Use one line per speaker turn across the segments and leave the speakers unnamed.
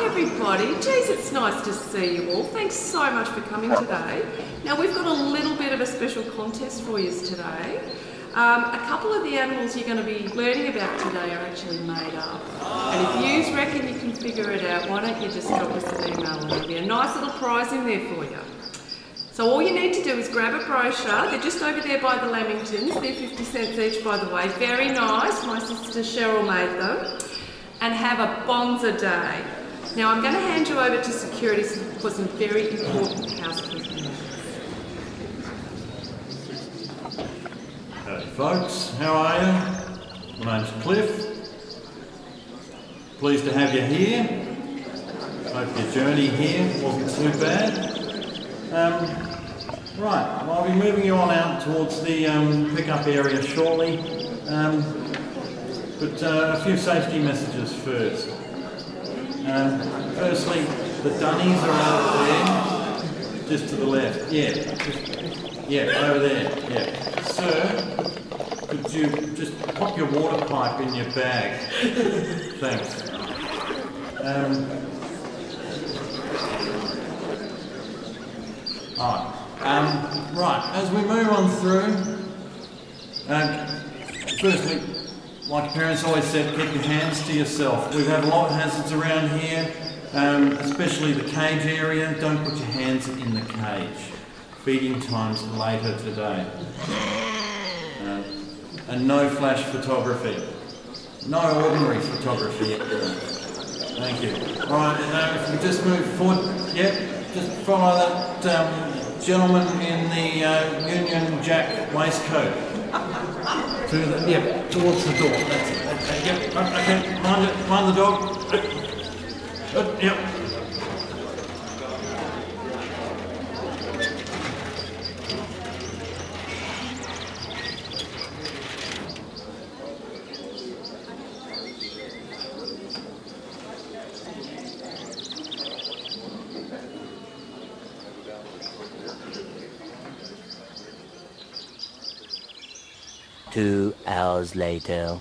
everybody. Geez, it's nice to see you all. Thanks so much for coming today. Now, we've got a little bit of a special contest for you today. Um, a couple of the animals you're going to be learning about today are actually made up. And if you reckon you can figure it out, why don't you just drop us an email and there'll be a nice little prize in there for you. So all you need to do is grab a brochure. They're just over there by the Lamingtons. They're 50 cents each, by the way. Very nice. My sister Cheryl made them. And have a bonza day. Now I'm going to hand you over to security for some very important housekeeping.
Hey folks, how are you? My name's Cliff. Pleased to have you here. Hope your journey here wasn't too bad. Um, right, well, I'll be moving you on out towards the um, pickup area shortly. Um, but uh, a few safety messages first. Um, firstly, the dunnies are out there, just to the left. Yeah, just- yeah, over there. Yeah, sir, could you just pop your water pipe in your bag? Thanks. Um, Alright. Um, right, as we move on through, um, firstly, like parents always said, keep your hands to yourself. We've had a lot of hazards around here, um, especially the cage area. Don't put your hands in the cage. Feeding times later today. Um, and no flash photography. No ordinary photography. Thank you. All right, and now if we just move forward, yep, just follow that um, gentleman in the uh, Union Jack waistcoat. to the, yep, towards the door. That's it. Okay, yep, right, okay, mind it, mind the dog. Uh, yep.
Two hours later.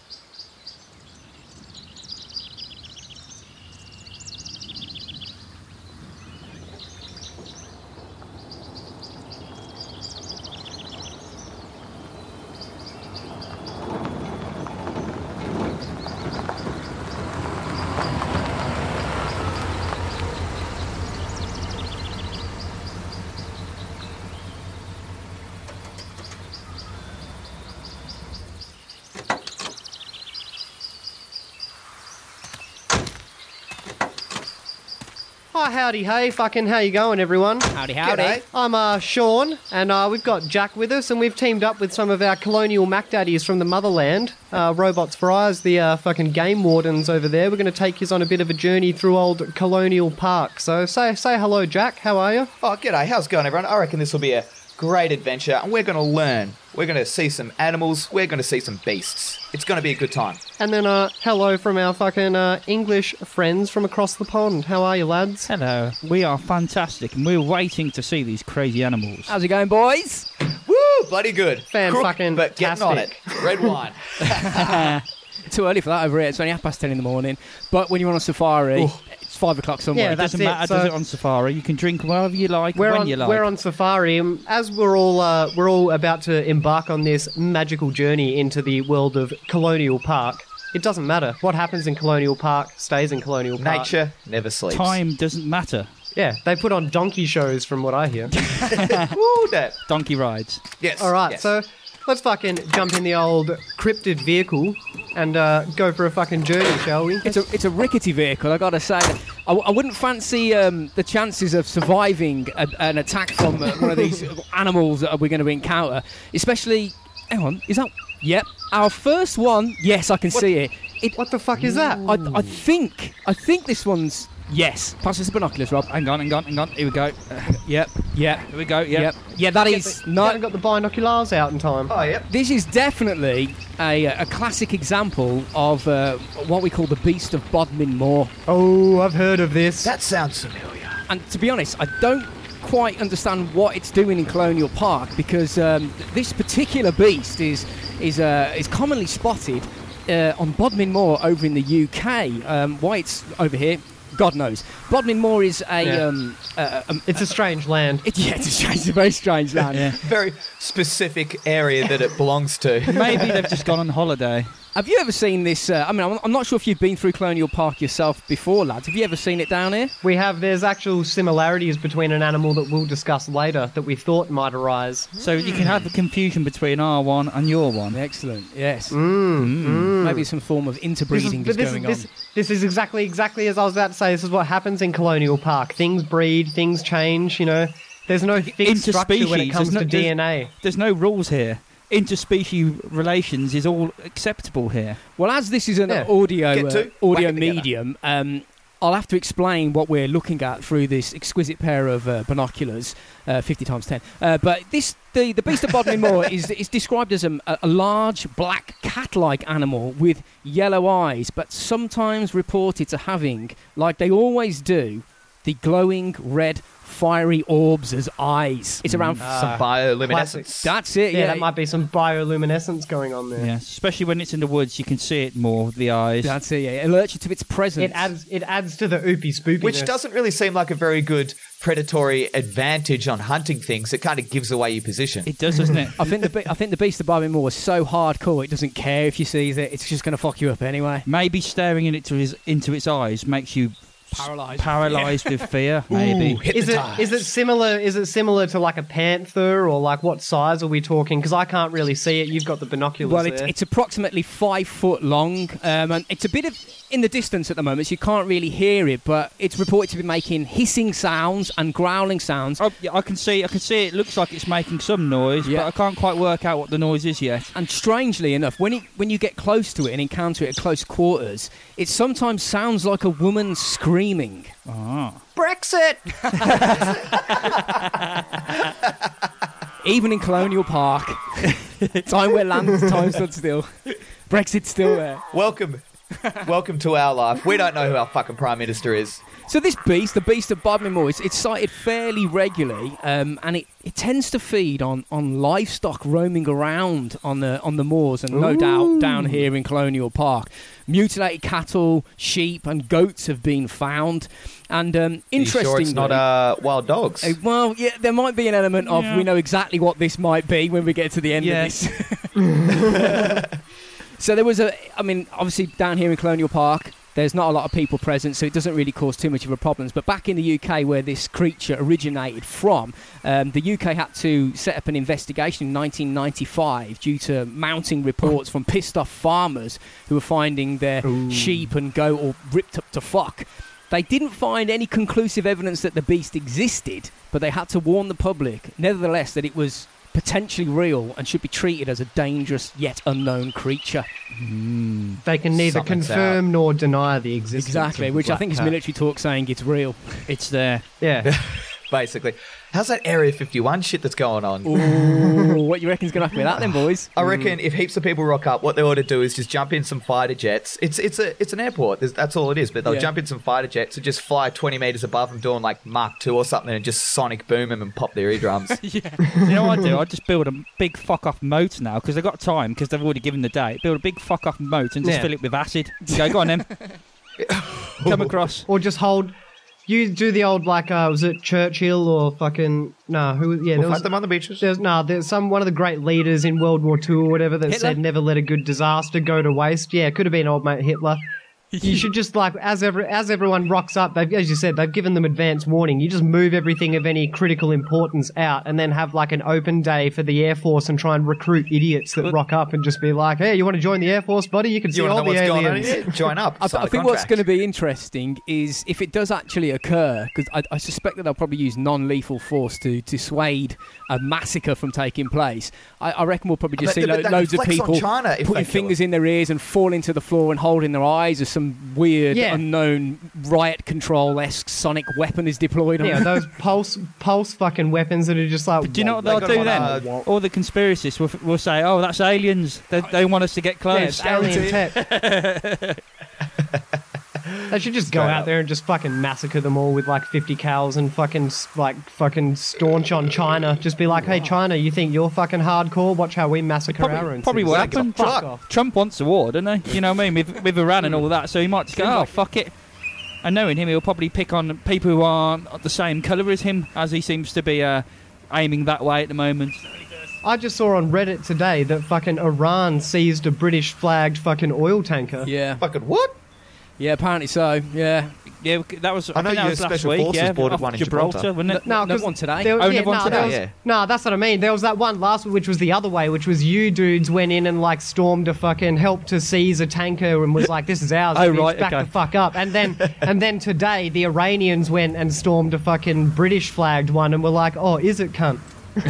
Hi, howdy, hey, fucking, how you going, everyone?
Howdy, howdy.
G'day.
I'm uh, Sean, and uh, we've got Jack with us, and we've teamed up with some of our colonial MacDaddies from the motherland, uh, Robots for Eyes, the uh, fucking game wardens over there. We're going to take you on a bit of a journey through old Colonial Park. So say say hello, Jack. How are you?
Oh, g'day. How's it going, everyone? I reckon this will be a great adventure, and we're going to learn. We're going to see some animals. We're going to see some beasts. It's going to be a good time.
And then uh, hello from our fucking uh, English friends from across the pond. How are you, lads?
Hello, we are fantastic and we're waiting to see these crazy animals.
How's it going, boys?
Woo! Bloody good.
Fan
Crook,
fucking
But getting on it. Red wine.
Too early for that over here. It's only half past ten in the morning. But when you're on a safari, it's five o'clock somewhere.
Yeah,
it doesn't
that's it,
matter,
so-
does it, on safari? You can drink wherever you like,
We're
when
on,
you like.
we're on safari. Um, As we're all uh, we're all about to embark on this magical journey into the world of Colonial Park. It doesn't matter what happens in Colonial Park stays in Colonial Park.
Nature never sleeps.
Time doesn't matter.
Yeah, they put on donkey shows, from what I hear.
Woo, that.
Donkey rides.
Yes.
all right,
yes.
so let's fucking jump in the old cryptid vehicle and uh, go for a fucking journey, shall we?
It's a it's a rickety vehicle. I gotta say, I, w- I wouldn't fancy um, the chances of surviving a, an attack from uh, one of these animals that we're going to encounter. Especially, hang on, is that? Yep, our first one. Yes, I can see it. It.
what the fuck is that?
Oh,
I, I think I think this one's yes. Pass us the binoculars, Rob.
Hang on, hang on, hang on. Here we go. Uh, yep, yep. Here we go. Yep.
Yep. Yeah, that
Yeah,
is
but you
not
haven't got the binoculars out in time.
Oh, yep.
This is definitely a, a classic example of uh, what we call the Beast of Bodmin Moor.
Oh, I've heard of this.
That sounds familiar.
And to be honest, I don't quite understand what it's doing in Colonial Park because um, this particular beast is is uh, is commonly spotted uh, on Bodmin Moor over in the UK. Um, why it's over here, God knows. Bodmin Moor is a.
Yeah.
Um, uh, um,
It's a strange land.
it, yeah, it's a, strange, it's a very strange land.
Yeah.
Very specific area that it belongs to.
Maybe they've just gone on holiday.
Have you ever seen this? Uh, I mean, I'm, I'm not sure if you've been through Colonial Park yourself before, lads. Have you ever seen it down here?
We have there's actual similarities between an animal that we'll discuss later that we thought might arise.
So you can have the confusion between our one and your one.
Excellent. Yes.
Mm.
Maybe some form of
This is-
interbreeding
but
is,
this, is,
going on.
this, this is exactly exactly as I was about to say. This is what happens in Colonial Park. Things breed, things change. You know, there's no fixed structure when it
Interspecies,
comes
there's no-
to
there's-
DNA.
There's no rules here. Interspecies relations is all acceptable here.
Well, as this is an
Yeah.
audio
Get
uh,
to-
audio
whack it together.
medium, um, I'll have to explain what we're looking at through this exquisite pair of uh, binoculars, uh, 50 times 10. Uh, but this the, the beast of Bodmin Moor is, is described as a, a large black cat-like animal with yellow eyes, but sometimes reported to having, like they always do, the glowing red fiery orbs as eyes. It's around.
Uh,
Some bioluminescence.
that's it.
Mm. Ah. Yeah,
Yeah,
that might be some bioluminescence going on there.
Yeah. Especially when it's in the woods, you can see it more with the eyes.
That's it. Yeah, it alerts you to its presence.
It adds it adds to the oopy spoopiness.
Which doesn't really seem like a very good predatory advantage on hunting things. It kind of gives away your position.
It does, doesn't it?
I think the be- I think the beast of Barbie Moore is so hardcore it doesn't care if you sees it. It's just going to fuck you up anyway.
Maybe staring in it to his, into its eyes makes you
Paralyzed.
paralyzed with fear. Maybe.
Is it is it similar? Is it similar to like a panther or like what size are we talking? Because I can't really see it. You've got the binoculars
well,
there.
it's, it's approximately five foot long, um, and it's a bit of in the distance at the moment, so you can't really hear it. But it's reported to be making hissing sounds and growling sounds.
Oh, yeah, I can see. I can see. It looks like it's making some
Oh,
noise,
Yeah.
but I can't quite work out what the noise is yet.
And strangely enough, when, it, when you get close to it and encounter it at close quarters, it sometimes sounds like a woman screaming.
Brexit!
Even in Colonial Park, time where land, time stood still. Brexit's still there.
Welcome. Welcome to our life. We don't know who our fucking Prime Minister is.
So this beast, the beast of Bodmin Moor, it's, it's sighted fairly regularly, um, and it, it tends to feed on, on livestock roaming around on the on the moors, and no doubt down here in Colonial Park, mutilated cattle, sheep, and goats have been found. And um,
Are you sure
interestingly,
it's not uh, wild dogs.
uh, well, yeah, there might be an element of
Yeah.
we know exactly what this might be when we get to the end
Yeah.
of this. so there was a, I mean, obviously down here in Colonial Park, there's not a lot of people present, so it doesn't really cause too much of a problem. But back in the UK, where this creature originated from, um, the UK had to set up an investigation in 1995 due to mounting reports from pissed off farmers who were finding their sheep and goat all ripped up to fuck. They didn't find any conclusive evidence that the beast existed, but they had to warn the public, nevertheless, that it was potentially real and should be treated as a dangerous yet unknown creature.
they can neither
Something's
confirm nor deny the existence.
Exactly,
of the
which I
black
think is
cat.
military talk saying it's real.
It's there.
Yeah,
basically. How's that Area 51 shit that's going on?
Ooh, what you reckon's going to happen with that then, boys?
I reckon if heaps of people rock up, what they ought to do is just jump in some fighter jets. It's it's a it's an airport. There's, that's all it is. But they'll
Yeah.
jump in some fighter jets and just fly 20 meters above them, doing like Mark Two or something, and just sonic boom them and pop their eardrums.
You know what I do? I just build a big fuck off moat now because they've got time because they've already given the date. Build a big fuck off moat and just
Yeah.
fill it with acid. Go, go on then. Come across.
or just hold. You do the old like uh, was it Churchill or fucking no? Who? Yeah, there
we'll
was,
fight them on the beaches.
there's no. There's some one of the great leaders in World War Two or whatever that
Hitler?
said never let a good disaster go to waste. Yeah, it could have been old mate Hitler. You should just like as every as everyone rocks up, they've as you said, they've given them advance warning. You just move everything of any critical importance out, and then have like an open day for the air force and try and recruit idiots that rock up and just be like, "Hey, you want to join the air force, buddy? You can see
You want
all
to know
the
what's going on?
aliens."
Here? Join up.
I,
sign
I
a
think what's
contract.
going to be interesting is if it does actually occur, because I, I suspect that they'll probably use non-lethal force to dissuade a massacre from taking place. I, I reckon we'll probably just
But-
see
but
lo-
that
loads of
reflects on
people
China if they kill
putting fingers in their ears and falling to the floor and holding their eyes as some weird,
Yeah.
unknown riot control-esque sonic weapon is deployed. On
Yeah,
them.
those pulse pulse fucking weapons that are just like.
Do you know what
They
they'll
got
do
one,
then?
uh,
All the conspiracists will, will say, "Oh, that's aliens. They, they want us to get
Yeah,
close."
it's alien tech. They should just go
Straight
out
up.
there and just fucking massacre them all with like 50 cows and fucking s- like fucking staunch on China. Just be like, hey China, you think you're fucking hardcore? Watch how we massacre our
Probably,
own.
probably what
citizens."
happened.
Fuck
Trump,
off.
Hmm.
Trump wants a war, doesn't he? You know what I mean? With, with Iran and all that, so he might just go, "Oh, fuck it." And knowing him, he'll probably pick on people who aren't the same colour as him, as he seems to be uh, aiming that way at the moment.
I just saw on Reddit today that fucking Iran seized a British flagged fucking oil tanker.
Yeah.
Fucking what?
Yeah, apparently so. Yeah.
Yeah, that was. I,
I know
think that
your
was last
special
week,
forces
yeah,
boarded
off
one in
Gibraltar,
Gibraltar.
wasn't it?
No,
because
one today.
there-
Only
yeah,
one
no,
today, Oh,
there was-
yeah.
no, that's what I mean. There was that one last week, which was the other way, which was you dudes went in and like stormed a fucking helped to seize a tanker and was like, "This is ours."
Oh,
bitch,
right,
back
okay.
the fuck up. And then and then today the Iranians went and stormed a fucking British flagged one and were like, "Oh, is it cunt?"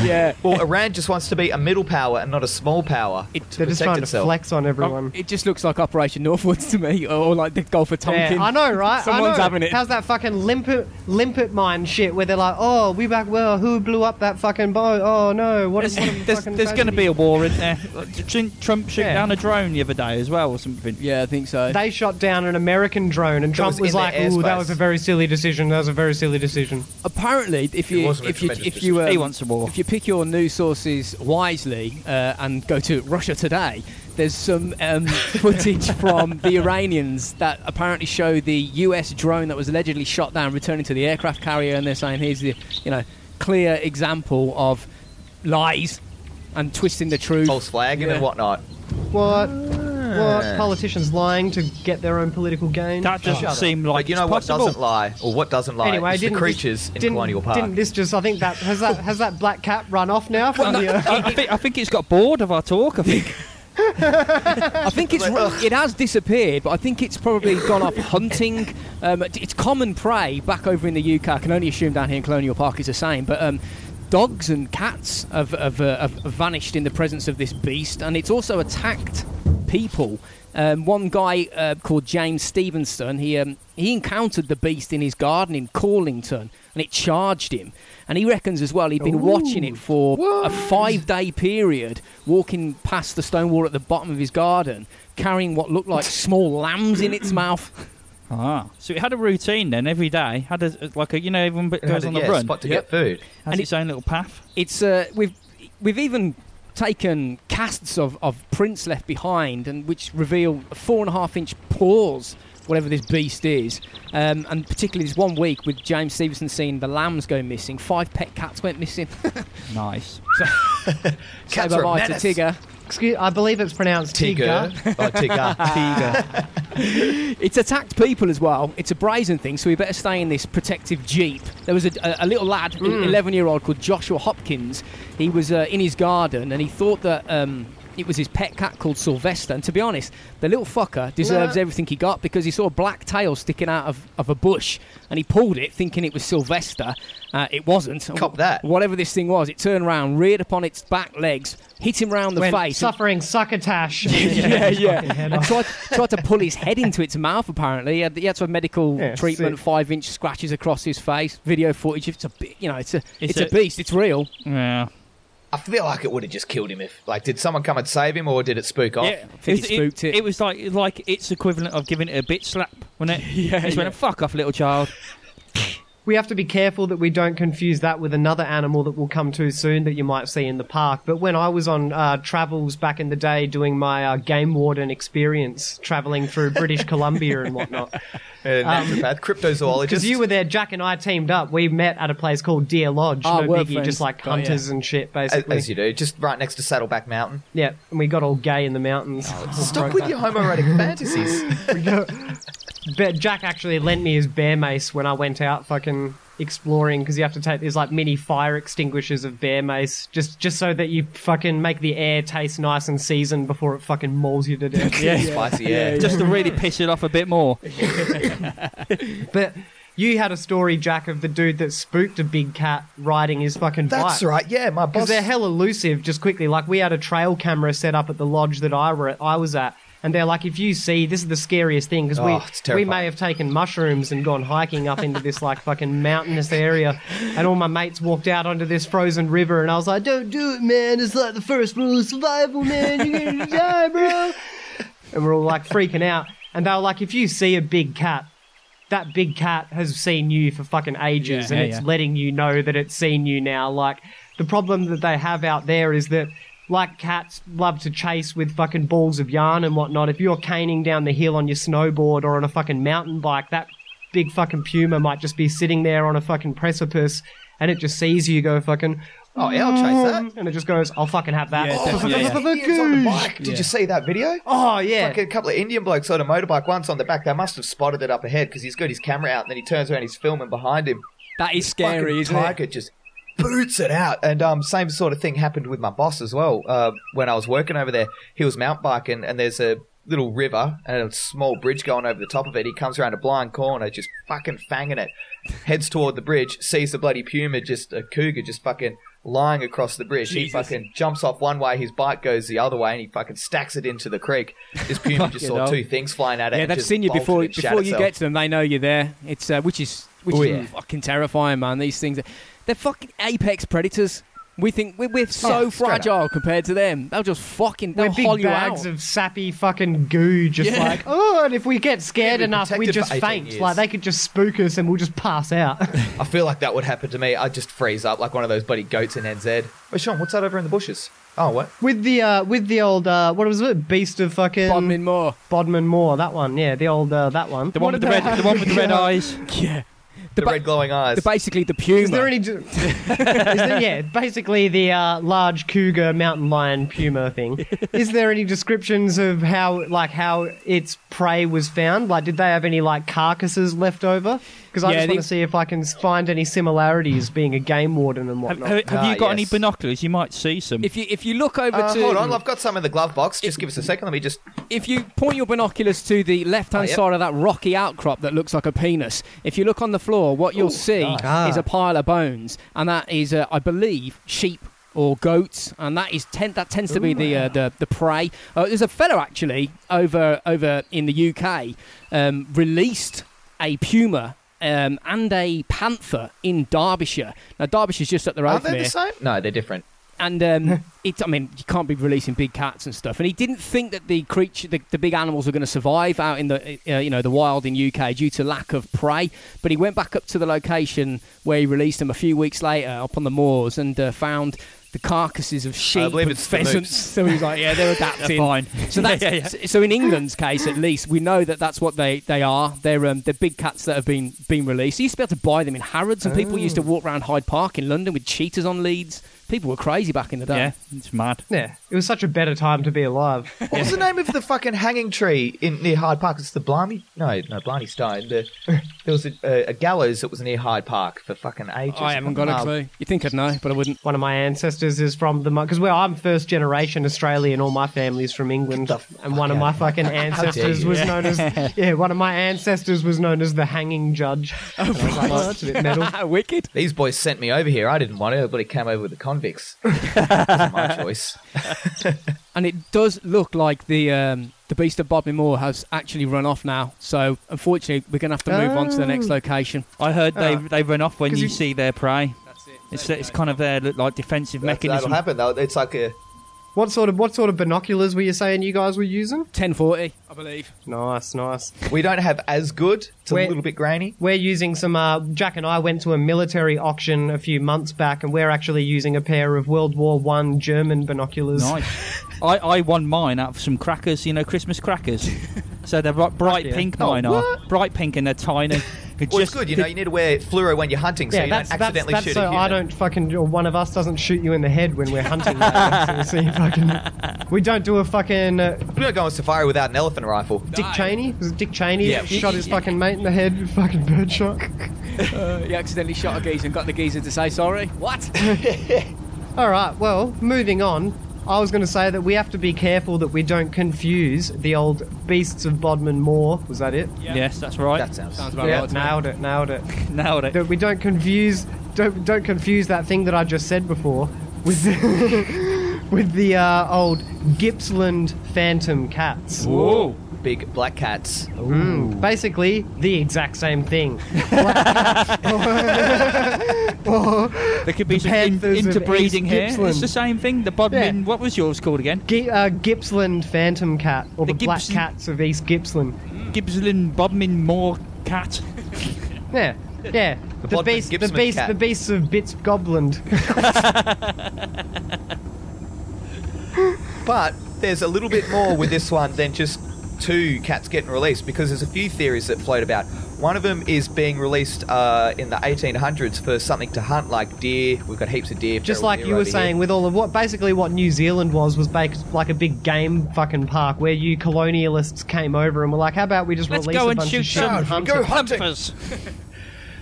yeah.
Well, Iran just wants to be a middle power and not a small power.
It-
to
They're just
protect
trying
itself.
to flex on everyone.
It just looks like Operation Northwoods to me, or, or like the Gulf of Tonkin.
Yeah, I know, right?
Someone's
I know.
having it.
How's that fucking limpet limpet mine shit where they're like, "Oh, we back well. Who blew up that fucking boat? Oh no, what is
There's, there's,
fucking
going to
tragedy."
be a war in there. Didn't Trump shoot
Yeah.
down a drone the other day as well, or something?
Yeah, I think so.
They shot down an American drone, and Trump
was
was,
in
like,
their
"Ooh, that
airspace.
was a very silly decision. That was a very silly decision."
Apparently, if you
wasn't a
if you
tremendous
if you
He
um,
wants a war.
if you pick your news sources wisely uh, and go to Russia Today, there's some um, footage from the Iranians that apparently show the U.S. drone that was allegedly shot down returning to the aircraft carrier, and they're saying here's the you know clear example of lies and twisting the truth.
False flagging
Yeah.
and whatnot.
What? What? Politicians lying to get their own political gain?
That doesn't seem like
But you know
it's
what
possible.
doesn't lie, or what doesn't lie,
Anyway,
is the
didn't
creatures
this,
in
didn't-
Colonial Park.
Didn't this just? I think that has that has that black cat run off now from the. Uh,
I, I think, I think it's got bored of our talk. I think
I think it's ru- it has disappeared, but I think it's probably gone off hunting. Um, it- it's common prey back over in the UK. I can only assume down here in Colonial Park is the same, but. Um, Dogs and cats have, have, uh, have vanished in the presence of this beast, and it's also attacked people. Um, one guy uh, called James Stevenson, he, um, he encountered the beast in his garden in Corlington, and it charged him. And he reckons as well he'd been watching it for a five day period, walking past the stone wall at the bottom of his garden, carrying what looked like small lambs in its mouth.
Ah, so it had a routine then every day. Had a like a you know everyone b-
It had
goes
a-
on the
yeah,
run.
spot to
Yep.
get food.
Has
And
its own little path.
It's uh, we've we've even taken casts of, of prints left behind, and which reveal four and a half inch paws, whatever this beast is. Um, and particularly this one week with James Stevenson seeing the lambs go missing, five pet cats went missing.
Nice.
Say
are a
bye to
menace.
Tigger.
excuse, I believe it's pronounced
Tigger.
Tigger.
Oh, Tigger.
It's attacked people as well. It's a brazen thing, so we better stay in this protective jeep. There was a, a, a little lad,
Hmm.
an 11 year old called Joshua Hopkins. He was uh, in his garden and he thought that um, it was his pet cat called Sylvester. And to be honest, the little fucker deserves
Nah.
everything he got because he saw a black tail sticking out of, of a bush and he pulled it thinking it was Sylvester. Uh, it wasn't.
Cop that.
Whatever this thing was, it turned round, reared upon its back legs, hit him round the
When
face. and-
suffering succotash.
yeah, yeah.
head
And tried, tried to pull his head into its mouth, apparently. He had, he had to have medical
Yeah,
treatment,
sick.
five inch scratches across his face, video footage. It's a, bi- you know, it's a, it's,
It's
a,
a-
beast, it's real.
Yeah.
I feel like it would have just killed him if, like, did someone come and save him, or did it spook off?
yeah.
think it spooked it.
It was like like its equivalent of giving it a bit slap, wasn't it?
Yeah,
It just
yeah.
went fuck off, little child.
We have to be careful that we don't confuse that with another animal that will come too soon that you might see in the park. But when I was on uh, travels back in the day doing my uh, game warden experience, traveling through British Columbia and whatnot,
Uh, naturopath, cryptozoologist.
because Um, you were there, Jack and I teamed up. We met at a place called Deer Lodge.
Ah,
no
we're
biggie,
friends.
just like
Oh, yeah.
hunters and shit,
as,
basically.
as you do, just right next to Saddleback Mountain.
yeah, and we got all gay in the mountains.
Oh,
Stop with your homoerotic fantasies.
But Jack actually lent me his bear mace when I went out fucking exploring because you have to take these like mini fire extinguishers of bear mace just just so that you fucking make the air taste nice and seasoned before it fucking mauls you to death.
Spicy air.
Just to really piss it off a bit more.
But you had a story, Jack, of the dude that spooked a big cat riding his fucking bike.
That's right. Yeah, my
because
boss.
they're hell elusive. Just quickly, like we had a trail camera set up at the lodge that I were I was at, and they're like, if you see, this is the scariest thing because
Oh, it's
we we
terrifying.
may have taken mushrooms and gone hiking up into this like fucking mountainous area, and all my mates walked out onto this frozen river, and I was like, don't do it, man. It's like the first rule of survival, man. You're gonna die, bro. And we're all like freaking out, and they were like, if you see a big cat. That big cat has seen you for fucking ages,
Yeah,
and
yeah,
it's
yeah.
letting you know that it's seen you now. Like the problem that they have out there is that like cats love to chase with fucking balls of yarn and whatnot. If you're caning down the hill on your snowboard or on a fucking mountain bike, that big fucking puma might just be sitting there on a fucking precipice, and it just sees you go fucking. um,
Oh, yeah, I'll chase that.
And it just goes, I'll fucking have that.
Yeah,
Oh,
definitely, yeah.
Indians on the
goosh.
bike. Did you see that video?
Oh, yeah.
Like a couple of Indian blokes on a motorbike, once on the back. They must have spotted it up ahead because he's got his camera out and then he turns around, he's filming behind him.
That is
Fucking
scary, isn't it?
tiger just boots it out. And um, same sort of thing happened with my boss as well. Uh, when I was working over there, he was mountain biking, and there's a little river and a small bridge going over the top of it. He comes around a blind corner, just fucking fanging it, heads toward the bridge, sees the bloody puma, just a cougar, just fucking lying across the bridge. He fucking jumps off one way, his bike goes the other way, and he fucking stacks it into the creek. This puma just
Fucking
saw
hell.
two things flying at it.
Yeah,
and
they've
just
seen you
bolted
before.
and shat
Before you
itself.
get to them, they know you're there. It's uh, which is which
Oh,
is
yeah.
fucking terrifying, man. These things, are- they're fucking apex predators. We think we're, we're so
straight up.
fragile compared to them. They'll just fucking they'll
We're big
haul you
bags
out.
of sappy fucking goo, just
Yeah.
like, oh, and if we get scared
We've been
enough, we
protected
just
for 18
faint.
years.
Like, they could just spook us and we'll just pass out.
I feel like that would happen to me. I'd just freeze up like one of those bloody goats in NZ. Wait, Sean, what's that over in the bushes? Oh, what?
with the uh, with the old, uh, what was it? Beast of fucking.
Bodmin Moor.
Bodmin Moor, that one. Yeah, the old, uh, that one.
The one with the red, the one with the red eyes.
Yeah,
The,
ba-
red glowing eyes.
the basically the puma.
Is there any. is there, yeah, basically the uh, large cougar, mountain lion, puma thing. Is there any descriptions of how, like, how its prey was found? Like, did they have any like carcasses left over? Because I
Yeah,
just
they-
want to see if I can find any similarities being a game warden and
Have,
whatnot.
have- have
Ah,
you got any
yes.
binoculars? You might see some.
if you if you look over
Uh,
to
hold on, I've got some in the glove box. Just give us a second. Let me just.
if you point your binoculars to the left hand
Oh, yep.
side of that rocky outcrop that looks like a penis, if you look on the floor, what you'll see
Ah.
is a pile of bones, and that is, uh, I believe, sheep or goats, and that is ten- that tends to be the, uh, the the prey. Uh, there's a fellow actually over over in the UK um, released a puma. Um, and a panther in Derbyshire. Now Derbyshire's just up the road
Are
from
they
here
the same? No, they're different.
and um, it, I mean, you can't be releasing big cats and stuff. And he didn't think that the creature, the, the big animals, were going to survive out in the, uh, you know, the wild in UK due to lack of prey. But he went back up to the location where he released them a few weeks later, up on the moors, and uh, found the carcasses of sheep
believe
and
it's the
pheasants.
moocs.
So he's like, yeah, they're adapting.
fine.
So that's so in England's case, at least we know that that's what they, they are. They're um, they're big cats that have been been released. You used to be able to buy them in Harrods, and people used to walk around Hyde Park in London with cheetahs on leads. People were crazy back in the day.
yeah, it's mad.
Yeah, it was such a better time to be alive.
What was the name of the fucking hanging tree in near Hyde Park? It's the Blarney. No, no, Blarney Stone. The, there was a, a, a gallows that was near Hyde Park for fucking ages. Um,
I haven't got a
Wow.
clue. You think I'd know, but I wouldn't.
One of my ancestors is from the because well, I'm first generation Australian. All my family's from England, and one of my fucking ancestors
you.
was known as yeah. One of my ancestors was known as the hanging judge. I was like, "Oh, that's a bit metal.
Wicked.
These boys sent me over here. I didn't want it, but it came over with the convicts. Wasn't my choice.
And it does look like the um, the beast of Bodmin Moor has actually run off now. So unfortunately, we're going to have to move on to the next location.
I heard they
Ah.
they run off when
'Cause
you
you-
see their prey.
That's it.
It's it's kind of their like defensive
That'll
mechanism.
happen. though. It's like a
What sort of what sort of binoculars were you saying you guys were using?
1040, I believe.
Nice, nice.
We don't have as good. It's a
Wait.
little bit grainy.
We're using some. Uh, Jack and I went to a military auction a few months back, and we're actually using a pair of World War One German binoculars.
Nice. I, I won mine out of some crackers, you know, Christmas crackers. so they're bright, bright
yeah.
pink,
Oh,
mine are. Bright pink and they're tiny. They're
Well,
just-
it's good. You know, you need to wear fluoro when you're hunting, so
Yeah,
you
that's,
don't
that's,
accidentally
that's
shoot
so
a human.
I don't fucking, or one of us doesn't shoot you in the head when we're hunting. so you see, fucking, we don't do a fucking uh,
We don't go on safari without an elephant rifle.
Dick Cheney. Was it Dick Cheney
Yeah.
that shot his fucking mate in the head with fucking birdshot?
You Uh, accidentally shot a geezer and got the geezer to say sorry. What?
All right, well, moving on. I was going to say that we have to be careful that we don't confuse the old beasts of Bodmin Moor. Was that it?
Yes, that's right.
That sounds.
Sounds about right. to me.
nailed it, nailed it.
Nailed it.
that we don't confuse don't don't confuse that thing that I just said before with the, with the uh, old Gippsland phantom cats. Mm.
Whoa.
Big black cats.
Basically, the exact same thing.
There could be some in,
Panthers of
interbreeding
East
here. It's
Gippsland.
the same thing. The Bodmin.
Yeah.
What was yours called again?
Gi- uh, Gippsland phantom cat, or
The
the, black
Gippsland-
cats of East Gippsland.
Hmm.
Gippsland Bodmin Moor cat.
Yeah, yeah. The,
Bodmin
beast, the
Gippsland
beast,
cat.
the beasts of Bits Gobland.
But there's a little bit more with this one than just two cats getting released because there's a few theories that float about. One of them is being released uh, in the 1800s for something to hunt, like deer. We've got heaps of deer.
Just
feral
like
deer
you were
over here.
saying, with all of what basically what New Zealand was was baked like a big game fucking park where you colonialists came over and were like, "How about we just
Let's
release
go
a
and
bunch
shoot
of shit
some
and hunt
hunt go
it?"
hunting.
Hunters.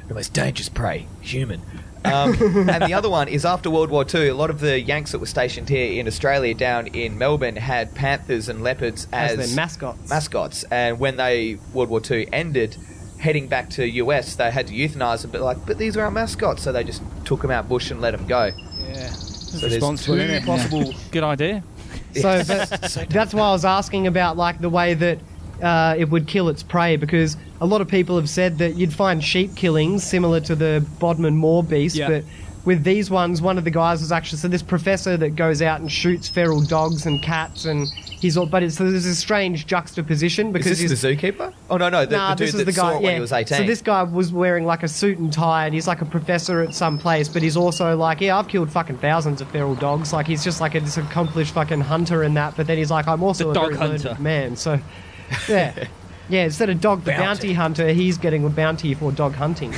the most dangerous prey, human. Um, and the other one is after World War II, a lot of the Yanks that were stationed here in Australia, down in Melbourne, had panthers and leopards
As
as,
their mascots.
Mascots, and when they World War II ended, heading back to US, they had to euthanize them. But like, but these are our mascots, so they just took them out bush and let them go.
It's
there's
responsible,
two
isn't it?
possible-
Good idea.
So but, that's why I was asking about like the way that uh, it would kill its prey because a lot of people have said that you'd find sheep killings similar to the Bodmin Moor beast,
Yeah.
but with these ones, one of the guys was actually so this professor that goes out and shoots feral dogs and cats and he's all. But it's, so there's a strange juxtaposition because
Is
he's,
this the zookeeper? Oh no, no, the,
Nah,
the
this
dude
is
that
the guy.
saw it
yeah.
when he was 18.
So this guy was wearing like a suit and tie, and he's like a professor at some place. But he's also like, yeah, I've killed fucking thousands of feral dogs. Like he's just like a this accomplished fucking hunter and that. But then he's like, I'm also
The
a
dog
very
hunter.
learned man. So yeah, yeah. Instead of dog, the bounty. hunter, he's getting a bounty for dog hunting.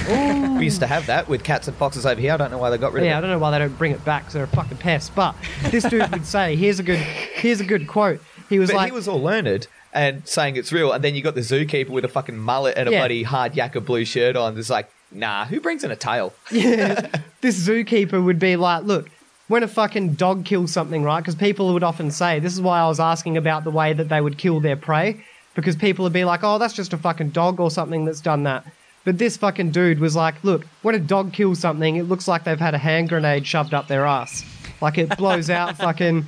we used to have that with cats and foxes over here. I don't know why they got rid
Yeah, I
of it.
don't know why they don't bring it back. 'cause they're a fucking pest. But this dude would say, here's a good, here's a good quote. He was
But
like,
he was all learned and saying it's real, and then you got the zookeeper with a fucking mullet and a
Yeah.
bloody hard yakka blue shirt on. It's like, nah, who brings in a tail?
this zookeeper would be like, look, when a fucking dog kills something, right? Because people would often say, this is why I was asking about the way that they would kill their prey, because people would be like, oh, that's just a fucking dog or something that's done that. But this fucking dude was like, look, when a dog kills something, it looks like they've had a hand grenade shoved up their ass. Like it blows out fucking.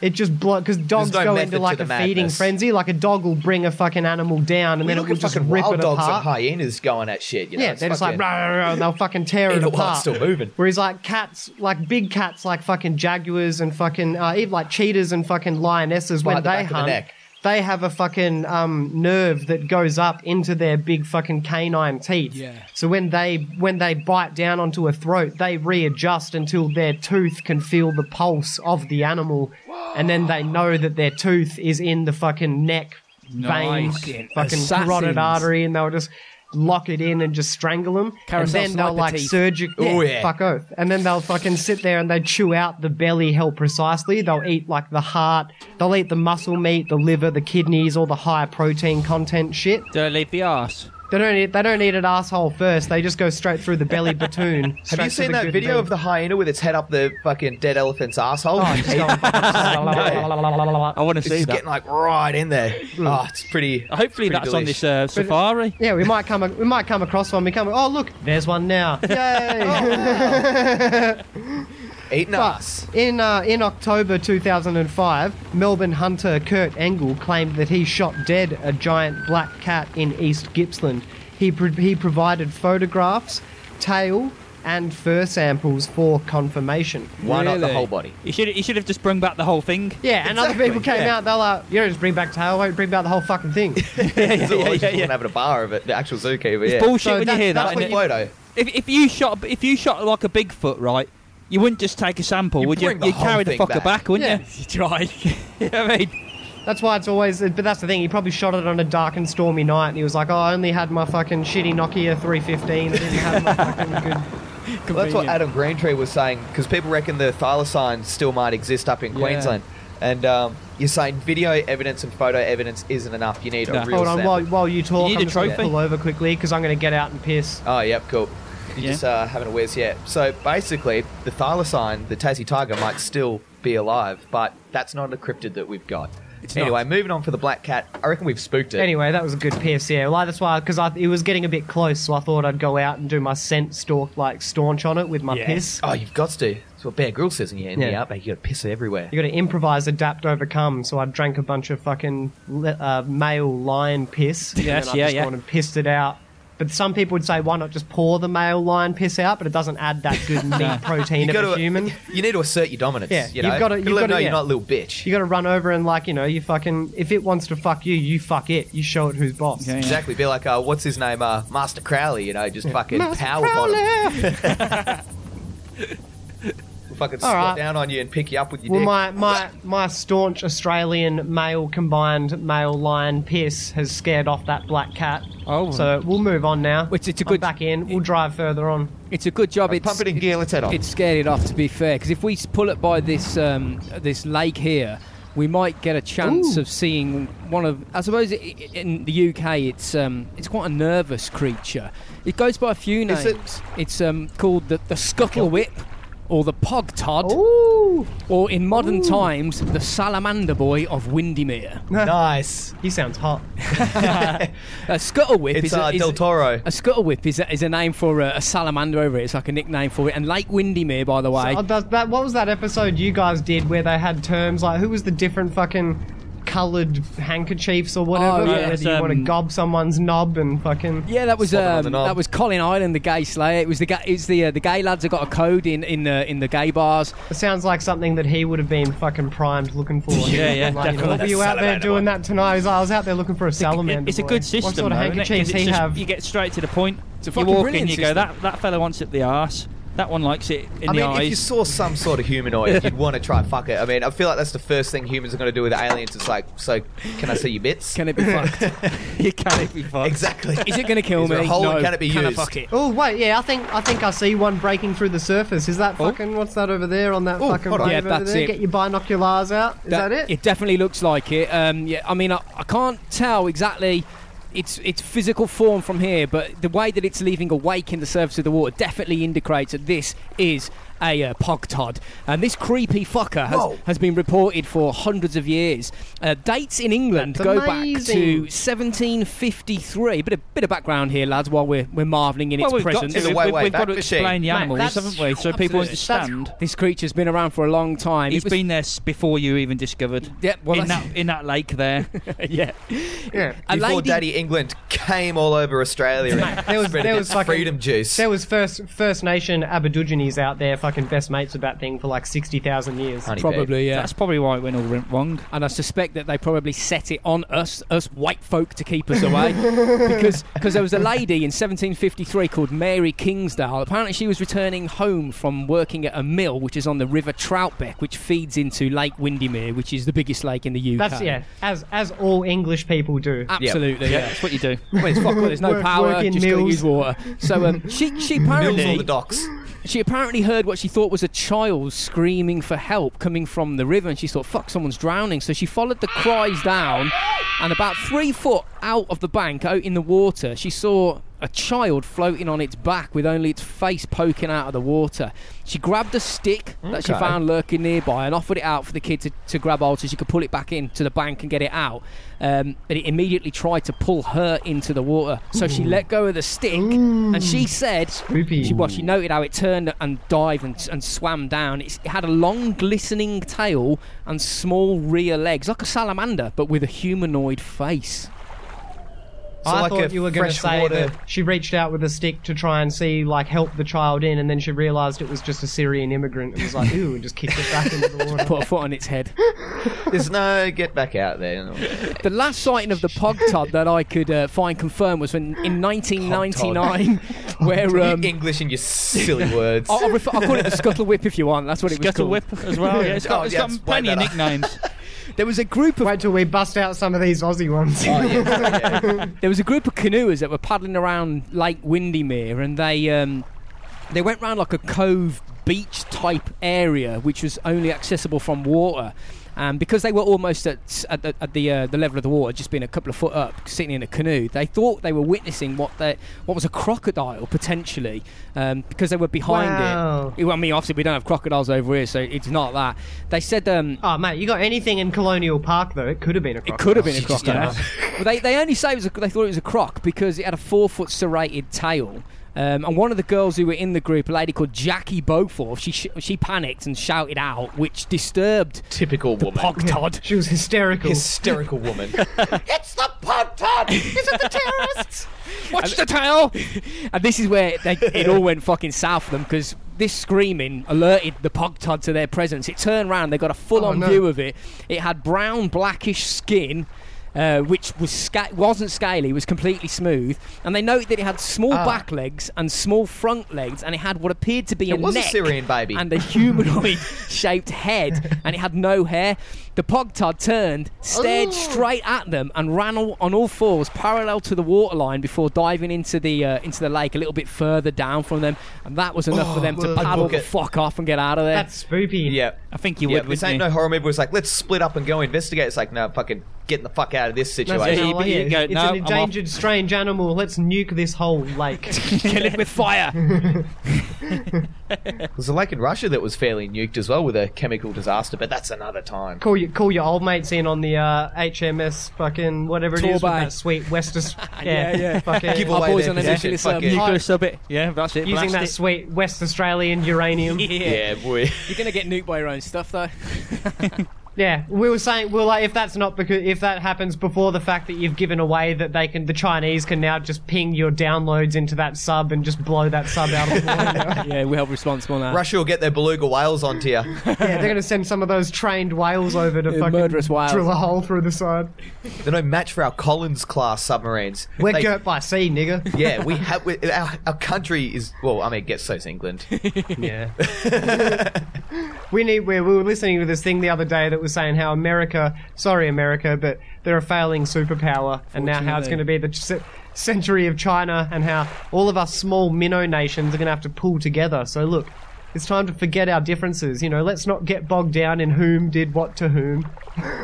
It just blows because dogs
no
go
method
into
to
like
the
a feeding
madness.
frenzy. Like a dog will bring a fucking animal down and
We
then it
look
will
at
just
fucking
rip
wild
it
dogs
apart.
and hyenas going at shit. You know,
Yeah,
it's
they're just like
fucking-
rah, rah, rah, and they'll fucking tear it
Even while
apart.
it's still moving.
Whereas like cats, like big cats, like fucking jaguars and fucking uh, even like cheetahs and fucking lionesses,
Right
when
at the
they
back of the
hunt,
neck.
they have a fucking um, nerve that goes up into their big fucking canine teeth.
Yeah.
So when they when they bite down onto a throat, they readjust until their tooth can feel the pulse of the animal, and then they know that their tooth is in the fucking neck vein,
Nice.
fucking
Assassins.
carotid artery, and they'll just lock it in and just strangle them.
Carousel
and then they'll
sniper
like
teeth.
surgically
Ooh, Oh, yeah.
yeah, fuck oath. And then they'll fucking sit there and they chew out the belly hell precisely. They'll eat like the heart, they'll eat the muscle meat, the liver, the kidneys, all the high protein content shit.
Do I leave the arse?
They don't eat they don't eat an asshole first, they just go straight through the belly platoon.
Have you seen that video of the hyena with its head up the fucking dead elephant's
Oh,
asshole?
I want to
it's
see
just
that.
getting like right in there.
Hmm.
Oh, it's pretty.
Hopefully
pretty
that's on
delish.
this uh, safari.
Yeah, we might come we might come across one. We come. Oh look, there's one now. Oh, Yay!
eating
But
us.
in uh, in October 2005, Melbourne hunter Kurt Engel claimed that he shot dead a giant black cat in East Gippsland. He pro- he provided photographs, tail, and fur samples for confirmation.
Why not the
Really?
whole body?
You should you should have just brung back the whole thing.
Yeah, and other people came out. They're like, "You don't just bring back tail. Won't bring back the whole fucking thing."
It's all just fucking having a bar of it. The actual zookeeper.
It's
yeah.
bullshit
So
when
that-
you hear
that's
that.
what
innit?
you-
Photo.
If, if you shot if you shot like a Bigfoot, right? You wouldn't just take a sample,
You
would you?
bring the
You'd
whole
carry the
thing
fucker
back.
back, wouldn't
Yeah.
you? You try. you know what I mean?
That's why it's always. But that's the thing. He probably shot it on a dark and stormy night, and he was like, "Oh, I only had my fucking shitty Nokia 315. I didn't have my fucking good."
Well, that's what Adam Greentree was saying because people reckon the thylacines still might exist up in Queensland, and um, you're saying video evidence and photo evidence isn't enough. You need
No.
a real.
Hold on,
sample.
while, while you talk,
need
I'm
a
just going to
trophy?
pull over quickly because I'm going to get out and piss.
Oh, yep, cool. You're
Yeah.
just uh, having a whiz, yeah. So basically, the thylacine, the Tassie tiger, might still be alive, but that's not a cryptid that we've got. anyway, moving on for the black cat, I reckon we've spooked it.
Anyway, that was a good piss, yeah. Like, that's why, because it was getting a bit close, so I thought I'd go out and do my scent stalk, like, staunch on it with my piss.
Oh, you've got to. That's what Bear Grylls says in here. In
Yeah.
the outback, you got to piss everywhere.
You gotta improvise, adapt, overcome. So I drank a bunch of fucking le- uh, male lion piss.
Yes,
and then I
yeah,
just
yeah.
gone and pissed it out. But some people would say, why not just pour the male lion piss out? But it doesn't add that good meat protein
You
of
gotta-
a human.
You need to assert your dominance.
Yeah,
you know?
you've gotta-
Gotta
you've
let 'em
gotta-
know
yeah.
you're not a little bitch.
You gotta run over and, like, you know, you fucking. If it wants to fuck you, you fuck it. You show it who's boss.
Yeah, yeah.
Exactly. Be like, uh, what's his name? Uh, Master Crowley, you know, just fucking power bottom. fucking
All
squat
right.
down on you and pick you up with your
Well,
dick.
my, my, my staunch Australian male combined male lion piss has scared off that black cat.
Oh.
So we'll move on now.
Which it's a
I'm
good-
back in. We'll drive further on.
It's a good job. It's
Pump it in gear. Let's head on.
It scared it off, to be fair, because if we s- pull it by this um, this lake here, we might get a chance of seeing one of. I suppose i i- in the UK, it's um, it's quite a nervous creature. It goes by a few names.
Is it-
It's um, called the the scuttle whip, or the pog tod,
Ooh.
or in modern times, the salamander boy of Windermere.
nice.
He sounds hot.
A scuttle whip
It's
is, a,
uh,
is
Del Toro.
a scuttle whip is a, is a name for a, a salamander over it. It's like a nickname for it. And Lake Windermere, by the way,
Oh, that, that, what was that episode you guys did where they had terms like who was the different fucking coloured handkerchiefs or whatever?
Oh, yeah.
Whether
That's,
you want to
um,
gob someone's knob and fucking.
Yeah, that was
Slobbing on
um,
the knob.
that was Colin Island, the gay slayer. It was the ga- it's the uh, the gay lads that got a code in in the in the gay bars.
It sounds like something that he would have been fucking primed looking for.
Yeah, yeah,
Like, you know,
definitely.
what were you out there
Salamander
doing
one.
that tonight? He's like, I was out there looking for a salamander.
It's a
boy."
good system,
What sort of
though, isn't it? 'Cause
handkerchiefs
it's
he
just-
have?
You get straight to the point.
It's a
you
fucking
walk in,
brilliant
you go,
system.
that, that fella wants it the arse. That one likes it in the
I mean,
eyes.
if you saw some sort of humanoid, you'd want to try and fuck it. I mean, I feel like that's the first thing humans are going to do with aliens. It's like, so can I see your bits?
Can it be fucked?
you can't be fucked.
exactly.
Is it going to kill
Is
me?
there a hole?
no.
Can it be
Can I
used?
fuck it?
Oh wait, yeah, I think I think I see one breaking through the surface. Is
Oh.
that fucking what's that over there on that
Oh,
fucking
hold
wave
on.
Yeah,
over
that's
there?
it.
Get your binoculars out. Is that, it?
It definitely looks like it. Um, yeah, I mean, I, I can't tell exactly. Its, its physical form from here, but the way that it's leaving a wake in the surface of the water definitely indicates that this is a uh, pogtod. And this creepy fucker has,
Whoa.
has been reported for hundreds of years. Uh, dates in England
That's
go back to
amazing.
1753. Bit of, bit of background here, lads, while we're, we're marvelling in its
well, we've got
presence.
to,
It's a
we've,
way,
we've
way
got to
back machine.
explain the
Mate,
animals,
that's-
haven't we? So
absolutely.
people understand.
This creature's been around for a long time.
He's
It was-
been there s- before you even discovered.
Yeah, well,
in
that's-
that in that lake there.
yeah.
Yeah.
A
Before
lady-
Daddy England came all over Australia and
There was
spread
there
a bit
was
of
fucking
freedom juice.
There was first First Nation Aborigines out there, fucking best mates with that thing for like sixty thousand years.
Honey babe.
Probably, yeah.
That's probably why it went all ri- wrong.
and I suspect that they probably set it on us, us white folk, to keep us away, because because there was a lady in 1753 called Mary Kingsdale. Apparently, she was returning home from working at a mill, which is on the River Troutbeck, which feeds into Lake Windermere, which is the biggest lake in the UK.
That's yeah, as as all English people do.
absolutely. Yeah.
That's what you do.
Well, it's fuck all, there's no
Work-
power.
work in
just gonna
mills.
use water. So um, she she apparently
Mills on the docks.
She apparently heard what she thought was a child screaming for help coming from the river, and she thought, fuck, someone's drowning. So she followed the cries down, and about three foot out of the bank, out in the water, she saw a child floating on its back with only its face poking out of the water. She grabbed a stick that she
Okay.
found lurking nearby and offered it out for the kid to, to grab hold so she could pull it back into the bank and get it out. Um, but it immediately tried to pull her into the water. So she let go of the stick, and she said,
Spoopy.
she, well, she noted how it turned and dived and, and swam down. It's, it had a long, glistening tail and small rear legs, like a salamander, but with a humanoid face.
So
I
like
thought
a
you were going to say
freshwater-
that she reached out with a stick to try and see, like, help the child in, and then she realised it was just a Syrian immigrant and was like, ooh, and just kicked it back into the water.
Put a foot on its head.
There's no get back out there.
The last sighting of the pogtod that I could uh, find confirmed was when, in 1999, where um, Oh,
you English and your silly words.
I- I'll, refer- I'll call it the scuttle whip if you want. That's what it was
Scuttle
called.
whip as well. Yeah, it's got,
Oh,
it's
yeah,
got
it's way
plenty of
better.
nicknames.
There was a group of
Wait till we bust out some of these Aussie ones.
Oh, yeah, yeah.
there was a group of canoers that were paddling around Lake Windermere, and they um, they went round like a cove beach type area, which was only accessible from water. And because they were almost at at the at the, uh, the level of the water, just being a couple of foot up, sitting in a canoe, they thought they were witnessing what they, what was a crocodile potentially, um, because they were behind
Wow.
it. Well, I mean, obviously we don't have crocodiles over here, so it's not that. They said um,
Oh, mate, you got anything in Colonial Park, though? It could have been a
it
crocodile.
could have been a crocodile. well, they, they only say it was a, they thought it was a croc because it had a four foot serrated tail. Um, and one of the girls who were in the group, a lady called Jackie Beaufort, she sh- she panicked and shouted out, which disturbed
Typical woman.
Pog Todd.
She was hysterical.
Hysterical woman.
It's the pod pod! Is it the terrorists?
Watch the tail! and this is where they, it all went fucking south for them because this screaming alerted the Pogtod
Oh,
to their presence. It turned round, they got a full on
no.
view of it. It had brown, blackish skin. uh, which was sca- wasn't scaly, was completely smooth, and they noted that it had small
Ah.
back legs and small front legs, and it had what appeared to be
It
a
was a
neck
Syrian baby.
and a humanoid-shaped head, and it had no hair. The pogtard turned, stared
Ooh.
straight at them, and ran all, on all fours parallel to the waterline before diving into the uh, into the lake a little bit further down from them, and that was enough for them to
I'd
paddle
book
the
it.
fuck off and get out of there.
That's spooky.
Yeah.
I think you
yeah,
would.
this
wouldn't
ain't
you?
no horror movie. It's like, let's split up and go investigate. It's like, no, fucking getting the fuck out of this
Yeah,
situation.
you-
No, I-
you go,
it's
"No, I'm
an
off."
endangered strange animal. Let's nuke this whole lake.
kill it with fire.
There's a lake in Russia that was fairly nuked as well with a chemical disaster, but that's another time.
call your call your old mates in on the uh, HMS fucking whatever it is with
Torbay.
that sweet Western.
Yeah,
yeah,
yeah.
Fucking
Give
Our
away
boys
their
on the
position,
nuclear sub.
fucking-
you go sub it. Yeah, that's it.
using that
blast
sweet West Australian uranium.
yeah.
Yeah, boy.
You're gonna get nuked by your own stuff, though.
Yeah, we were saying, we are like, if that's not because if that happens before the fact that you've given away that they can, the Chinese can now just ping your downloads into that sub and just blow that sub out of the water.
yeah, we held responsible now.
Russia will get their beluga whales onto you.
yeah, they're gonna send some of those trained whales over to
Yeah,
fucking
murderous whales.
drill a hole through the side.
They're no match for our Collins class submarines.
We're
They-
girt by sea, nigga.
Yeah, we have. We, our, our country is. Well, I mean, guess so's England.
Yeah. we need. We, we were listening to this thing the other day that was saying how America, sorry America, but they're a failing superpower, and now how it's going to be the c- century of China, and how all of us small minnow nations are going to have to pull together. So look. It's time to forget our differences. You know, let's not get bogged down in whom did what to whom.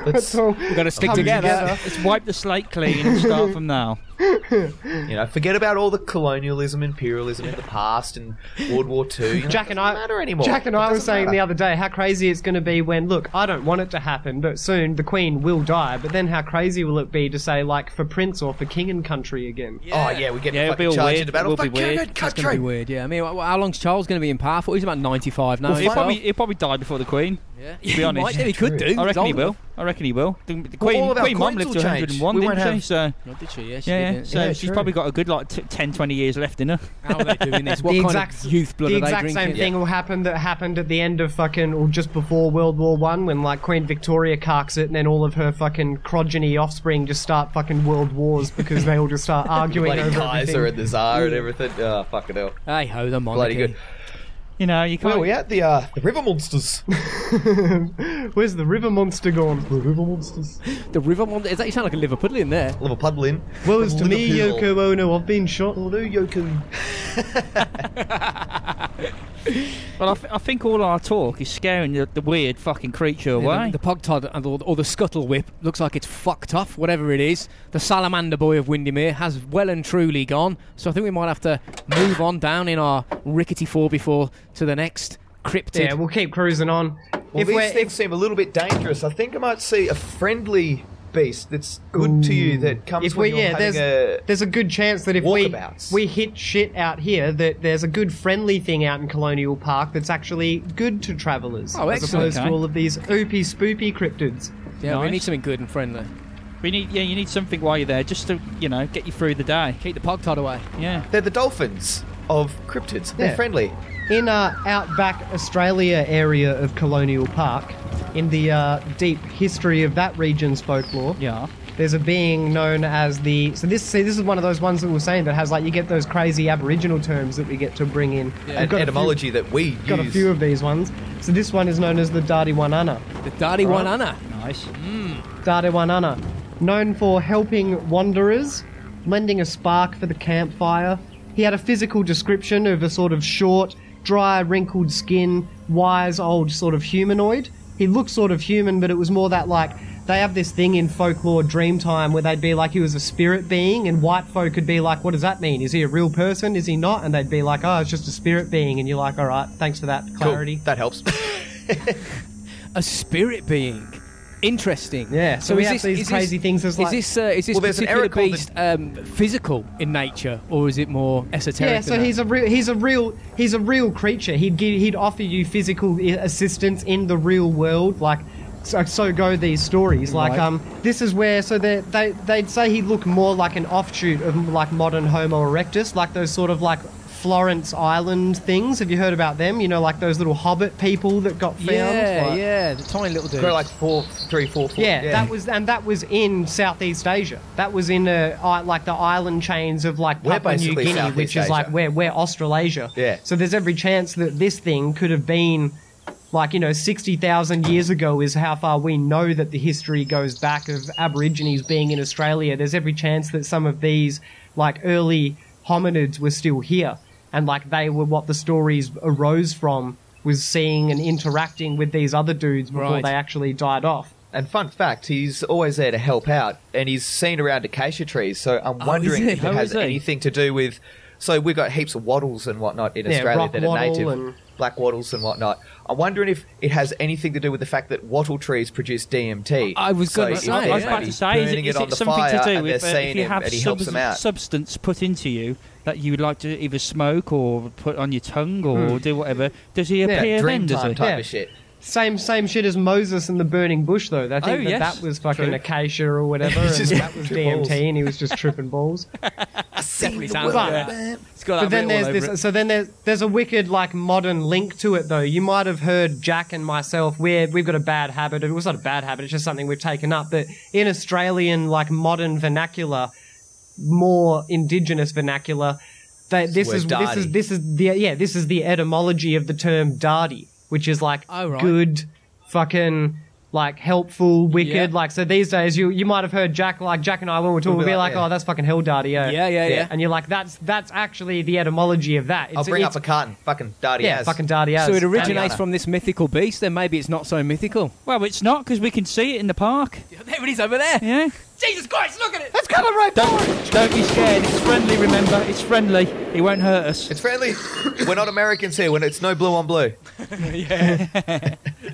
Let's,
So,
We're gonna stick
Come
together.
together.
Let's wipe the slate clean and start from now.
you know, forget about all the colonialism, imperialism in the past, and World War Two. You know,
Jack
it
and
doesn't
I,
matter anymore.
Jack and
It
I were
doesn't
saying
matter.
the other day how crazy it's going to be when, look, I don't want it to happen, but soon the Queen will die. But then how crazy will it be to say like for Prince or for King and Country again?
Oh yeah, we get
Yeah, it'll
fucking
be
charged
weird.
into battle.
It will be
Fuck you,
weird.
good
That's gonna be
country.
weird, yeah. I mean, wh- how long's Charles going to be in power for? He's about 95 now.
He
himself.
probably, he probably died before the Queen.
yeah.
be honest.
he, might do, he could do.
I
He's
reckon he
old
will.
enough.
I reckon he will. The, the Queen,
all of our
Queen Mum lived
coins will
to
change.
101,
We
didn't
won't
she?
have-
So,
Not did she? Yeah, she
yeah, yeah.
didn't.
So
Yeah,
she's
true.
probably got a good like t- 10, 20 years left in her.
How are they doing this? What
the
kind
exact
of youth blood
the
are they
exact
drinking?
same thing will happen that happened at the end of fucking or just before World War One when like Queen Victoria carks it and then all of her fucking progeny offspring just start fucking world wars because they all just start arguing
Bloody
over
Kaiser
everything.
and the Tsar and everything. Oh, fucking hell.
Hey ho, the
Bloody
monarchy.
good.
You know, you
Where
can't.
are we at? The, uh, the River Monsters.
Where's the river monster gone? The river monsters.
The river monster. Is that you sound like a Liverpudlian there?
Liverpool Puddlin.
Well, it's to me,
Liverpool.
Yoko Ono. I've been shot. Although Yoko.
Well, I, th- I think all our talk is scaring the, the weird fucking creature away.
The, the pogtod and or, or the scuttle whip looks like it's fucked off. Whatever it is, the salamander boy of Windermere has well and truly gone. So I think we might have to move on down in our rickety four before to the next cryptid.
Yeah, we'll keep cruising on.
If
if we're,
these things seem a little bit dangerous, I think I might see a friendly beast that's good to you that comes
if
when
we,
you're
yeah,
having
there's
a...
there's a good chance that if we
Walkabouts.
we hit shit out here, that there's a good friendly thing out in Colonial Park that's actually good to travellers,
Oh,
as
excellent.
opposed
Okay.
to all of these oopy spoopy cryptids.
Yeah, we
Nice.
need something good and friendly.
We need, yeah, you need something while you're there just to, you know, get you through the day.
Keep the pogtod away.
Yeah.
They're the dolphins of cryptids. They're
Yeah.
friendly.
In our outback Australia area of Colonial Park, in the uh, deep history of that region's folklore,
Yeah.
there's a being known as the so this see this is one of those ones that we we're saying that has like you get those crazy aboriginal terms that we get to bring in We've
An
got a few-
etymology that we use.
got a few of these ones so this one is known as the dadiwanana
The Dari Wanana.
Nice.
dadiwanana known for helping wanderers lending a spark for the campfire he had a physical description of a sort of short dry wrinkled skin wise old sort of humanoid he looked sort of human but it was more that like they have this thing in folklore Dreamtime where they'd be like he was a spirit being, and white folk could be like, "What does that mean? Is he a real person? Is he not?" And they'd be like, "Oh, it's just a spirit being," and you're like, "All right, thanks for that
Cool.
clarity."
That helps.
a spirit being. Interesting.
Yeah, so we have these crazy things as
is
like-
this uh, is this
Well, there's an
particular
era called the-
beast um, physical in nature, or is it more esoteric?
Yeah, so
than that?
he's a real he's a real he's a real creature. He'd give, he'd offer you physical i- assistance in the real world, like so, so go these stories. Like
Right.
um, this is where so they they they'd say he'd look more like an offshoot of like modern Homo erectus, like those sort of like Florence Island things. Have you heard about them? You know, like those little hobbit people that got found.
Yeah,
Like-
yeah, the tiny little dude.
Grow like four, three, four, four.
Yeah, that was and that was in Southeast Asia. That was in uh, I like the island chains of like
We're
Papua New
basically
Guinea,
Southeast
which is like
Asia.
where where Australasia.
Yeah.
So there's every chance that this thing could have been like you know 60,000 years ago is how far we know that the history goes back of aborigines being in Australia. There's every chance that some of these like early hominids were still here and like they were what the stories arose from was seeing and interacting with these other dudes before
Right.
they actually died off.
And fun fact, he's always there to help out, and he's seen around acacia trees. So I'm
Oh,
wondering
is he?
if
Oh,
it
is
has
he?
anything to do with. So we've got heaps of wattles and whatnot in
Yeah,
Australia
rock
that are
wattle
native,
and-
black wattles and whatnot. I'm wondering if it has anything to do with the fact that wattle trees produce DMT.
I was gonna say,
he's
I was
maybe
about
to say, is
burning
it, is
it on
it
the
something
fire
to do
and
with uh,
they're
if
seeing
you
him
have
and he
sub-
helps them out?
substance put into you that you would like to either smoke or put on your tongue or
Hmm.
do whatever? Does he
yeah,
appear then?
dream
Does he?
time type
Yeah.
of shit.
Same same shit as Moses and the burning bush though. I think
Oh,
that,
yes.
that was fucking
True.
acacia or whatever, and
just
that was
tripping
DMT,
balls.
and he was just tripping balls.
definitely
But,
sounds like that. It's
but
got that
then
written
there's
all
this.
over it.
So then there's there's a wicked like modern link to it though. You might have heard Jack and myself. We're we've got a bad habit. It was not a bad habit. It's just something we've taken up. That in Australian like modern vernacular, more indigenous vernacular, they, this
word
is this
darty.
is this is the yeah this is the etymology of the term darty, which is like
Oh, right.
good, fucking like helpful, wicked.
Yeah.
Like so these days you you might have heard Jack like Jack and I when we're talking we'll
be
be like,
like, yeah.
oh that's fucking hell darty yeah
Yeah, yeah, yeah.
and you're like that's that's actually the etymology of that. It's,
I'll bring
it's,
up a carton, fucking dirty
yeah
as.
fucking darty as.
So it originates
Ariana.
from this mythical beast. Then maybe it's not so mythical.
Well, it's not because we can see it in the park.
There it is over there.
Yeah.
Jesus Christ, look at it.
It's coming right Don't, don't be scared. It's friendly, remember. It's friendly. It won't hurt us.
It's friendly. We're not Americans here. When it's no blue on blue.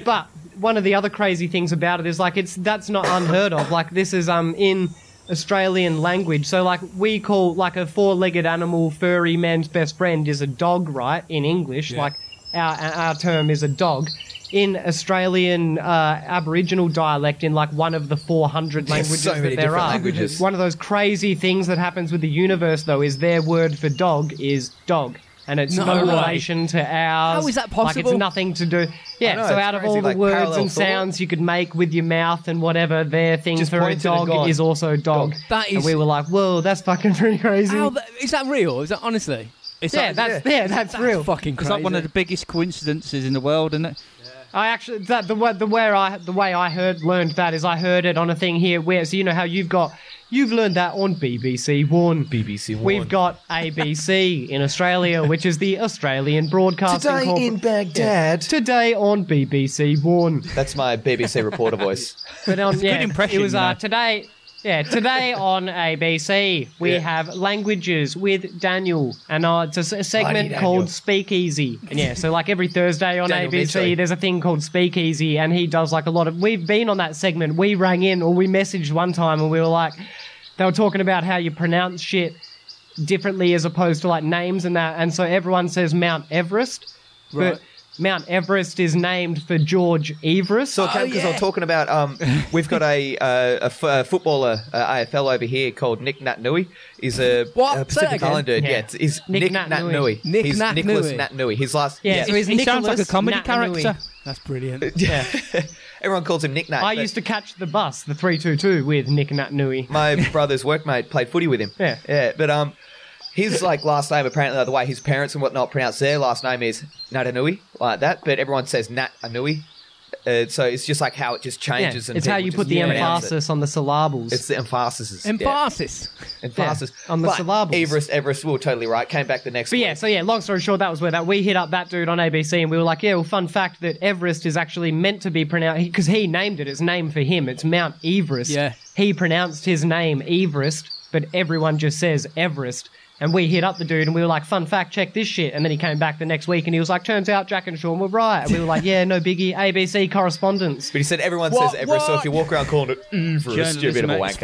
But one of the other crazy things about it is like it's that's not unheard of. Like this is um in Australian language. So like we call like a four-legged animal furry man's best friend is a dog, right? In English, like our our term is a dog. In Australian uh, Aboriginal dialect, in like one of the 400 languages
so
that
many
there
different
are,
languages.
one of those crazy things that happens with the universe, though, is their word for dog is dog, and it's
No
no,
way.
relation to ours.
How is that
Like
possible?
it's nothing to do. Yeah,
know,
so
it's
out of
crazy,
all the
like,
words
parallel
and
thought.
sounds you could make with your mouth and whatever, their thing
Just
for a
pointed and
dog
gone.
is also dog.
That is-
And we were like, whoa, that's fucking pretty crazy.
How the, is that real? Is that honestly? It's
yeah,
like-
that's yeah, that's,
that's
real.
fucking
It's
crazy.
like one of the biggest coincidences in the world, isn't it?
I actually that the wa- the way I the way I heard learned that is I heard it on a thing here where so you know how you've got you've learned that on BBC One. BBC One. We've got ABC in Australia, which is the Australian Broadcasting Corpor-
Baghdad.
Today on BBC One.
That's my BBC reporter voice.
But on, yeah,
impression,
It was
you know.
uh, today. Yeah, today on ABC we
Yeah.
have languages with Daniel, and uh, it's a s- a segment
Daniel.
called Speakeasy. And yeah, so like every Thursday on
Daniel
ABC,
Midgley.
there's a thing called Speakeasy, and he does like a lot of. We've been on that segment. We rang in or we messaged one time, and we were like, they were talking about how you pronounce shit differently as opposed to like names and that, and so everyone says Mount Everest,
Right.
but Mount Everest is named for George Everest.
So it came because I
Oh, yeah.
was talking about um, we've got a, uh, a, f- a footballer uh, AFL over here called Nick Natnui. He's a,
What?
a
Say that
Pacific
again.
Islander.
Yeah.
Yeah, it's he's
Nick
Nick,
Natnui.
Natnui.
Nick
he's Nicholas
Natnui.
Natnui. His last
Yeah, so he's
he sounds like a
Nicholas
comedy
Nat Nui.
character.
That's brilliant.
everyone calls him Nick Nat.
I
but
used to catch the bus, the 322, with Nick Nat Nui.
My brother's workmate played footy with him.
Yeah.
yeah. But um, his like last name apparently like, the way his parents and whatnot pronounce their last name is Natanui like that, but everyone says Nat Anui. Uh, so it's just like how it just
Yeah,
changes. and
it's how
people
you
just
put the
pronounce it.
emphasis on the syllables.
It's the emphasis.
Emphasis.
and
Yeah,
passes
on the
But
syllables.
Everest, Everest, we were totally right. Came back the next.
but
week.
yeah, so yeah, long story short, that was where that we hit up that dude on ABC and we were like, yeah, well, fun fact that Everest is actually meant to be pronounced because he named it. It's named for him. It's Mount Everest.
Yeah.
He pronounced his name Everest, but everyone just says Everest. And we hit up the dude and we were like, fun fact, check this shit. And then he came back the next week and he was like, turns out Jack and Sean were right. And we were like, yeah, no biggie, ABC correspondence.
but he said everyone
What-
says Everest, so if you mm,
what?
walk around calling it Everest, you're a bit of a
Journalism at its
wanker.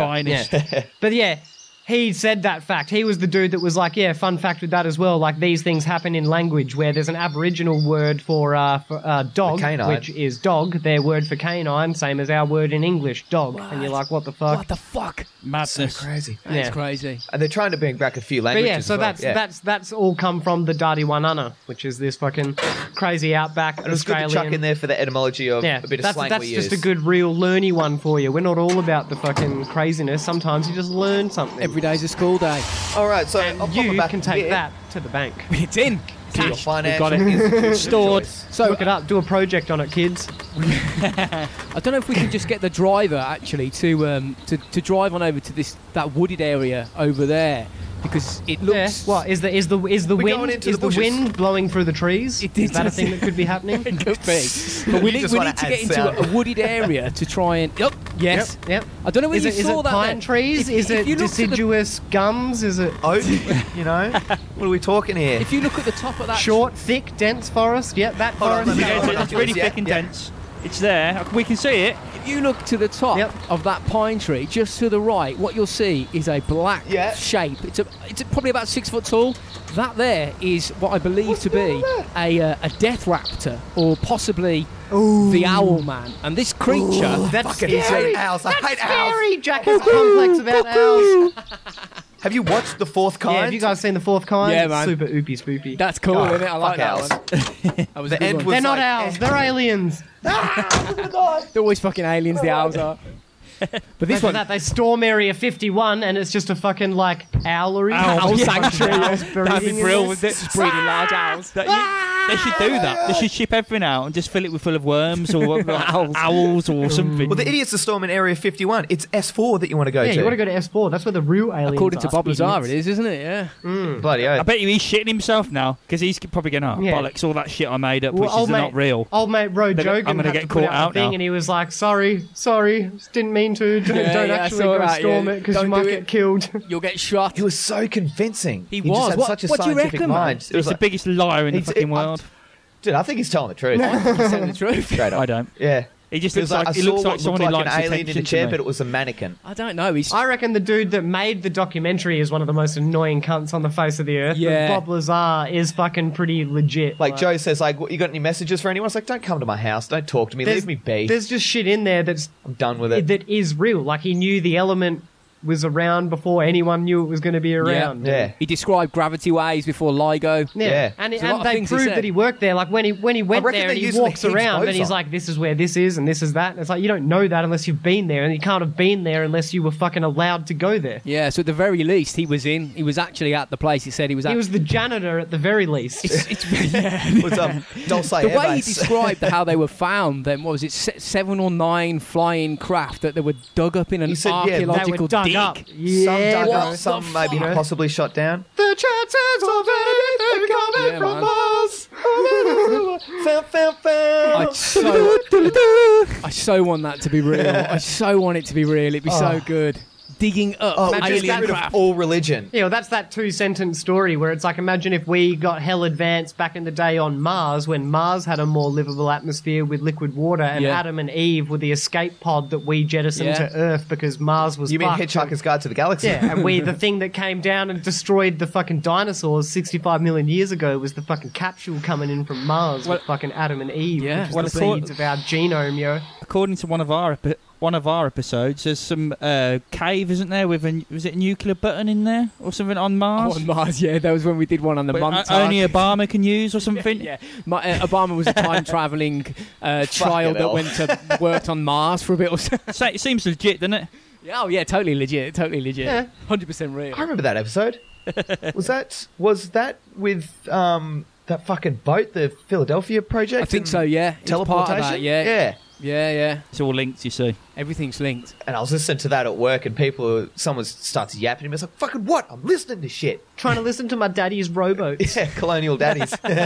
finest.
But yeah, He said that fact. He was the dude that was like, yeah, fun fact with that as well. Like these things happen in language where there's an Aboriginal word for, uh, for uh, dog,
canine.
which is dog. Their word for canine, same as our word in English, dog. And you're like, what the fuck?
What the fuck?
Madness.
Crazy.
That's
Yeah.
crazy.
And they're trying to bring back a few
But
languages.
yeah, so
as well,
that's
yeah.
that's that's all come from the Dadi Wanana, which is this fucking crazy outback
And it was good
Australian.
to chuck in there for the etymology of
yeah,
a bit of
that's,
slang
that's
we
just
use.
a good, real, learny one for you. We're not all about the fucking craziness. Sometimes you just learn something.
Every day's a school day.
All right, so I'll
and
pop
you
it back
can
a
take
bit
that to the bank.
It's in.
to your
Cash.
financial
We've got it.
institution
Stored.
choice.
So
Look it up. Do a project on it, kids.
I don't know if we could just get the driver actually to um, to, to drive on over to this that wooded area over there because it looks
Yeah. What is the is the is the
We're going
wind
into
is
the
the,
bushes.
wind blowing through the trees?
It
is that a
does.
thing that could be happening?
it could be. But we
You
need,
just
we
wanna
need to
add
get into
sound.
a wooded area to try and. Yep. Yes.
Yep.
I don't know whether
Is it,
you
is
saw
it
that.
pine
then.
trees?
If-
is
if
it
you looked at the-
deciduous gums? Is it
Oak, you know? Oh, What are we talking here?
If you look at the top of that.
short, thick, dense forest? Yep, that
Hold on,
forest.
let me
Yeah, it's,
Yeah.
it's really thick and
Yeah.
dense. It's there. We can see it.
If you look to the top
Yep.
of that pine tree, just to the right, what you'll see is a black
Yeah.
shape. It's a, it's probably about six foot tall. That there is what I believe to be a, uh, a death raptor, or possibly the owl man. And this creature,
That's
Fucking
scary.
hate owls. I hate owls.
Scary Jack is complex about owls.
Have you watched The Fourth Kind?
Yeah, have you guys seen the fourth kind?
Yeah, man.
Super oopy spoopy.
that's cool,
Oh,
isn't it? I like
fuck
that
owls.
one. That was a
The
good
end
one.
was
They're not
like,
owls.
eh.
They're aliens.
They're always fucking aliens. The owls are. But this
Imagine
one,
that they storm Area 51, and it's just a fucking like owlery.
Owl
Fucking
sanctuary.
owls
That'd
breeding
be
in
brilliant,
there.
wouldn't it? Breeding large owls. they should do that. They should ship everything out and just fill it with full of worms or owls. owls or something.
Well, the idiots are storming Area 51. It's S4 that you want to go
Yeah,
to.
you want to go to S4. That's where the real aliens
according to
are,
Bob Lazar, it
idiots.
is, isn't it? Yeah.
Bloody
I
oath.
bet you he's shitting himself now because he's probably going, oh,
Yeah.
bollocks, all that shit I made up, which
Well,
is not real.
Old mate Ro
They're go- I'm
Jogan
gonna
had
get
to put
caught
out
out
the thing,
now.
and he was like, "Sorry, sorry, didn't mean to. Don't,
Yeah,
don't
yeah, I
actually
saw
go
that,
storm
yeah.
it because you
Don't
might
do
get
it.
killed."
You'll get shot.
He was so convincing.
He
just
was.
had
What-
such a
what do you
scientific
reckon, man?
mind. It
It's
was
the
like-
biggest liar in the
It's-
fucking
it- I-
world.
Dude, I think he's telling the truth.
Telling the truth.
Straight up.
I don't.
Yeah.
He just
He
looks
was
like,
I
he looks
saw
like
what
someone
looked
who
like
likes
an alien in
attention.
a chair,
to
but
me.
it was a mannequin.
I don't know. He's
I reckon the dude that made the documentary is one of the most annoying cunts on the face of the earth. but
Yeah.
Bob Lazar is fucking pretty legit.
Like Joe says, like, "What, you got any messages for anyone? It's like, don't come to my house. Don't talk to me.
there's-
Leave me be.
There's just shit in there that's
I'm done with it.
that is real. Like he knew the element was around before anyone knew it was going to be around.
yeah.
He described gravity waves before LIGO.
Yeah.
Yeah.
and,
There's a lot
and
of
they
things he
proved
said.
that he worked there. Like when he when he went
reckon
there and
they're
he
using the
walks
Higgs
around and he's
boson.
like, "This is where this is and this is that." And it's like you don't know that unless you've been there, and you can't have been there unless you were fucking allowed to go there.
Yeah, so at the very least, he was in. He was actually at the place. He said he was at.
He was the janitor at the very least.
It's- it's- yeah.
What's up? Dulce
The way he
Airways.
described how they were found, then what was it se- seven or nine flying craft that they were dug up in an
He said, yeah, they were
archaeological
dug up.
dig?
Some
Yeah,
dug
what
up,
the
some maybe
fuck?
possibly shot down.
The chances of anything coming
Yeah,
from
man.
us.
Fam, fam, fam.
I so, I so want that to be real. I so want it to be real. It'd be so good. Digging up
Oh, we just
alien
got rid of
craft.
all religion.
Yeah, well, that's that two sentence story where it's like, imagine if we got hell advanced back in the day on Mars when Mars had a more livable atmosphere with liquid water, and
Yeah.
Adam and Eve were the escape pod that we jettisoned
Yeah.
to Earth because Mars was.
You mean
fucked.
Hitchhiker's Guide to the Galaxy?
Yeah, and we, the thing that came down and destroyed the fucking dinosaurs 65 million years ago was the fucking capsule coming in from Mars
Well-
with fucking Adam and Eve,
Yeah.
which is
Well,
the
it's all-
seeds of our genome, yo.
According to one of our epi- one of our episodes, there's some uh, cave, isn't there? With a n- was it a nuclear button in there or something on
Oh,
Mars?
on Mars, yeah, that was when we did one on the
But o-
montage.
only Obama can use or something.
Yeah, my, uh, Obama was a time traveling uh, child that
hell.
went to worked on Mars for a bit or so.
So it seems legit, doesn't it?
oh yeah, totally legit, totally
Yeah.
legit, hundred percent real.
I remember that episode. Was that was that with um that fucking boat, the Philadelphia project?
I think
and
so. Yeah, It's part of
Teleportation.
that, yeah,
yeah.
yeah, yeah.
It's all linked, you see.
Everything's linked.
And I was listening to that at work, and people, someone starts yapping. And it's like, "Fucking what? I'm listening to shit."
Trying to listen to my daddy's rowboat.
Yeah, colonial daddies. Spread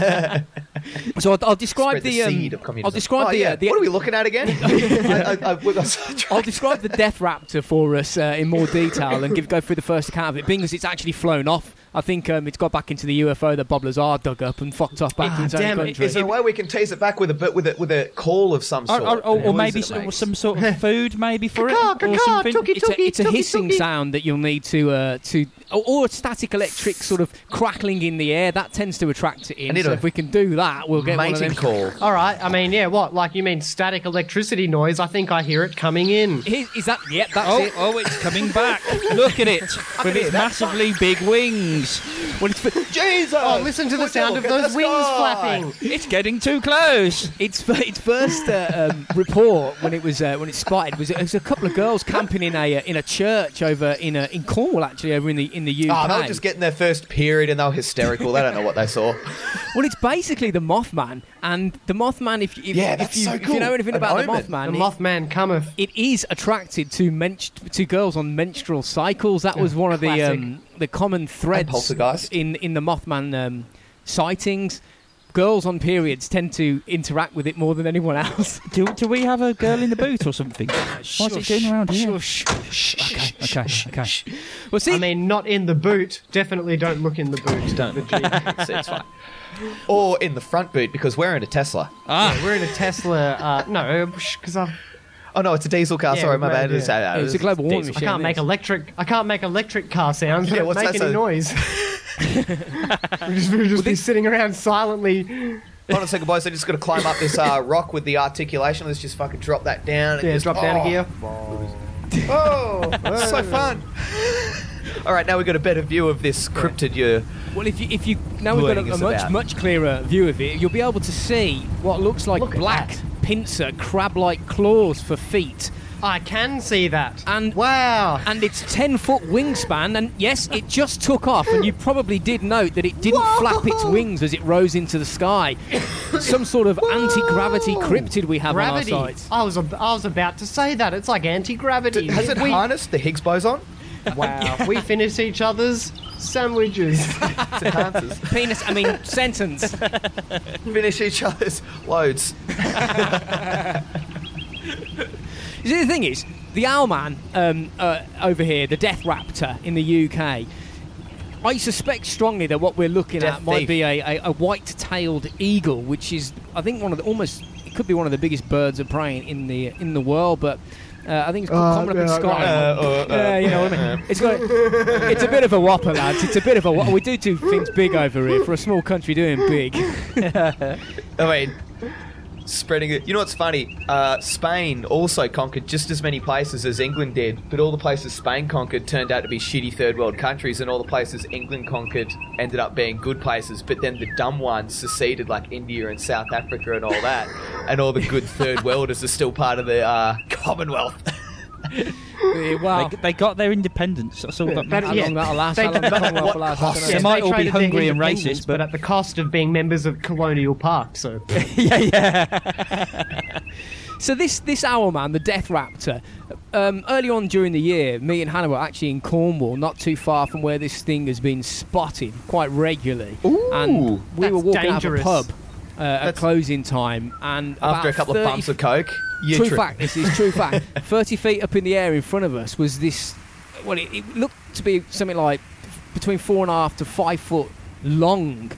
So I'll, I'll describe
the,
um,
seed of communism.
I'll describe
oh,
the,
yeah.
uh, the
what are we looking at again? I, I, I, we got
I'll describe the Death Raptor for us uh, in more detail and give go through the first account of it, being as it's actually flown off I think um, it's got back into the UFO that Bob Lazar dug up and fucked off back
Ah,
into
damn it.
country.
Is there a way we can tease it back with a bit with a with a call of some sort?
Or, or, or,
The
or
noise
maybe
that it
s-
makes.
some sort of food, maybe for it,
Caw, caw,
or
caw,
something.
tookie,
it's a, it's a
tookie,
hissing
tookie.
sound that you'll need to uh, to or, or a static electric sort of crackling in the air that tends to attract it
I
in.
need
So
a
if we can do that, we'll get one of them.
mating call.
All right. I mean, yeah. What? Like you mean static electricity noise? I think I hear it coming in.
Here- Is that? Yep, that's
Oh,
it.
oh, it's coming back. Look at it with its massively big wings. Well, it's,
Jesus!
Oh, listen to the sound of those wings flapping.
it's getting too close.
Its fir- its first uh, um, report when it was uh, when it spotted was it was a couple of girls camping in a uh, in a church over in a, in Cornwall actually over in the in the
Oh,
UK.
they were just getting their first period and they were hysterical. they don't know what they saw.
Well, it's basically the Mothman, and the Mothman. If, if
Yeah,
if
that's
you,
so
if you
cool.
know anything
An
about
omen.
the Mothman,
The
it-
Mothman cometh.
it is attracted to men- to girls on menstrual cycles. That was one of the
classic.
um, the common threads
poltergeist.
in in the Mothman um, sightings. Girls on periods tend to interact with it more than anyone else.
Do, do we have a girl in the boot or something? What's it doing around here?
Shush.
Okay, okay, okay.
Well, see,
I mean, not in the boot. Definitely don't look in the boot. Don't.
it's, it's fine. Or in the front boot because we're in a Tesla.
We're in a Tesla. Uh, no, because I
Oh no, it's a diesel car.
Yeah,
Sorry, my
no,
bad.
yeah.
It's, uh,
it's a global warming
diesel.
I
machine.
can't make electric. I can't make electric car sounds.
Yeah,
Yeah,
what's
what's make
that
any
sound?
noise? we just, we just be sitting around silently.
Hold on a second, boys. I just got to climb up this uh, rock with the articulation. Let's just fucking drop that down. And
Yeah,
just,
drop down
oh,
a gear.
Oh, that's so fun. All right, now we've got a better view of this cryptid. You
Well, if you if you now we've got
Learning
a, a
is
much
about.
much clearer view of it, you'll be able to see what looks like black pincer crab-like claws for feet.
I can see that.
And-
wow.
and its 10 foot wingspan. And yes, it just took off. And you probably did note that it didn't flap its wings as it rose into the sky. Some sort of anti gravity cryptid we have
Gravity.
on our sides.
I was ab- I was about to say that. It's like anti-gravity.
has it
we,
harnessed the Higgs boson?
Wow. we finish each other's sandwiches.
It enhances.
Penis, I mean, sentence.
Finish each other's loads.
You see, the thing is, the Owlman um, uh, over here, the Death Raptor in the UK, I suspect strongly that what we're looking
Death
at might
thief.
be a, a, a white-tailed eagle, which is, I think, one of the almost it could be one of the biggest birds of prey in the in the world, but. Uh, I think it's called common up in Scotland.
Uh,
yeah, you know what I mean. It's got, it's a bit of a whopper, lads. It's a bit of a. whopper. We do do things big over here for a small country doing big.
I mean, spreading it. You know what's funny? Uh, Spain also conquered just as many places as England did, but all the places Spain conquered turned out to be shitty third world countries, and all the places England conquered ended up being good places. But then the dumb ones seceded, like India and South Africa and all that, and all the good third worlders are still part of the uh, Commonwealth.
Yeah,
Oh.
wow.
They, they got their independence. That's all that
how
matters.
long that'll last?
They-
How long the Commonwealth
what
will last? I
cost?
don't know.
They
Yes,
might
they
all be
traded their
hungry and
independence,
racist,
but
but-
at the cost of being members of Colonial Park. So
yeah, yeah.
So this this owl man, the Death Raptor, um, early on during the year, me and Hannah were actually in Cornwall, not too far from where this thing has been spotted quite regularly.
Ooh.
and we
That's
were walking
dangerous.
out of a pub uh, at closing time, and about
After a couple
30
of bumps of coke, you
true
trip.
fact, this is true fact. Thirty feet up in the air in front of us was this. Well, it, it looked to be something like between four and a half to five foot long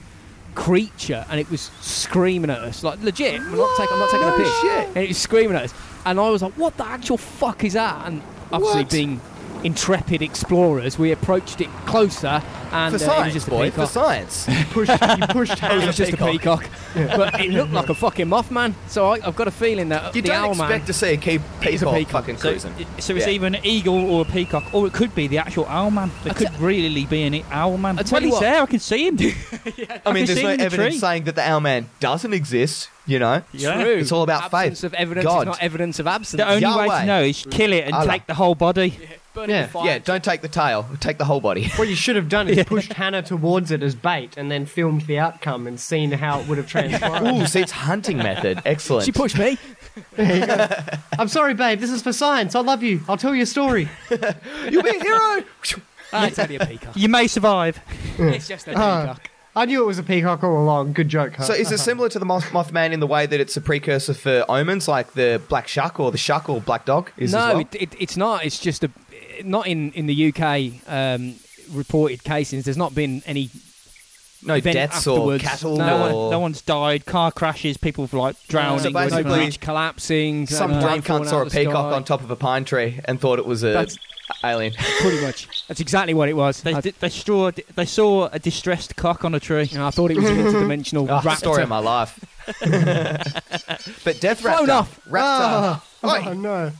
creature, and it was screaming at us like legit. I'm not, taking I'm not taking a piss. And it was screaming at us, and I was like, "What the actual fuck is that?" And obviously, being intrepid explorers, we approached it closer, and
For
uh, it was
science,
just a
boy. For
peacock.
science.
you pushed, you pushed
It was
hard.
just a peacock, but it looked like a fucking mothman. So I, I've got a feeling that
You
the
don't
owl man.
expect to see a key peacock,
peacock. uh,
fucking
So,
cruising.
so it's
Yeah.
either an eagle or a peacock, or it could be the actual owl man. There
I
could
te-
really be an owl man.
I tell
Well,
you
he's
what.
there. I can see him.
I mean,
can
there's
see
no
it in the
evidence
tree.
saying that the Owlman doesn't exist, you know?
Yeah.
True.
It's all about
absence
faith.
of evidence
God.
is not evidence of absence.
The only way
Yahweh.
to know is kill it and
Allah.
take the whole body.
Burn
Yeah.
in fire.
Yeah, don't take the tail, take the whole body.
What you should have done is pushed Hannah towards it as bait and then filmed the outcome and seen how it would have transformed.
Ooh, see, it's hunting method. Excellent.
She pushed me.
I'm sorry, babe. This is for science. I love you. I'll tell you a story.
You'll be a hero!
Ah, it's only a peacock.
Uh, You may survive.
It's just a
Ah.
peacock.
I knew it was a peacock all along. Good joke, huh?
So is it similar to the Moth- Mothman in the way that it's a precursor for omens, like the black shark or the shark or black dog? Is as
no,
well?
it, it, it's not. It's just a not in in the UK. Um, reported cases. There's not been any
No
event
deaths
afterwards.
or cattle
No, one,
or
no one's died. Car crashes. People have, like drowning.
So
or something
basically-
like
bridge collapsing.
some
uh,
drunk
falling
cunt
out
saw
of
a
the
peacock
sky.
on top of a pine tree and thought it was a
That's-
alien.
Pretty much. That's exactly what it was.
that.
I,
They, they, saw, they saw a distressed cock on a tree.
you know, I thought it was an interdimensional
Oh,
raptor.
story of my life. but Death Raptor.
Flown off. Ah.
Raptor.
Oh
Wait,
no!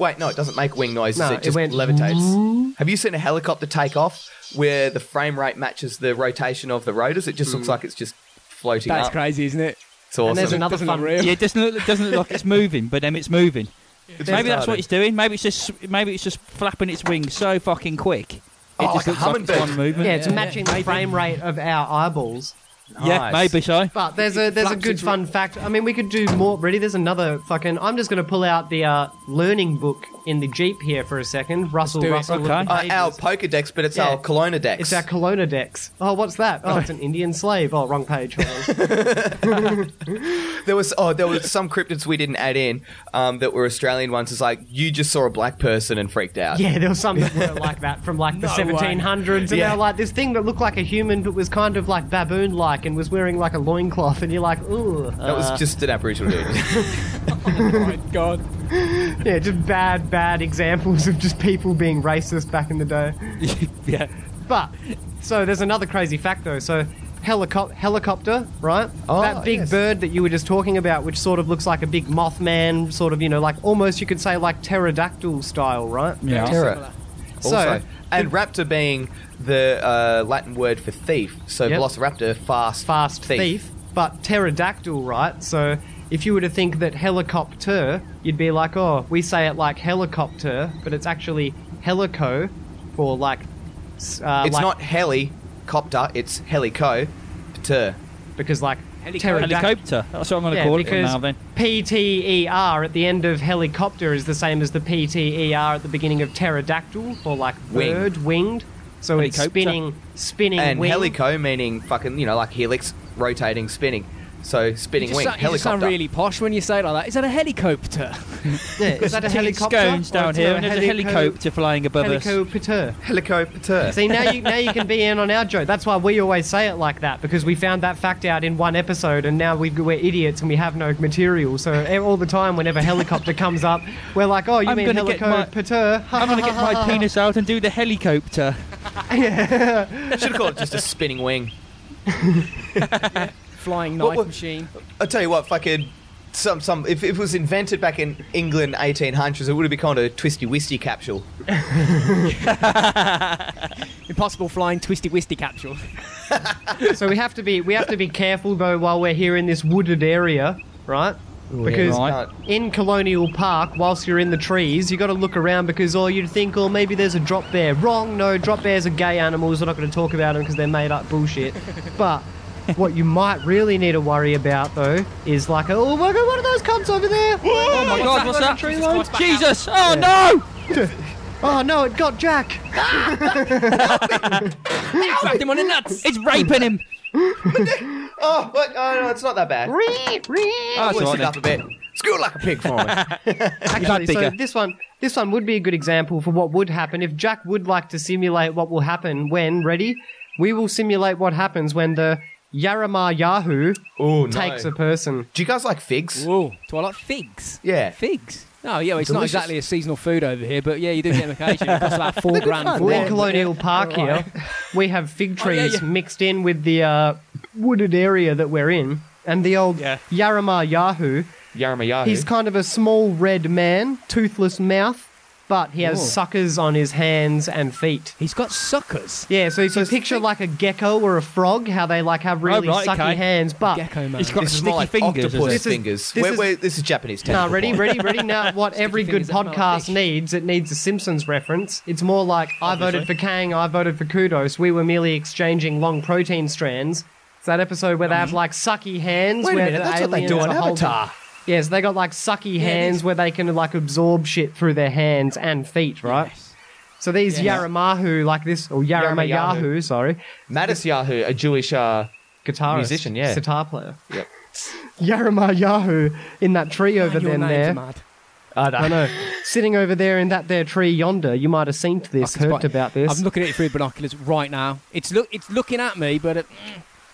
wait, no, it doesn't make wing noises.
No,
it
it
just
went-
levitates. Have you seen a helicopter take off where the frame rate matches the rotation of the rotors? It just
Hmm.
looks like it's just floating
That's
up.
crazy, isn't it?
It's awesome.
And there's another
Doesn't
fun.
look real.
Yeah, it doesn't look, it doesn't look like it's moving, but then it's moving.
It's
maybe that's what
retarded.
it's doing. Maybe it's just maybe it's just flapping its wings so fucking quick. It
Oh,
just
like
looks
a
like it's
hummingbird.
one movement.
Yeah, it's matching the frame rate of our eyeballs.
Yeah,
Nice.
maybe so.
But there's a there's a
flaps
good
into
fun fact. I mean, we could do more. Ready? There's another fucking. I'm just going to pull out the uh, learning book in the jeep here for a second. Russell,
do it.
Russell, with the
Uh,
pages.
our Pokedex, but it's
Yeah.
our Kelowna Dex.
It's our Kelowna decks. Oh, what's that? Oh, it's an Indian slave. Oh, wrong page. Hold on.
There was oh, there was some cryptids we didn't add in um, that were Australian ones. It's like you just saw a black person and freaked out.
yeah, there was some that were like that from like the 1700s, and
Yeah.
they're like this thing that looked like a human but was kind of like baboon-like and was wearing like a loincloth, and you're like, ooh,
That
uh,
was just an Aboriginal dude.
My God.
yeah, just bad, bad examples of just people being racist back in the day.
yeah.
But so there's another crazy fact though. So helicopter, helicopter, right?
Oh,
that big
yes.
bird that you were just talking about, which sort of looks like a big mothman, sort of you know, like almost you could say like pterodactyl style, right?
Yeah.
Terra.
So-
Also, and raptor being the uh, Latin word for thief. So
Yep.
velociraptor, fast,
Fast thief. but pterodactyl, right? So if you were to think that helicopter, you'd be like, oh, we say it like helicopter, but it's actually helico, for like. s- Uh,
It's
like-
not helicopter. It's helico. Pter.
because like pterodactyl.
Helicopter. That's what I'm going to
Yeah,
call it from
because
now then.
PTER at the end of helicopter is the same as the PTER at the beginning of pterodactyl or like
Wing.
bird winged. So it's
Helicopter.
spinning, spinning
And
wing.
helico meaning fucking you know like helix, rotating, spinning. So spinning
You
wing.
sound, you just sound
helicopter.
really posh when you say it like that. Is that a helicopter?
Yeah, is that a
Tin
helicopter?
scones
Or
down
it's
here, and there's a
helico-
helicopter flying above us.
Helicopter.
helicopter.
See now you now you can be in on our joke. That's why we always say it like that because we found that fact out in one episode, and now we've, we're idiots and we have no material. So e- all the time, whenever helicopter comes up, we're like, "Oh, you
I'm
mean
gonna get my-
helicopter?"
I'm going to get my penis out and do the helicopter.
Should have called it just a spinning wing.
Flying
What
knife
was-
machine.
I tell you what, fucking some some. If, if it was invented back in England, eighteen hundreds, it would have been called a twisty wisty capsule.
Impossible flying twisty wisty capsule.
So we have to be we have to be careful though while we're here in this wooded area, right? Because
right.
Can't-
in Colonial Park, whilst you're in the trees, you got to look around because or you'd think, oh, maybe there's a drop bear. Wrong, no, drop bears are gay animals. We're not going to talk about them because they're made up bullshit. but what you might really need to worry about though is like, oh my god, what are those cunts over there?
Oh my god, what's that?
Tree line?
Jesus! Oh no!
Oh no, it got Jack.
Grabbed him on the nuts.
It's raping him!
Oh, what? oh no, it's not that bad.
Oh, it's
Loosen
all right
it
then.
up a bit. Screw like a pig for me.
Actually, so
bigger.
this one, this one would be a good example for what would happen if Jack would like to simulate what will happen when. Ready? We will simulate what happens when the Yaramar Yahoo
Oh, no.
takes a person.
Do you guys like figs?
Whoa. Do I like figs?
Yeah.
Figs. No, yeah, well, it's
Delicious.
not exactly a seasonal food over here, but yeah, you do get them occasionally. It costs about four grand for
We're in
one.
Colonial Park here. We have fig trees
Oh, yeah, yeah.
mixed in with the uh, wooded area that we're in, and the old
Yeah.
Yaramar Yahoo.
Yarama Yahoo.
He's kind of a small red man, toothless mouth, but he
Oh.
has suckers on his hands and feet.
He's got suckers.
Yeah, so if you picture like a gecko or a frog, how they like have really
Oh,
right,
sucky
okay.
hands, but
Gecko man.
It's got
this is
sticky
more like
fingers. is
octopus
it?
This is-
fingers.
this
Wait,
is-
wait, this is Japanese
Nah,
tentacle
ready,
porn.
ready, ready. Now, what every good
fingers that smell like
podcast
fish.
needs, it needs a Simpsons reference. It's more like I voted for Kang, I voted for Kudos. We were merely exchanging long protein strands. It's that episode where they have like sucky hands.
Mm-hmm. Wait a
where
minute,
the
that's what they
aliens
do on
are holding-
Avatar.
Yeah, so they got like sucky hands where they can like absorb shit through their hands and feet, right? So these Yaramahu, like this, or Yarama
Yarama Yahoo.
Yahoo, sorry,
Mattis Yahoo, a Jewish. Uh,
guitarist,
Musician, yeah.
sitar player,
Yep.
Yaramar Yahoo in that tree over
Your
them
names
there.
are mad.
I know.
I know. Sitting over there in that there tree yonder, you might have seen to this,
It's
heard
fine.
about this.
I'm looking at it through binoculars right now. It's look, it's looking at me, but it,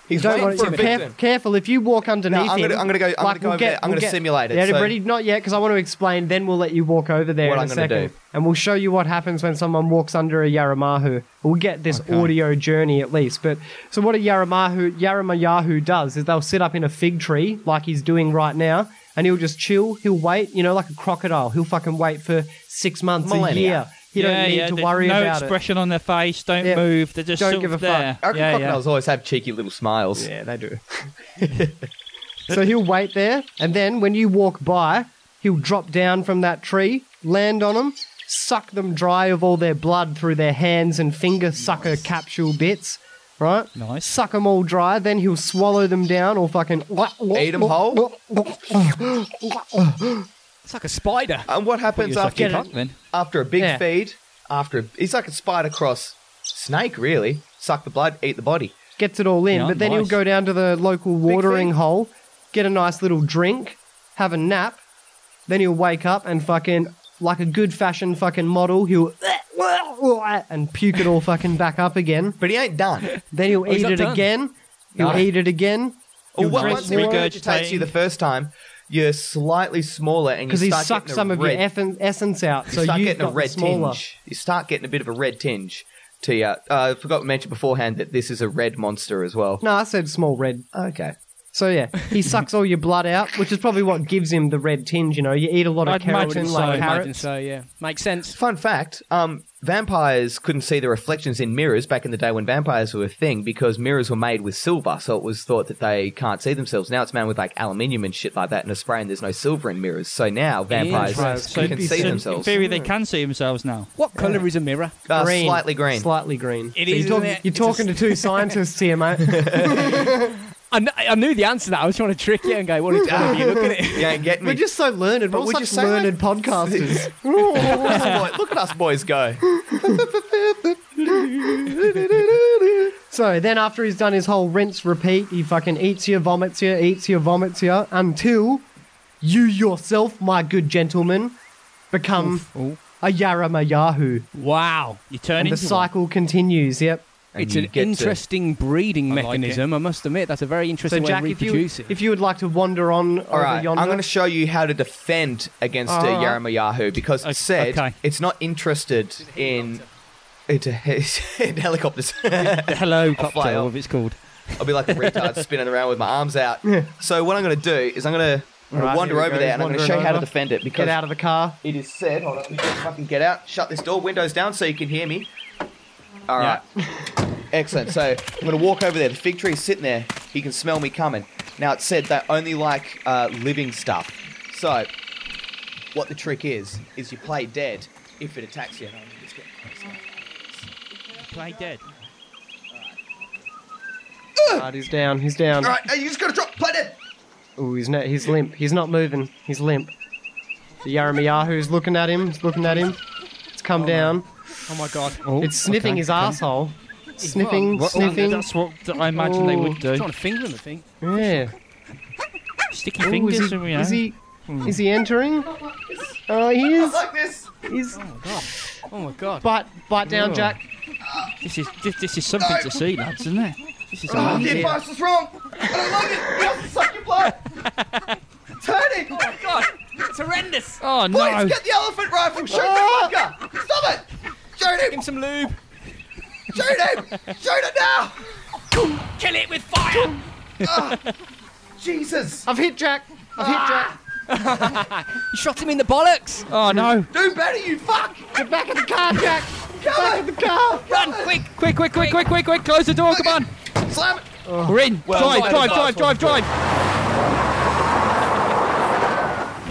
He's
Don't
waiting
worry,
for a
Tim.
victim.
Caref- careful if you walk underneath
I'm gonna-
him,
I'm gonna go- I'm gonna go over there. I'm gonna
get-
simulate it,
Yeah,
so-
Brady, not yet, because I want to explain. Then we'll let you walk over there
What
in
I'm
a
gonna
second,
do.
and we'll show you what happens when someone walks under a Yaramahu. We'll get this audio journey at least. But so what a Yaramahu Yaramayahu does is they'll sit up in a fig tree like he's doing right now, and he'll just chill. He'll wait, you know, like a crocodile. He'll fucking wait for six months, a
Millennia.
year. You
yeah,
don't need
yeah,
to
there's
worry
no
about it.
expression on their face. Don't
Yeah.
move. They're just
Don't
sort
give
of
a fuck.
there.
I reckon
Yeah, yeah.
crocodiles always have cheeky little smiles.
Yeah, they do. so he'll wait there, and then when you walk by, he'll drop down from that tree, land on them, suck them dry of all their blood through their hands and finger sucker capsule bits, right?
Nice.
Suck them all dry, then he'll swallow them down or fucking.
Eat 'em whole?
it's like a spider.
And what happens
You're
after
fucking fucked then.
after a big
Yeah.
feed? After a, he's like a spider cross snake, really. Suck the blood, eat the body.
Gets it all in,
Yeah,
but then
nice.
he'll go down to the local watering
thing.
hole, get a nice little drink, have a nap, then he'll wake up and fucking, like a good fashion fucking model, he'll and puke it all fucking back up again.
But he ain't done.
Then he'll
he's
eat
not
it
done.
again. He'll
No.
eat it again.
Well,
He'll
what-
drink
once he
more,
regurgitates you the first time, you're slightly smaller, and you
because he
start
sucked
getting a
some of
red,
your effen- essence out,
you
so
start
you've
getting a
gotten
red
smaller.
tinge. You start getting a bit of a red tinge to you. Uh, I forgot to mention beforehand that this is a red monster as well.
No, I said small red.
Okay.
So yeah, he sucks all your blood out, which is probably what gives him the red tinge. You know, you eat a lot of
I'd
keratin,
imagine
like
so,
Imagine
carrots.
so, yeah, makes sense.
Fun fact: um, vampires couldn't see the reflections in mirrors back in the day when vampires were a thing because mirrors were made with silver, so it was thought that they can't see themselves. Now it's made with like aluminium and shit like that in Australia, and there's no silver in mirrors, so now vampires
So,
can
so
see
in
themselves.
theory, they can see themselves now.
What colour is a mirror?
Uh, slightly green.
Slightly green.
It
So
is,
You're, talk-
isn't it?
you're
It's a
talking to two scientists here, mate.
I, kn- I knew the answer to that. I was trying to trick you and go, "What is one of you looking at?" It?
you ain't getting
We're
me.
just so learned, but
all
we're
such
just
science-
learned podcasters.
look, at us boy- look at us boys go.
So then, after he's done his whole rinse repeat, he fucking eats you, vomits you, eats you, vomits you, until you yourself, my good gentleman, become a Yarama Yahoo.
Wow,
You turn
And the
into one.
cycle continues, yep.
And
it's
you
an
get to-
interesting breeding
like it.
mechanism. I must admit, that's a very
So,
interesting way
Jack,
of
if you,
reproducing.
if you would like to wander on
All
over
right,
yonder. Uh-huh.
I'm going to show you how to defend against a
All right.
Yarama Yahoo because it said
okay.
it's not interested in. Into in helicopters.
The hello
fly
cocktail,
up.
whatever it's called.
I'll be like a retard spinning around with my arms out. So what I'm going to do is I'm going to
Alright,
wander
here we
over
go,
there and I'm going to
wandering
show you how to
over.
defend it because
get out of the car.
it is said. Hold on, let me just fucking get out. Shut this door. Windows down so you can hear me. All right. Excellent. So I'm going to walk over there. The fig tree's sitting there. He can smell me coming. Now it said they only like uh, living stuff. So what the trick is is you play dead if it attacks you. And I'm just getting closer.
Play dead.
Alright, he's down, he's down.
All right. Hey, you just got to drop. Play dead.
Ooh, he's, no, he's limp. He's not moving. He's limp. The Yaramiyahu's looking at him. It's looking at him. It's come down.
oh my god,
It's sniffing his asshole. Sniffing,
What-
sniffing. Oh.
That's what th- I imagine they would
I'm
do.
trying to finger him. I think.
Yeah.
Sticky
Ooh,
fingers.
is he,
and, you know.
is he is he entering? Oh, he is.
Like this.
He's
Oh my god,
bite bite down, Jack.
This is this, this is something to see, lads, isn't it? This is
Oh,
amazing.
the advice was wrong. I don't like it. It has to suck your blood. Turn it.
it's horrendous.
Oh
Please
no! Ah!
get the elephant rifle. Shoot the fucker. Stop it. Shoot him.
Give him some lube.
Shoot him. Shoot it now.
Kill it with fire.
Jesus.
I've hit Jack. I've hit Jack.
You shot him in the bollocks.
Oh no!
Do better, you fuck.
Get back in the car, Jack.
Come
The car.
Run quick.
Quick, quick, quick, quick, quick, quick! Close the door! Come on!
on. Slam it.
We're in.
not
drive, drive,
the
drive, drive, drive,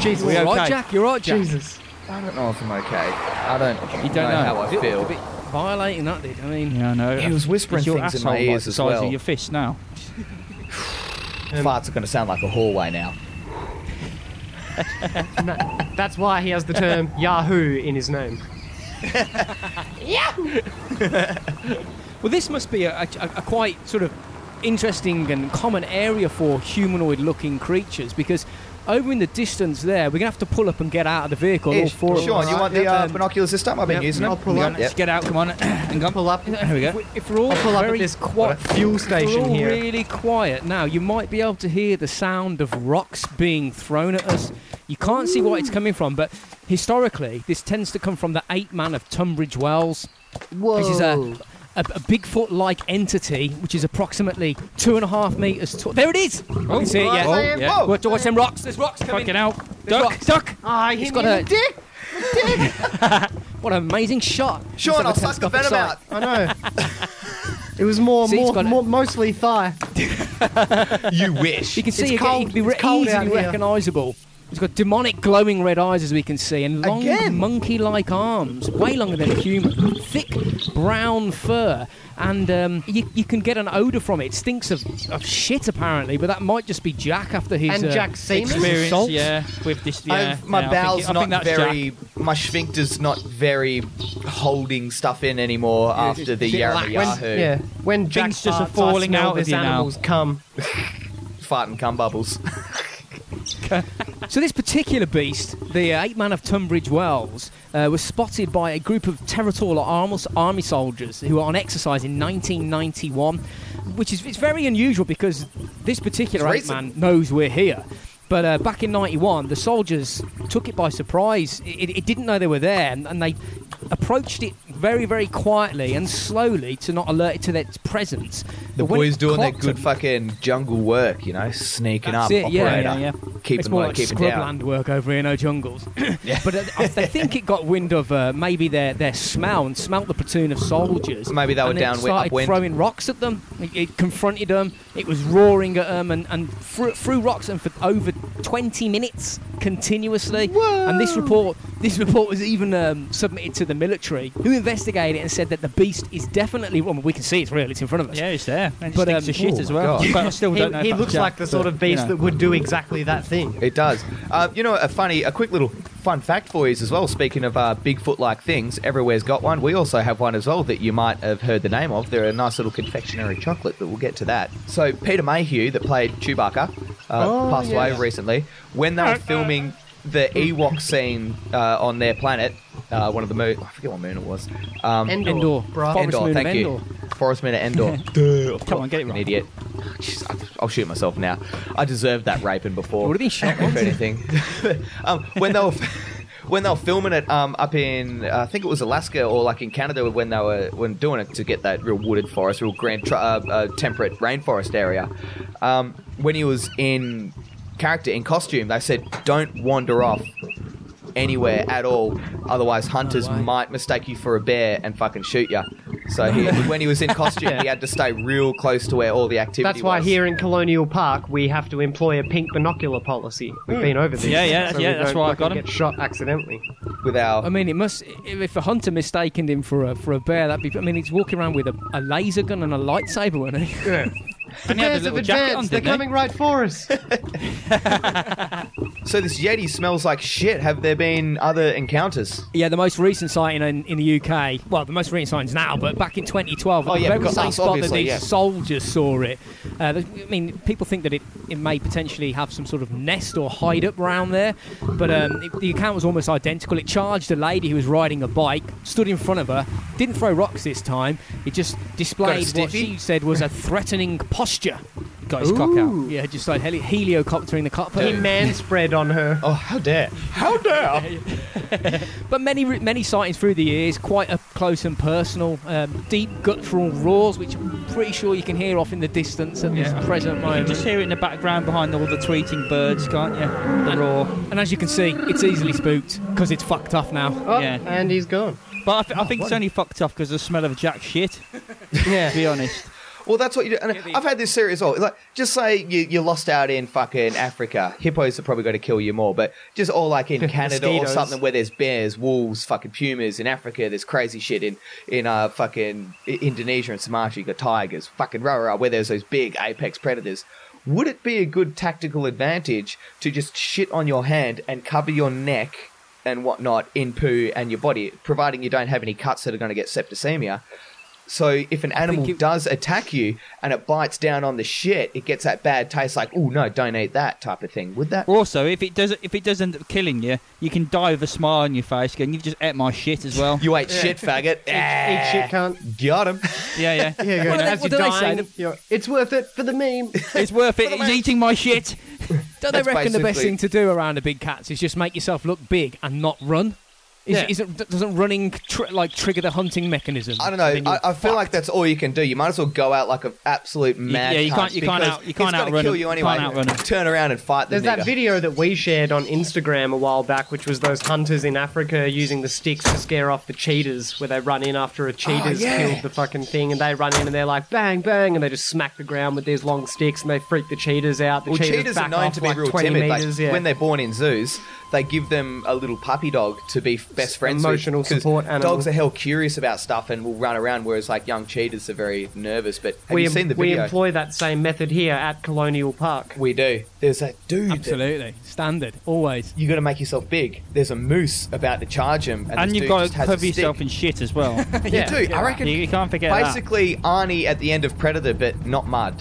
Jesus.
You're
okay?
right, Jack. You're right, Jack.
Jesus.
I don't know if I'm okay. I don't,
You don't know.
how I
It looked a
feel.
bit violating that, dude. I mean,
Yeah, I know.
He was whispering
It's your
things in
asshole,
my
like
ears
the
as
size
well.
Of your fist now.
Farts are going to sound like a hallway now.
That's why he has the term Yahoo in his name.
well, this must be a, a, a quite sort of interesting and common area for humanoid-looking creatures because over in the distance there, we're gonna have to pull up and get out of the vehicle.
Yeah,
all four of us.
Sean, you want the
Yep,
uh,
um,
binoculars this time? I've been
yep,
using
I'll
them.
pull
Yep,
up.
yep.
Let's get out. Come on, and go.
Pull up.
There we go.
If we're all
I'll pull up
very
at this quiet fuel
We're
station
all
here.
really quiet now. You might be able to hear the sound of rocks being thrown at us. You can't see what it's coming from, but historically, this tends to come from the ape man of Tunbridge Wells.
Whoa.
This is a, a, a Bigfoot like entity, which is approximately two and a half meters tall. There it is! I can see it, yeah.
Oh,
yeah.
yeah.
Watch, watch them rocks. There's rocks coming.
Fucking hell.
There's
Duck,
rocks.
duck.
Ah, he
It's
hit
got
me
a-
in the dick.
What an amazing shot.
Sean, I'll
Let's have a
suck the
telescopic
venom out.
sight.
I know. It was more,
See, it's
more,
got a-
more mostly thigh.
You wish.
You can see
It's
again,
cold.
he can be
It's
re-
cold out
easily
here.
recognisable. He's got demonic glowing red eyes, as we can see, and long
Again?
monkey-like arms, way longer than a human. Thick brown fur, and um, you, you can get an odour from it. It stinks of, of shit, apparently, but that might just be Jack after his
And
uh,
Jack's semen?
experience.
Experience, yeah, with this, yeah.
I've- Oh, my
yeah, I think
bowels
it- I think,
not
that's
very. My sphincter's not very holding stuff in anymore after the Yarra Yahoo
Yeah. When Jack
Things just are
farts, I
falling
smell
out of
this
you now.
animal's cum.
fart and cum bubbles.
So this particular beast, the uh, ape man of Tunbridge Wells, uh, was spotted by a group of territorial army, army soldiers who were on exercise in 1991, which is it's very unusual because this particular
It's
ape man
recent.
knows we're here. But uh, back in 91, the soldiers took it by surprise. It, it didn't know they were there, and, and they approached it very, very quietly and slowly to not alert it to its presence.
The
But when
boys
it
doing their
clocked
good
them-
fucking jungle work, you know, sneaking
That's
up,
it,
operator,
yeah, yeah, yeah.
keeping
it's more
low,
like
keeping
scrubland
down.
work over here, no jungles. but uh, I I think it got wind of uh, maybe their, their smell and smelt the platoon of soldiers.
Maybe they were
and it
down wi-
started
upwind.
throwing rocks at them. It, it confronted them. It was roaring at them and, and threw, threw rocks and for over 20 minutes continuously. And this report, this report was even um, submitted to the military, who investigated it and said that the beast is definitely. Well, we can see it's real. It's in front of us.
Yeah, it's there. And it
But,
stinks
um,
of shit
oh
as
my
well.
God.
But I still
He,
don't know.
he
if that's
looks
Jack,
like the
but,
sort of beast
you know.
that would do exactly that thing.
It does. Uh, you know, a funny, a quick little fun fact for you as well. Speaking of uh, Bigfoot-like things, everywhere's got one. We also have one as well that you might have heard the name of. They're a nice little confectionery chocolate, but we'll get to that. So Peter Mayhew, that played Chewbacca, uh,
Oh,
passed away recently. When they were filming the Ewok scene uh, on their planet, uh, one of the moon, I forget what moon it was. Um,
Endor.
Endor,
Bruh.
Forest
Endor,
Moon
thank
of
you.
Endor.
Forest Moon of Endor. Duh,
Come on, get it
an
right.
idiot. Jeez, I- I'll shoot myself now. I deserved that raping before.
What are these shot
If anything, um, when they were when they were filming it um, up in I think it was Alaska or like in Canada when they were when doing it to get that real wooded forest, real grand tr- uh, uh, temperate rainforest area. Um, when he was in character in costume, they said don't wander off anywhere at all. Otherwise, hunters might mistake you for a bear and fucking shoot you. So he, when he was in costume, he had to stay real close to where all the activity.
That's why
was.
here in Colonial Park we have to employ a pink binocular policy. We've been over this.
Yeah, yeah,
so
yeah,
we
that's
don't
why I
fucking
got 'em.
Get shot accidentally.
with our
I mean, it must. If a hunter mistaken him for a for a bear, that'd be. I mean, he's walking around with a, a laser gun and a lightsaber, wasn't he?
And he had a
Bears of
little jacket on,
advance, they're
didn't he?
coming right for us.
So this Yeti smells like shit. Have there been other encounters?
yeah, the most recent sighting in, in the UK. Well, the most recent sighting's now, but back in 2012,
Oh, yeah,
the very
because
same
us,
spot that
obviously,
these
yeah.
soldiers saw it. Uh, there's- I mean, people think that it, it may potentially have some sort of nest or hide up around there, but um, it- the account was almost identical. It charged a lady who was riding a bike, stood in front of her, didn't throw rocks this time. It just displayed what
stiffy?
she said was a threatening posture. Got his cock out. Yeah, just like heli- heliocoptering the cockpit.
he manspread on her.
Oh, how dare! How dare!
But many many sightings through the years, quite up close and personal, um, deep guttural roars, which I'm pretty sure you can hear off in the distance at this present
You
moment.
just hear it in the background behind all the tweeting birds, can't you? The roar.
and as you can see, it's easily spooked because it's fucked off now.
Oh,
yeah.
and Oh, he's gone.
But I, th- I think it's only fucked off because the smell of jack shit.
Yeah.
To be honest,
Well, that's what you do. And I've had this theory as well. Like, just say you, you lost out in fucking Africa. Hippos are probably going to kill you more, but just all like in Canada or
Mosquitoes.
something where there's bears, wolves, fucking pumas. In Africa, there's crazy shit. In in uh, fucking I- Indonesia and Sumatra, you got tigers. Fucking rah rah, where there's those big apex predators. Would it be a good tactical advantage to just shit on your hand and cover your neck and whatnot in poo and your body, providing you don't have any cuts that are going to get septicemia, So if an animal
it-
does attack you and it bites down on the shit, it gets that bad taste, like oh no, don't eat that type of thing. Would that?
Also, if it does, if it does end up killing you, you can die with a smile on your face. Going, you've just ate my shit as well.
You ate shit, faggot.
Eat shit, cunt.
Got him.
yeah, yeah.
Here you go.
What do they-
As
what
you're
do they say?
dying, you're- it's worth it for the meme.
It's worth it. He's eating my shit.
Don't they
That's
reckon the best
basically-
thing to do around a big cats is just make yourself look big and not run? Is,
Yeah.
is it, doesn't running tr- like trigger the hunting mechanism?
I don't
And then
know.
you're
I, I feel like
fucked?
that's all you can do. You might as well go out like an absolute mad.
yeah, you
cunt
can't- you can't
because
out- you can't
it's gonna
outrun
kill
'em.
you
You
anyway.
can't outrun 'em.
Turn around and fight the
There's that
nigger.
video that we shared on Instagram a while back, which was those hunters in Africa using the sticks to scare off the cheetahs, where they run in after a cheetah's
yeah.
killed the fucking thing, and they run in and they're like bang bang, and they just smack the ground with these long sticks, and they freak the cheetahs out. The
Well,
cheetahs,
cheetahs,
back
are known
off
to be
like
real
20
timid. like,
meters, yeah.
When they're born in zoos, they give them a little puppy dog to be f- best friends
Emotional
with. 'cause
support animal.
Dogs are hell curious about stuff and will run around, whereas like young cheetahs are very nervous. But have
we,
you seen the
we
video?
employ that same method here at Colonial Park.
we do. There's that dude. that-
absolutely standard always.
you got to make yourself big. There's a moose about to charge him, and,
And
this
you've
dude
got
just
to
has
cover
a stick.
yourself in shit as well.
You do. I reckon.
you, you can't forget
Basically, Arnie at the end of Predator, but not mud.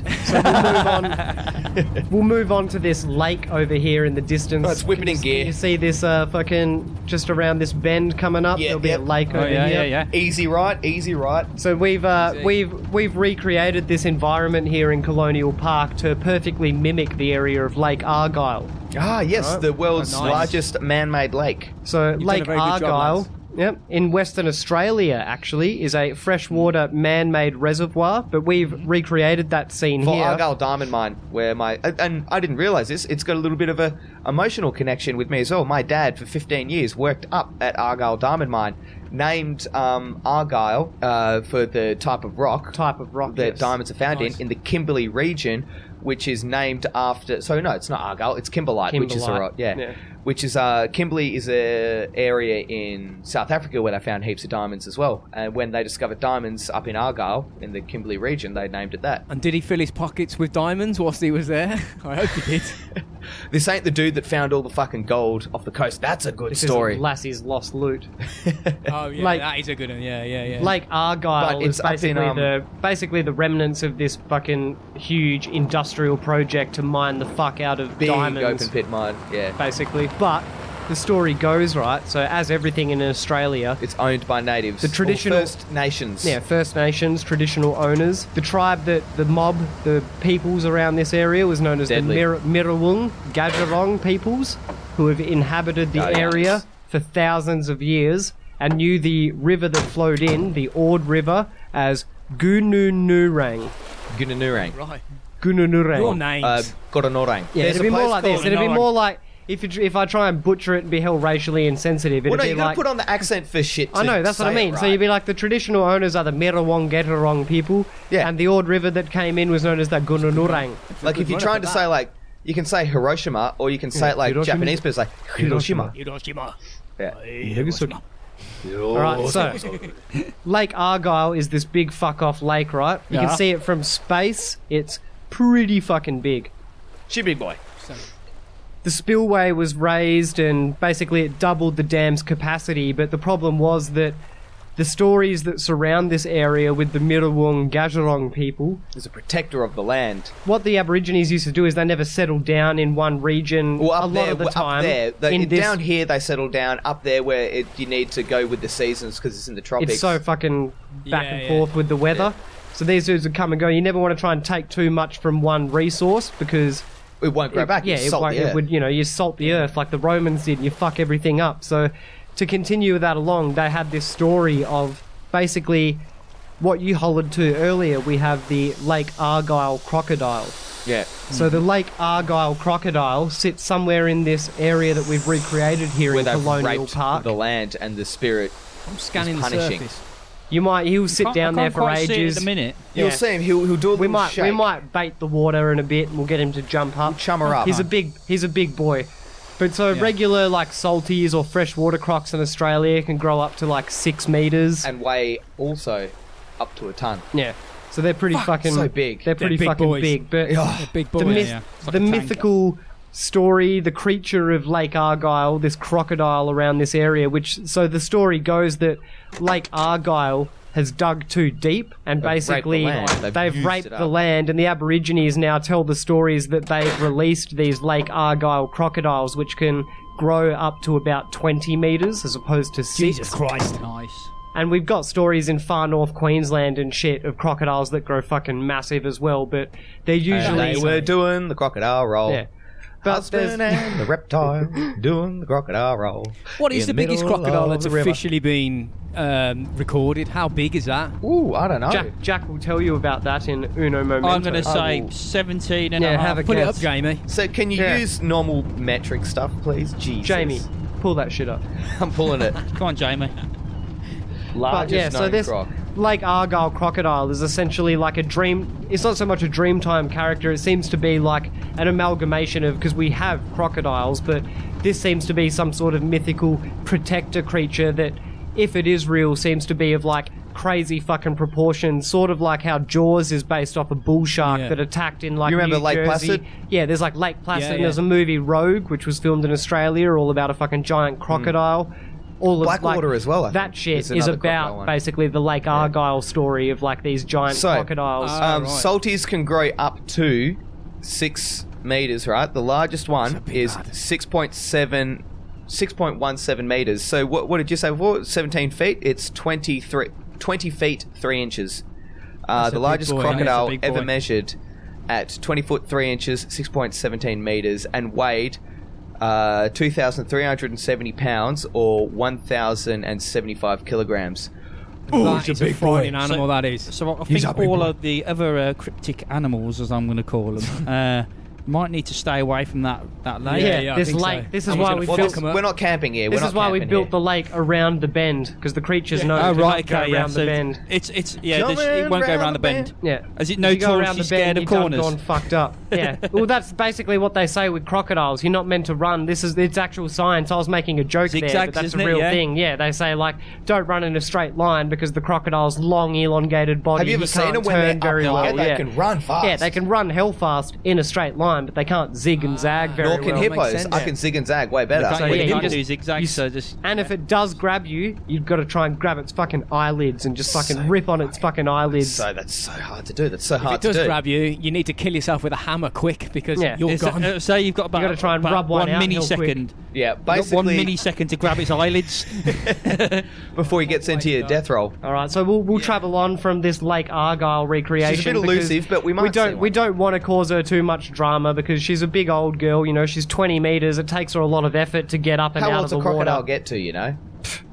We'll move on to this lake over here in the distance.
Oh, it's whipping in
Can you-
gear.
can You see this uh, fucking just around this bend coming up.
Yeah,
There'll be a
yep.
lake
that.
over
Oh yeah,
here.
yeah, yeah.
easy right, easy right.
So we've uh, we've we've recreated this environment here in Colonial Park to perfectly mimic the area of Lake Argyle.
Ah, yes, the world's
Oh,
Nice.
largest man-made lake.
So
a
Lake
very good job,
Argyle,
lads.
yep, in Western Australia actually is a freshwater man-made reservoir, but we've recreated that scene
For
here.
Argyle Diamond Mine, where my and- and I didn't realize this, it's got a little bit of a emotional connection with me as well. My dad, for 15 years, worked up at Argyle Diamond Mine, named um, Argyle uh, for the type of rock
Type of rock.
that
yes.
diamonds are found in in the Kimberley region, which is named after. So no, it's not Argyle. It's Kimberlite, which is a
Kimberlite,
rock. Yeah.
yeah.
Which is uh, Kimberley is a area in South Africa where they found heaps of diamonds as well. And when they discovered diamonds up in Argyle in the Kimberley region, they named it that.
And did he fill his pockets with diamonds whilst he was there? I hope he did.
This ain't the dude that found all the fucking gold off the coast. That's a good
This is
story.
Lassie's lost loot.
oh yeah,
Like-
that is a good one. Yeah, yeah, yeah.
Lake Argyle
But
is
it's up in,
basically
um,
the basically the remnants of this fucking huge industrial project to mine the fuck out of
Big
diamonds.
open pit mine. Yeah.
basically. But the story goes right. So as everything in Australia,
It's owned by natives.
The
Or
traditional-
First Nations.
yeah, First Nations, traditional owners, the tribe that the mob, the peoples around this area was known as
Deadly.
the Mir- Mirawung, Gadjarong peoples, who have inhabited the
Oh, yeah.
area for thousands of years and knew the river that flowed in, the Ord River, as Gununurang.
Gununurang.
right.
Gununurang.
Your names.
Uh, Goronorang.
Yeah,
There's
it'd
a
be more
place
like this.
called-
It'd be
Nong.
more like if you, tr- if I try and butcher it and be held racially insensitive. It'd
Well, no,
be
you gotta
like
put on the accent for shit.
I
to
know, that's what I
say it
mean. So
right.
you'd be like, the traditional owners are the Merawong Getarong people,
Yeah.
and the Ord River that came in was known as the Gununurang.
Like if you're trying to say like you can say Hiroshima or you can say it like
Hiroshima.
Japanese but it's like Hiroshima.
Hiroshima.
Yeah.
Hiroshima.
Oh.
All right, so Lake Argyle is this big fuck off lake, right? You
Yeah.
can see it from space. It's pretty fucking big.
She big boy.
the spillway was raised and basically it doubled the dam's capacity, but the problem was that the stories that surround this area with the Mirawong Gajarong people,
There's a protector of the land.
what the Aborigines used to do is they never settled down in one region
Well, up
a lot
there,
of the
well,
time.
up there, they-
in this,
down here they settle down. Up there, where it, you need to go with the seasons because it's in the tropics.
it's so fucking back
Yeah,
and
yeah.
forth with the weather. So these dudes would come and go. You never want to try and take too much from one resource because
it won't grow
it-
back.
Yeah,
you
it,
salt
won't,
the
it
earth.
would. You know, you salt the earth like the Romans did. You fuck everything up. So, to continue that along, they had this story of basically what you hollered to earlier. We have the Lake Argyle crocodile.
Yeah,
So the Lake Argyle crocodile sits somewhere in this area that we've recreated here
where
in
they've
Colonial
raped
Park.
the land and the spirit.
I'm scanning the
punishing.
surface.
You might he'll
I
sit
can't-
down
I
there
can't
for
quite see it at
ages.
the minute.
Yeah.
You'll see him. He'll, he'll do a
We
little
might
shake.
we might bait the water in a bit and we'll get him to jump up.
chum her up.
He's a big he's a big boy. But so regular like salties or freshwater crocs in Australia can grow up to like six meters.
and weigh also up to a ton.
yeah. So they're pretty fucking
so big.
They're pretty
big
fucking
boys.
big. But
The big boy.
the, myth,
yeah. It's like
the
a tank.
mythical story, the creature of Lake Argyle, this crocodile around this area, which so the story goes that Lake Argyle has dug too deep and
raped the
basically
land. They've
they've,
used
raped
it
the
up.
land and the Aborigines now tell the stories that they've released these Lake Argyle crocodiles which can grow up to about 20 metres as opposed to 6
Christ. Nice.
and we've got stories in far north Queensland and shit of crocodiles that grow fucking massive as well, but they're
And
usually
they were doing the crocodile roll.
yeah. But there's,
Husband and the reptile doing the crocodile roll.
What is
in
the biggest
middle
crocodile
of
that's
the river.
officially been um, recorded? How big is that?
Ooh, I don't know.
Jack Jack will tell you about that in Uno Momento.
I'm going to say
will-
17 and
Yeah,
a half.
have a
uh, Put it up,
guess.
Jamie.
So can you
Yeah.
use normal metric stuff, please? Jesus.
Jamie, pull that shit up.
I'm pulling it.
Come on, Jamie.
Largest
yeah, so
known
this
croc.
Lake Argyle crocodile is essentially like a dream. It's not so much a Dreamtime character. It seems to be like an amalgamation of because we have crocodiles, but this seems to be some sort of mythical protector creature that, if it is real, seems to be of like crazy fucking proportions. Sort of like how Jaws is based off a bull shark
Yeah.
that attacked in like
You remember
New
Lake
Jersey.
Placid?
Yeah, there's like Lake Placid.
Yeah,
and
yeah.
There's a movie Rogue, which was filmed in Australia, all about a fucking
Hmm.
giant crocodile. All of
Blackwater
like,
as well, I
that
think,
shit
is
is,
another crocodile
about
one.
basically the Lake Argyle story of like these giant
So,
crocodiles.
Um, Salties can grow up to six meters, right? The largest one is 6.7, 6.17 meters. So what, what did you say? What, 17 feet? It's 23, 20 feet, 3 inches. Uh, the
big
largest
boy, isn't it? It's a
crocodile
big
ever
boy.
measured at 20 foot, 3 inches, 6.17 meters, and weighed uh, 2,370 pounds or 1,075 kilograms.
that is a, frightening animal,
So-
that is.
So I think all of the other uh, cryptic animals, as I'm going to call them, uh, might need to stay away from that that lake.
yeah,
yeah, I
this
think so.
lake. This is
I'm
why
gonna
we
fuck
built.
'em up.
We're not camping here.
This
We're
is
not
why we
camping
built
here.
the lake around the bend because the creatures know
Oh
to
right,
not go
okay, yeah.
around
so
the bend.
It's it's yeah.
Coming
This, it won't go
round
around
the
the bend.
Yeah.
Is
If
it
you go
notorious
around the
you're scared
bend,
of
you're done
corners?
Gone fucked up. Yeah. well, that's basically what they say with crocodiles. You're not meant to run. This is it's actual science. I was making a joke there,
Zigzags,
but that's
isn't
a
it?
real
Yeah.
thing. Yeah. They say like don't run in a straight line because the crocodile's long, elongated body.
Have you ever seen
can't
them when
turn
they're
very
up
well?
there? They
yeah.
can run fast.
Yeah, they can run hell fast in a straight line, but they can't zig and zag very
Nor
well.
can
makes
hippos.
sense.
I can zig and zag way better.
So,
yeah,
you
you
can't
just-
do zigzags.
you
so just
And if it does grab you, you've got to try and grab its fucking eyelids and just fucking rip on its fucking eyelids.
So Oh, that's so hard to do. That's so
If
hard
it does
to do.
grab you, you need to kill yourself with a hammer quick because
Yeah.
you're
It's-
gone.
uh, say you've got about,
gotta try and
about
rub one out real
millisecond.
quick.
yeah,
You've got one
basically
millisecond to grab its eyelids.
before he gets into your death roll.
All right, so we'll, we'll travel on from this Lake Argyle recreation.
She's a bit
because
elusive, but we might
we
see
don't
one.
we don't want to cause her too much drama because she's a big old girl. You know, she's twenty meters. It takes her a lot of effort to get up and
How
out
old
of
does
the
a crocodile
water.
get to? You know,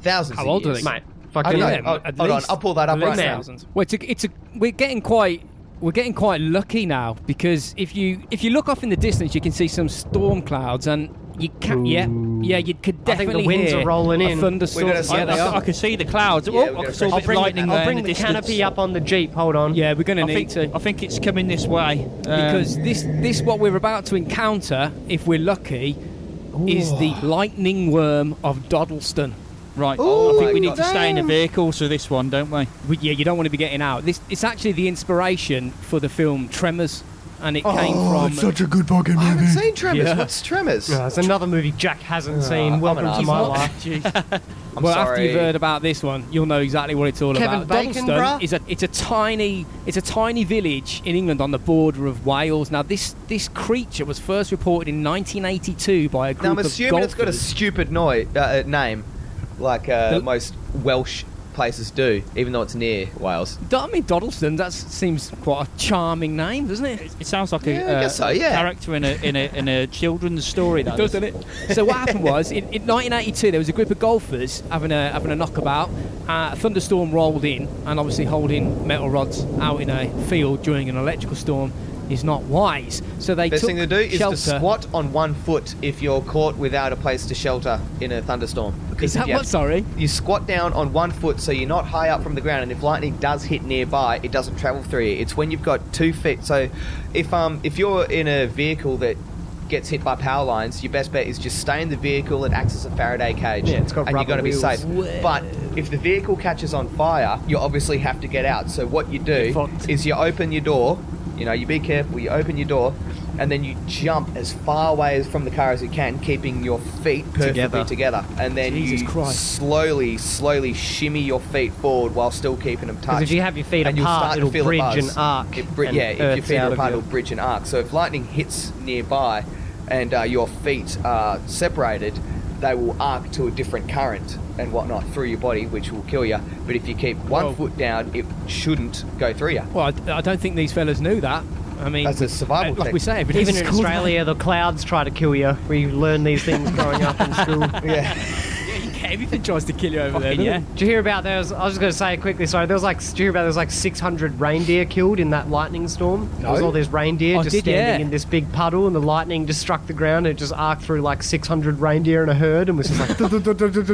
thousands.
How
of
old do
years.
they-
Mate,
I
fucking
know.
Yeah,
Oh,
at
hold on,
least-
I'll pull that up
at
right
least
now.
thousands. Well, it's a, it's a, we're getting quite we're getting quite lucky now because if you if you look off in the distance, you can see some storm clouds and you can yeah yeah you
I
could
think the
definitely
winds
hear
are rolling
a
in.
Thunderstorm.
We're gonna see-
Yeah, they
I, I
are.
can see the clouds.
Yeah,
oh,
we're
I
gonna
saw
press-
a
I'll
bit
bring,
lightning
the,
there
I'll bring
in
the,
the, distance.
canopy up on the jeep. Hold on.
Yeah, we're gonna
I
need
think,
to
I think it's coming this way. Um,
because this this what we're about to encounter, if we're lucky, is the lightning worm of Doddleston.
right,
Oh
I think
my
we need
God.
to stay in a vehicle for this one, don't we?
We- yeah, you don't want to be getting out. This it's actually the inspiration for the film Tremors, and it came from
a good fucking
I haven't seen tremors.
Yeah.
What's tremors?
Uh, it's another movie Jack hasn't seen.
I'm
Welcome
an
to my
arsehole.
life.
I'm
well, after
sorry.
you've heard about this one, you'll know exactly what it's all
Kevin
about.
Bacon,
Donaldson
bruh?
is a it's a tiny it's a tiny village in England on the border of Wales. Now, this this creature was first reported in 1982 by a group
now I'm
of
assuming it's got a
golfers.
stupid noi- uh, uh, name, like uh,
The-
most Welsh places do, even though it's near Wales.
Do- I mean, Doddleston. That seems quite a charming name, doesn't it?
It sounds like
Yeah, I
a, uh,
guess so, yeah.
character in a in a in a children's story. That
doesn't it? So what happened was in, in 1982 there was a group of golfers having a having a knockabout. Uh, a thunderstorm rolled in, and obviously holding metal rods out in a field during an electrical storm is not wise. So they
Best
took
thing to do is
shelter.
to squat on one foot if you're caught without a place to shelter in a thunderstorm. Because
Is that
if you-
what? Sorry.
You squat down on one foot so you're not high up from the ground, and if lightning does hit nearby, it doesn't travel through you. It's when you've got two feet. So, if um if you're in a vehicle that gets hit by power lines, your best bet is just stay in the vehicle and act as a Faraday cage,
Yeah, it's got
and you're
rubber
going to be
wheels.
safe. But if the vehicle catches on fire, you obviously have to get out. So what you do
fucked.
is you open your door, You know, you be careful, you open your door, and then you jump as far away as- from the car as you can, keeping your feet perfectly
Together.
together. And then
Jesus
you
Christ.
slowly, slowly shimmy your feet forward while still keeping them touched.
if you have your feet
and you'll
apart,
start to
it'll
feel a
bridge
buzz.
and arc
It bri-
and
yeah, if your
earths
feet
out
are
of
apart,
you.
it'll bridge and arc. So if lightning hits nearby and uh, your feet are separated, they will arc to a different current and whatnot through your body, which will kill you. But if you keep one
Whoa.
foot down, it shouldn't go through you.
Well, I, I don't think these fellas knew that. I mean, uh,
That's a survival
like we
tech.
say, if it
Even
is
in
school-
Australia, the clouds try to kill you. We learn these things growing up in school.
Yeah.
Yeah, you get- everything tries to kill you over there. Yeah.
Did you hear about there was, I was just going to say quickly, sorry, there was like, did you hear about there was like 600 reindeer killed in that lightning storm? There was
No.
all these reindeer
I
just
did, yeah.
standing in this big puddle and the lightning just struck the ground and it just arced through like 600 reindeer in a herd and was just like...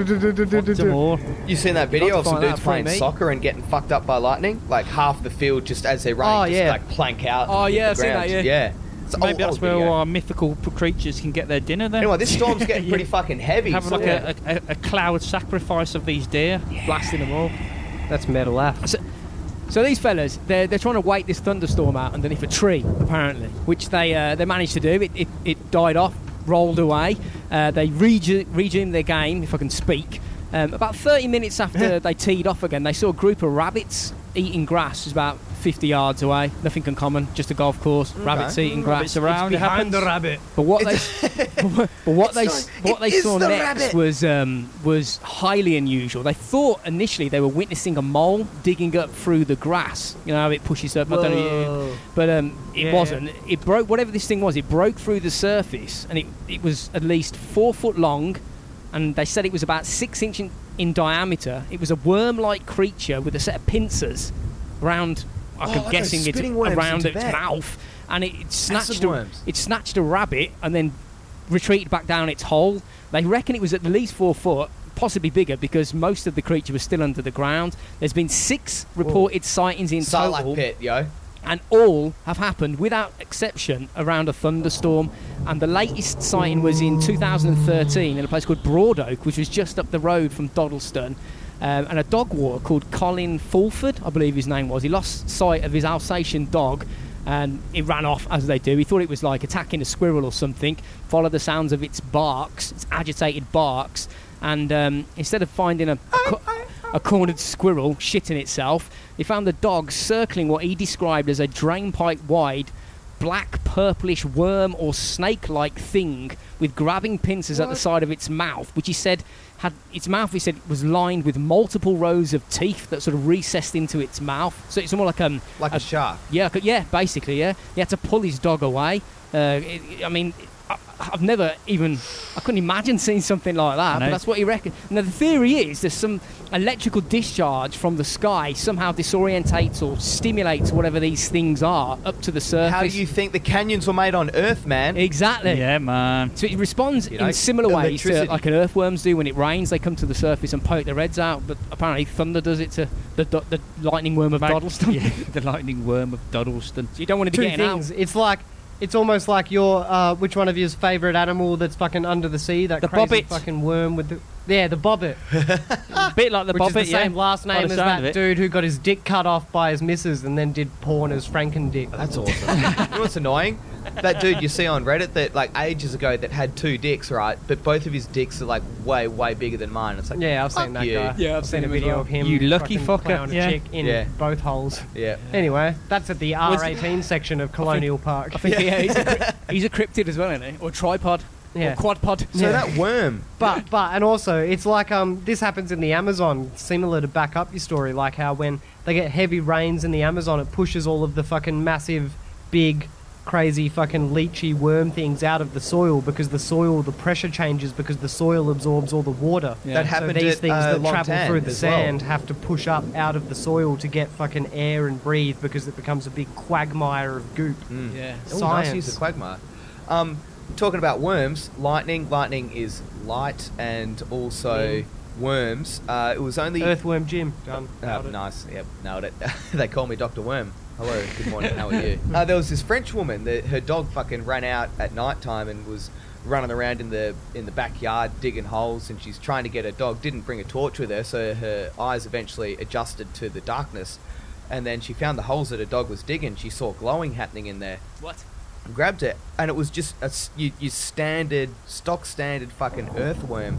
Some more.
You seen that video
to
of some
find out
dudes
from
playing
me.
soccer and getting fucked up by lightning? Like half the field just as they're running,
Oh,
just
yeah.
like plank out. and
Oh,
hit
yeah,
the
I've seen
ground.
that, yeah.
yeah. It's an
Maybe
old-
that's
old
where
video.
our mythical p- creatures can get their dinner then.
Anyway, this storm's getting pretty fucking heavy.
Have
so-
like a, a, a- a cloud sacrifice of these deer, blasting them all.
That's metal app.
So these fellas, they're, they're trying to wait this thunderstorm out underneath a tree, apparently, which they uh, they managed to do. It, it, it died off, rolled away. Uh, they reju- resumed their game, if I can speak. Um, about 30 minutes after they teed off again, they saw a group of rabbits eating grass. It's about 50 yards away. Nothing uncommon, just a golf course. Rabbits eating grass.
Rabbits around. it happens.
rabbit. But what they, but what they, what they saw next was um, was highly unusual. They thought initially they were witnessing a mole digging up through the grass. You know, how it pushes up. I don't know, but um, it
Yeah.
wasn't. It broke whatever this thing was. It broke through the surface, and it it was at least four foot long, and they said it was about six inch in, in diameter. It was a worm-like creature with a set of pincers round. I'm
like
guessing
those
it's
spinning Oh, worms
around
in
its
Tibet.
mouth, and it, it snatched
Acid
a,
worms.
it snatched a rabbit and then retreated back down its hole. They reckon it was at least four foot, possibly bigger, because most of the creature was still under the ground. There's been six reported sightings in total,
Sarlacc pit, yo.
and all have happened without exception around a thunderstorm. And the latest sighting was in 2013 in a place called Broad Oak, which was just up the road from Doddleston. Um, and a dog walker called Colin Fulford, I believe his name was, he lost sight of his Alsatian dog and it ran off as they do. He thought it was like attacking a squirrel or something. Followed the sounds of its barks, its agitated barks, and um, instead of finding a, a, co- a cornered squirrel shitting itself, they found the dog circling what he described as a drainpipe wide. Black, purplish worm or snake-like thing with grabbing pincers at the side of its mouth, which he said had its mouth. He said was lined with multiple rows of teeth that sort of recessed into its mouth. So it's more like um,
Like a shark.
yeah, I could- yeah, basically, yeah. He had to pull his dog away. Uh, it, I mean, I, I've never even, I couldn't imagine seeing something like that. But
know.
that's what he reckoned. Now the theory is there's some electrical discharge from the sky somehow disorientates or stimulates whatever these things are up to the surface.
How do you think the canyons were made on Earth, man?
exactly?
Yeah, man.
So it responds
You know,
in similar ways to
electricity.
like an earthworms do when it rains. They come to the surface and poke their heads out. But apparently, thunder does it to the, do- the lightning worm of
Mate,
Doddleston.
Yeah, the lightning worm of Doddleston.
So you don't want to be
Two
getting out.
things. It's like... It's almost like your uh, which one of you's favourite animal that's fucking under the sea, that
The
crazy
bobbit.
fucking worm with the yeah, the bobbit.
A bit like the
which
bobbit,
is the same
yeah.
last
By
name
the
as
sound of
that
it.
dude who got his dick cut off by his missus and then did porn as Frankendick.
That's awesome. you know what's annoying? That dude you see on Reddit that like ages ago that had two dicks, right? But both of his dicks are like way, way bigger than mine. It's like
Yeah, I've
fuck
seen that
you.
guy.
Yeah, I've
seen,
seen
a
him as
video
well.
of him.
You lucky
fucking
fucker,
clown a
yeah.
chick in
Yeah.
both holes.
Yeah.
Anyway, that's at the
Was-
R18 section of Colonial Park.
I think yeah. he's, a, cryp- he's a cryptid as well, isn't he? Or tripod.
Yeah.
Or quad pod.
So that worm.
but but and also it's like um this happens in the Amazon, similar to back up your story, like how when they get heavy rains in the Amazon, it pushes all of the fucking massive, big, crazy fucking leechy worm things out of the soil because the soil the pressure changes because the soil absorbs all the water.
That happened
so these
at,
things
uh,
that travel
Longtan
through the
as well.
sand have to push up out of the soil to get fucking air and breathe because it becomes a big quagmire of goop.
Yeah.
Oh, nice use
Science.
of quagmire. Um, talking about worms, lightning. Lightning is light and also worms. Uh, it was only
Earthworm Jim done.
Uh,
Nailed it.
nice. Yep, nailed it. they call me Dr. Worm. Hello, good morning, how are you? Uh, there was this French woman that her dog fucking ran out at night time and was running around in the in the backyard digging holes and she's trying to get her dog. Didn't bring a torch with her, so her eyes eventually adjusted to the darkness and then she found the holes that her dog was digging. She saw glowing happening in there.
What?
grabbed it, and it was just a s you, you standard, stock standard fucking earthworm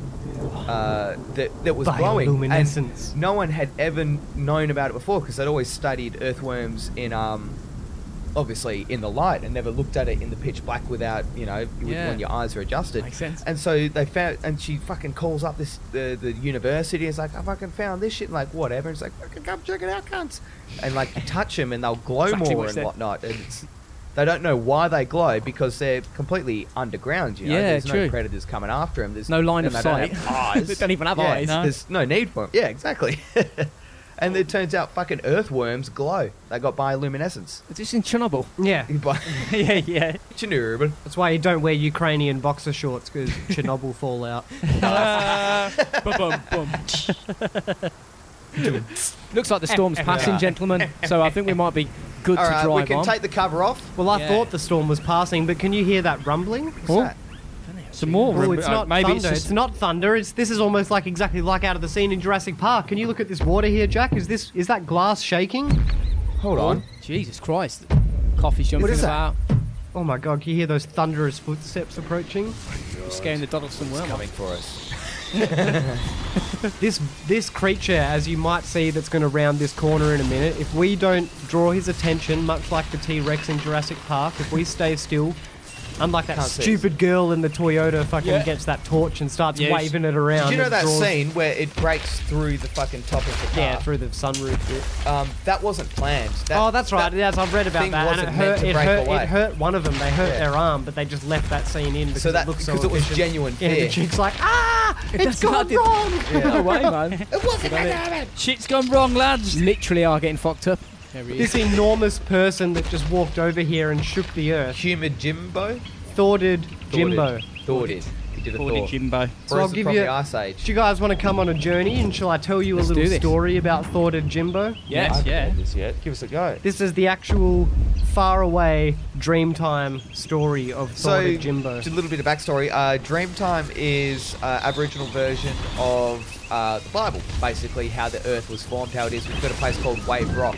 uh, that that was glowing.
Bioluminescence.
And no one had ever kn- known about it before because I'd always studied earthworms in um, obviously in the light and never looked at it in the pitch black without you know with-
Yeah.
when your eyes are adjusted.
Makes sense.
And so they found, and she fucking calls up this the the university. And is like, I fucking found this shit. And like whatever. And it's like, fucking come check it out, cunts. And like you touch them and they'll glow
Exactly
more
what's
and
there.
whatnot. And it's they don't know why they glow because they're completely underground. You know,
Yeah,
there's
true.
no predators coming after them. There's
No line
and
of
they don't
sight.
have eyes.
They don't even have
Yeah,
eyes.
No.
There's no need for them. Yeah, exactly. and it turns out fucking earthworms glow. They got bioluminescence.
Is this in Chernobyl?
Yeah,
By-
yeah, yeah.
Chernobyl.
that's why you don't wear Ukrainian boxer shorts because Chernobyl fallout.
Looks like the storm's passing, gentlemen. So I think we might be good
All
to
right,
drive
we can
on.
take the cover off.
Well, I
Yeah.
thought the storm was passing, but can you hear that rumbling?
What's
Oh.
that?
Some more.
Oh,
rem-
it's
uh,
not
maybe
thunder. It's,
It's just,
not thunder. It's this is almost like exactly like out of the scene in Jurassic Park. Can you look at this water here, Jack? Is this is that glass shaking?
Hold on.
Jesus Christ. Coffee jumping
is that?
about.
Oh my god, can you hear those thunderous footsteps approaching?
Scaring the Donaldson worm. off.
Coming for us.
This this creature, as you might see, that's going to round this corner in a minute. If we don't draw his attention, much like the T Rex in Jurassic Park, if we stay still, unlike that
Can't see us.
stupid girl in the Toyota, fucking
Yeah.
gets that torch and starts
Yes.
waving it around.
Did you know
and
that
draws-
scene where it breaks through the fucking top of the car?
Yeah, through the sunroof. bit.
Um, that wasn't planned. That,
oh, that's right.
that-
yes, I've read about
thing
that. And it
wasn't meant
hurt.
to
It
break
hurt,
away.
it hurt one of them. They hurt
Yeah.
their arm, but they just left that scene in because
so that
it looked
because
so.
it was
efficient.
genuine
Yeah,
fear.
the chick's like, ah, it's
That's what I
gone
did.
wrong.
No way, man.
it wasn't meant to happen.
shit's gone wrong, lads.
Literally are getting fucked up. There he
This enormous person that just walked over here and shook the earth,
Humid Jimbo.
thwarted Jimbo.
Thor did. He did a
Forty
Thor.
Jimbo.
So I'll
Frozen
give
from
you-
the Ice Age.
Do you guys want to come on a journey and shall I tell you
Let's
a
do
little
this.
story about thwarted Jimbo?
Yes, yeah.
This yet? Give us a go.
This is the actual faraway Dreamtime story of
So,
thwarted Jimbo.
just a little bit of backstory. Uh, Dreamtime is uh, Aboriginal version of uh, the Bible, basically how the Earth was formed, how it is. We've got a place called Wave Rock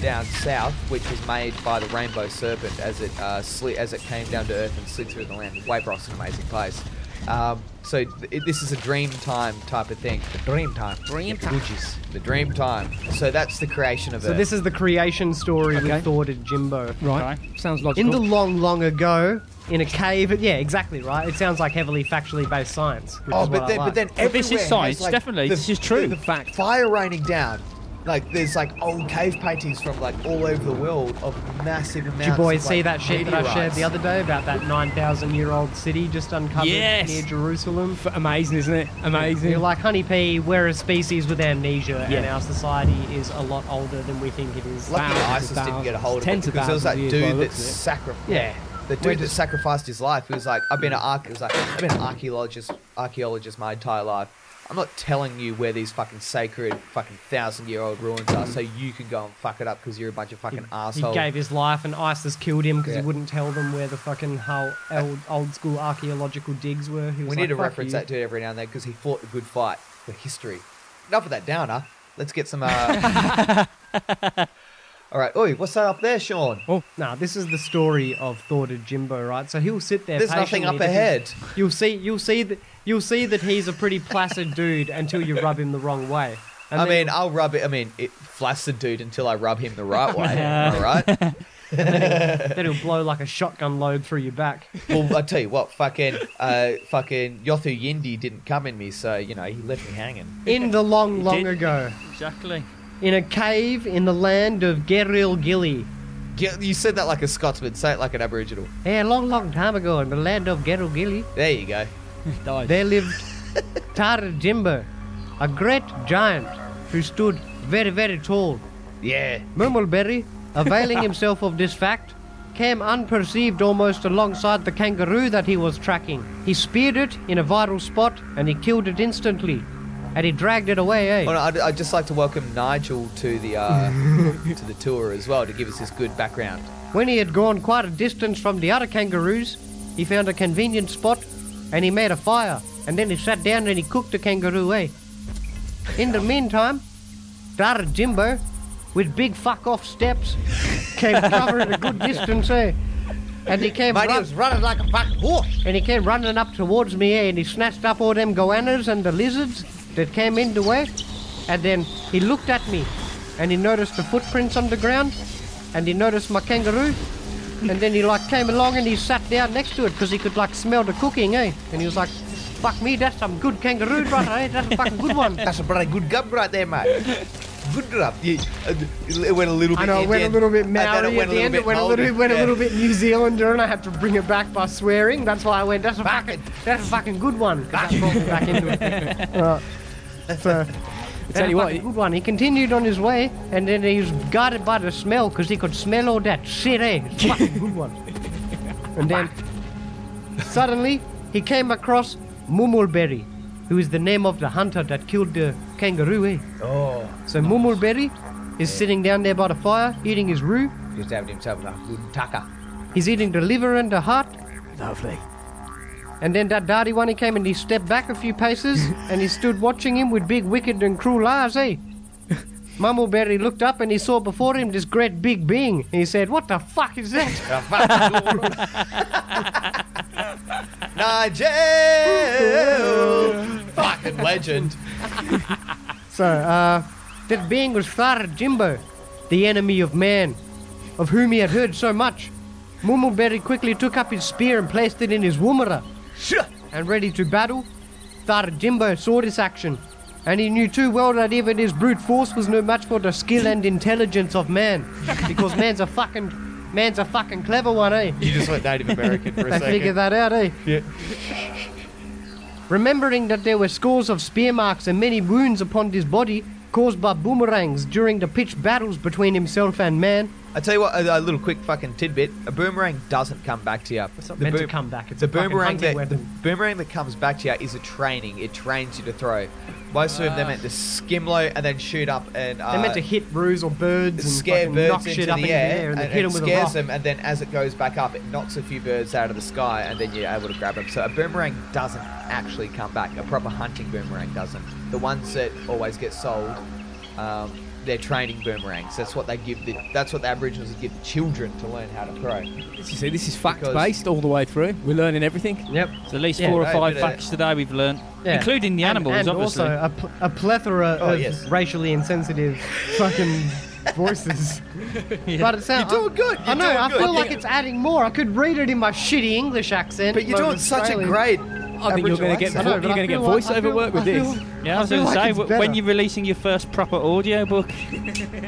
down south, which was made by the rainbow serpent as it uh, slid, as it came down to Earth and slid through the land. Wave Rock's an amazing place. Um, so th- this is a dream time type of thing. The dream time.
Dream
The
time.
Gucci's. The dream time. So that's the creation of
So
Earth.
this is the creation story
Okay.
with thwarted Jimbo.
Right. Sounds logical.
In the long, long ago, in a cave. Yeah, exactly right. It sounds like heavily factually based science. Which
Oh,
is
but
what
then,
I
but
like.
then
Well, this
everywhere
is
has,
science,
like,
definitely.
the-
This is true.
The, the fact fire raining down, like there's like old cave paintings from like all over the world of massive amounts.
Did you boys
of,
see
like,
that shit that I shared
meteorites.
the other day about that 9,000 year old city just uncovered
Yes.
near Jerusalem?
F- amazing, isn't it? Amazing.
You're like, honey pea, we're a species with amnesia, and
Yeah.
our society is a lot older than we think it is.
Lucky
Thousands
ISIS
of
didn't get a
thousands,
hold of
tens
it
of
because there was that
thousands of years by
dude
the
that
looks of it.
sacrificed.
yeah.
The dude that sacrificed his life, he was like, "I've been an arch- he was like, I've been an archaeologist, archaeologist my entire life. I'm not telling you where these fucking sacred, fucking thousand-year-old ruins are, so you can go and fuck it up because you're a bunch of
He
fucking assholes."
gave his life, and ISIS killed him because
Yeah.
he wouldn't tell them where the fucking how old, old school archaeological digs were. He was
We
like,
need to
"Fuck
reference
you."
that dude every now and then because he fought a good fight for history. Enough of that downer. Let's get some. Uh... All right. Oi, what's that up there, Sean?
Oh, nah, this is the story of thwarted Jimbo, right? So he'll sit there.
There's nothing
patiently
up
because
ahead.
You'll see. You'll see that. You'll see that he's a pretty placid dude until you rub him the wrong way. And
I
then-
mean, I'll rub it. I mean, it flaps the dude until I rub him the right way. All right.
then he'll blow like a shotgun load through your back.
Well, I tell you what, fucking, uh, fucking Yothu Yindi didn't come in me, so you know he left me hanging.
In the long, long
did.
ago,
Exactly.
in a cave in the land of Geril Gilly.
Ge- You said that like a Scotsman. Say it like an Aboriginal.
Yeah, a long, long time ago, in the land of Geril Gilly,
There you go.
there lived Tara Jimbo, a great giant who stood very, very tall.
Yeah.
Murmleberry, availing himself of this fact, came unperceived almost alongside the kangaroo that he was tracking. He speared it in a vital spot and he killed it instantly. And he dragged it away, eh?
Well, I'd, I'd just like to welcome Nigel to the uh, to the tour as well to give us this good background.
When he had gone quite a distance from the other kangaroos, he found a convenient spot and he made a fire. And then he sat down and he cooked the kangaroo, eh? In the meantime, Dara Jimbo with big fuck off steps, came covering a good distance there. And he came
Mate, he
run-
was running like a fucking horse.
and he came running up towards me eh, and he snatched up all them goannas and the lizards that came in the way. And then he looked at me and he noticed the footprints on the ground and he noticed my kangaroo. And then he like came along and he sat down next to it because he could like smell the cooking, eh? And he was like, fuck me, that's some good kangaroo, brother, eh? That's a fucking good one.
That's a bloody good gub right there, mate. Good gub. You, uh, it went a little bit.
I know it went a
Indian,
little bit
and then
Maori at the end. It went a little,
Maori,
it went a
yeah.
little bit New Zealander, and I had to bring it back by swearing. That's why I went. That's a
Back
fucking. That's a fucking good one. 'cause that brought me back into it. Uh, so,
Tell you
That's a
what,
fucking good one. He continued on his way, and then he was guarded by the smell because he could smell all that shit. Eh? It's a fucking good one. And then suddenly he came across Mumulberry, who is the name of the hunter that killed the kangaroo. Eh?
Oh,
So Mumulberry is sitting down there by the fire, eating his roux.
just having himself a good tucker.
He's eating the liver and the heart.
Lovely.
And then that dirty one, he came and he stepped back a few paces and he stood watching him with big, wicked, and cruel eyes, eh? Mumbleberry looked up and he saw before him this great big being. And he said, What the fuck is that?
A fucking good one. Nigel, fucking legend.
So, uh, that being was Father Jimbo, the enemy of man, of whom he had heard so much. Mumbleberry quickly took up his spear and placed it in his woomera. and ready to battle, Jimbo saw this action, and he knew too well that even his brute force was no match for the skill and intelligence of man, because man's a fucking man's a fucking clever one, eh?
You just went Native American for a
They figured that out, eh?
Yeah.
Remembering that there were scores of spear marks and many wounds upon his body caused by boomerangs during the pitched battles between himself and man,
I tell you what, a, a little quick fucking tidbit: a boomerang doesn't come back to you. It's
not meant to come back, it's
the
a fucking
boomerang
hunting
that
weapon.
the boomerang that comes back to you is a training. It trains you to throw. Most of them they're meant to skim low and then shoot up and uh,
Ah. they meant to hit roos or birds and
scare
fucking knock
birds
shit
into
up
the
and,
air and,
then
and,
hit them with a
scares
rock.
them, and then as it goes back up, it knocks a few birds out of the sky, and then you're able to grab them. So a boomerang doesn't actually come back. A proper hunting boomerang doesn't. The ones that always get sold, um, they're training boomerangs. That's what they give. The, that's what the Aboriginals would give the children to learn how to throw.
You see, this is fact
Because-
based all the way through. We're learning everything.
Yep.
So at least
Yeah,
four or
right,
five
but, uh,
facts today we've learnt,
Yeah.
including the animals,
and
obviously.
also a, pl- a plethora
Oh,
of
yes.
racially insensitive fucking voices.
But it sounds.
You're doing good. You're
I know.
doing
I
good.
feel
I
like it's adding more. I could read it in my shitty English accent.
But you're
like
doing such a
Australian.
great.
I think you're going to get
I
vo-
know,
you're
but I
going to get
feel like- I
voiceover
feel-
work with
I
this.
feel-
yeah, I was
I feel
going to
like
say,
it's
w- when
better.
you're releasing your first proper audiobook,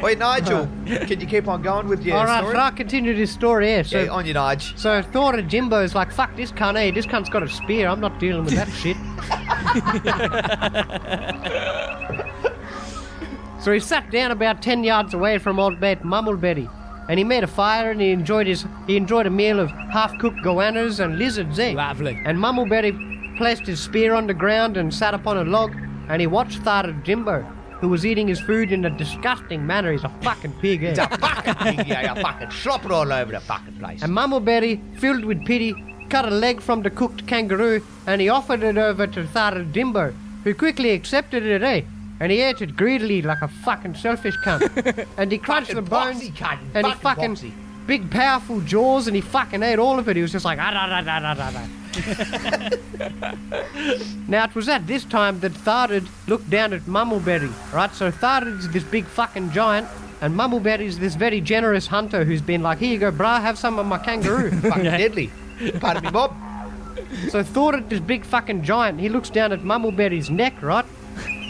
Wait, Nigel, can you keep on going with your
All right,
story?
so I continue this story here. So,
Yeah, on your Nige.
so Thor and Jimbo's like, fuck this cunt, eh? This cunt's got a spear. I'm not dealing with that shit. so he sat down about 10 yards away from old mate Mumbleberry. And he made a fire and he enjoyed his he enjoyed a meal of half cooked goannas and lizards, eh?
Lovely.
And Mumbleberry placed his spear on the ground and sat upon a log, and he watched Thar Jimbo, who was eating his food in a disgusting manner. He's a fucking pig, eh?
fucking pig, yeah, you fucking slop it all over the fucking place.
And Mumbleberry, filled with pity, cut a leg from the cooked kangaroo and he offered it over to Thara Dimbo, who quickly accepted it, eh? And he ate it greedily like a fucking selfish cunt. and he crunched the
Fucking
bones
boxy cunt,
and he
fucking
fucking
boxy.
big powerful jaws and he fucking ate all of it. He was just like ah da da da da da da. Now it was at this time that Tharded looked down at Mumbleberry, right? So Tharded's this big fucking giant, and Mumbleberry's this very generous hunter who's been like, "Here you go, brah, have some of my kangaroo."
fucking deadly. Pardon me, Bob.
So Thor at this big fucking giant, he looks down at Mumbleberry's neck, right?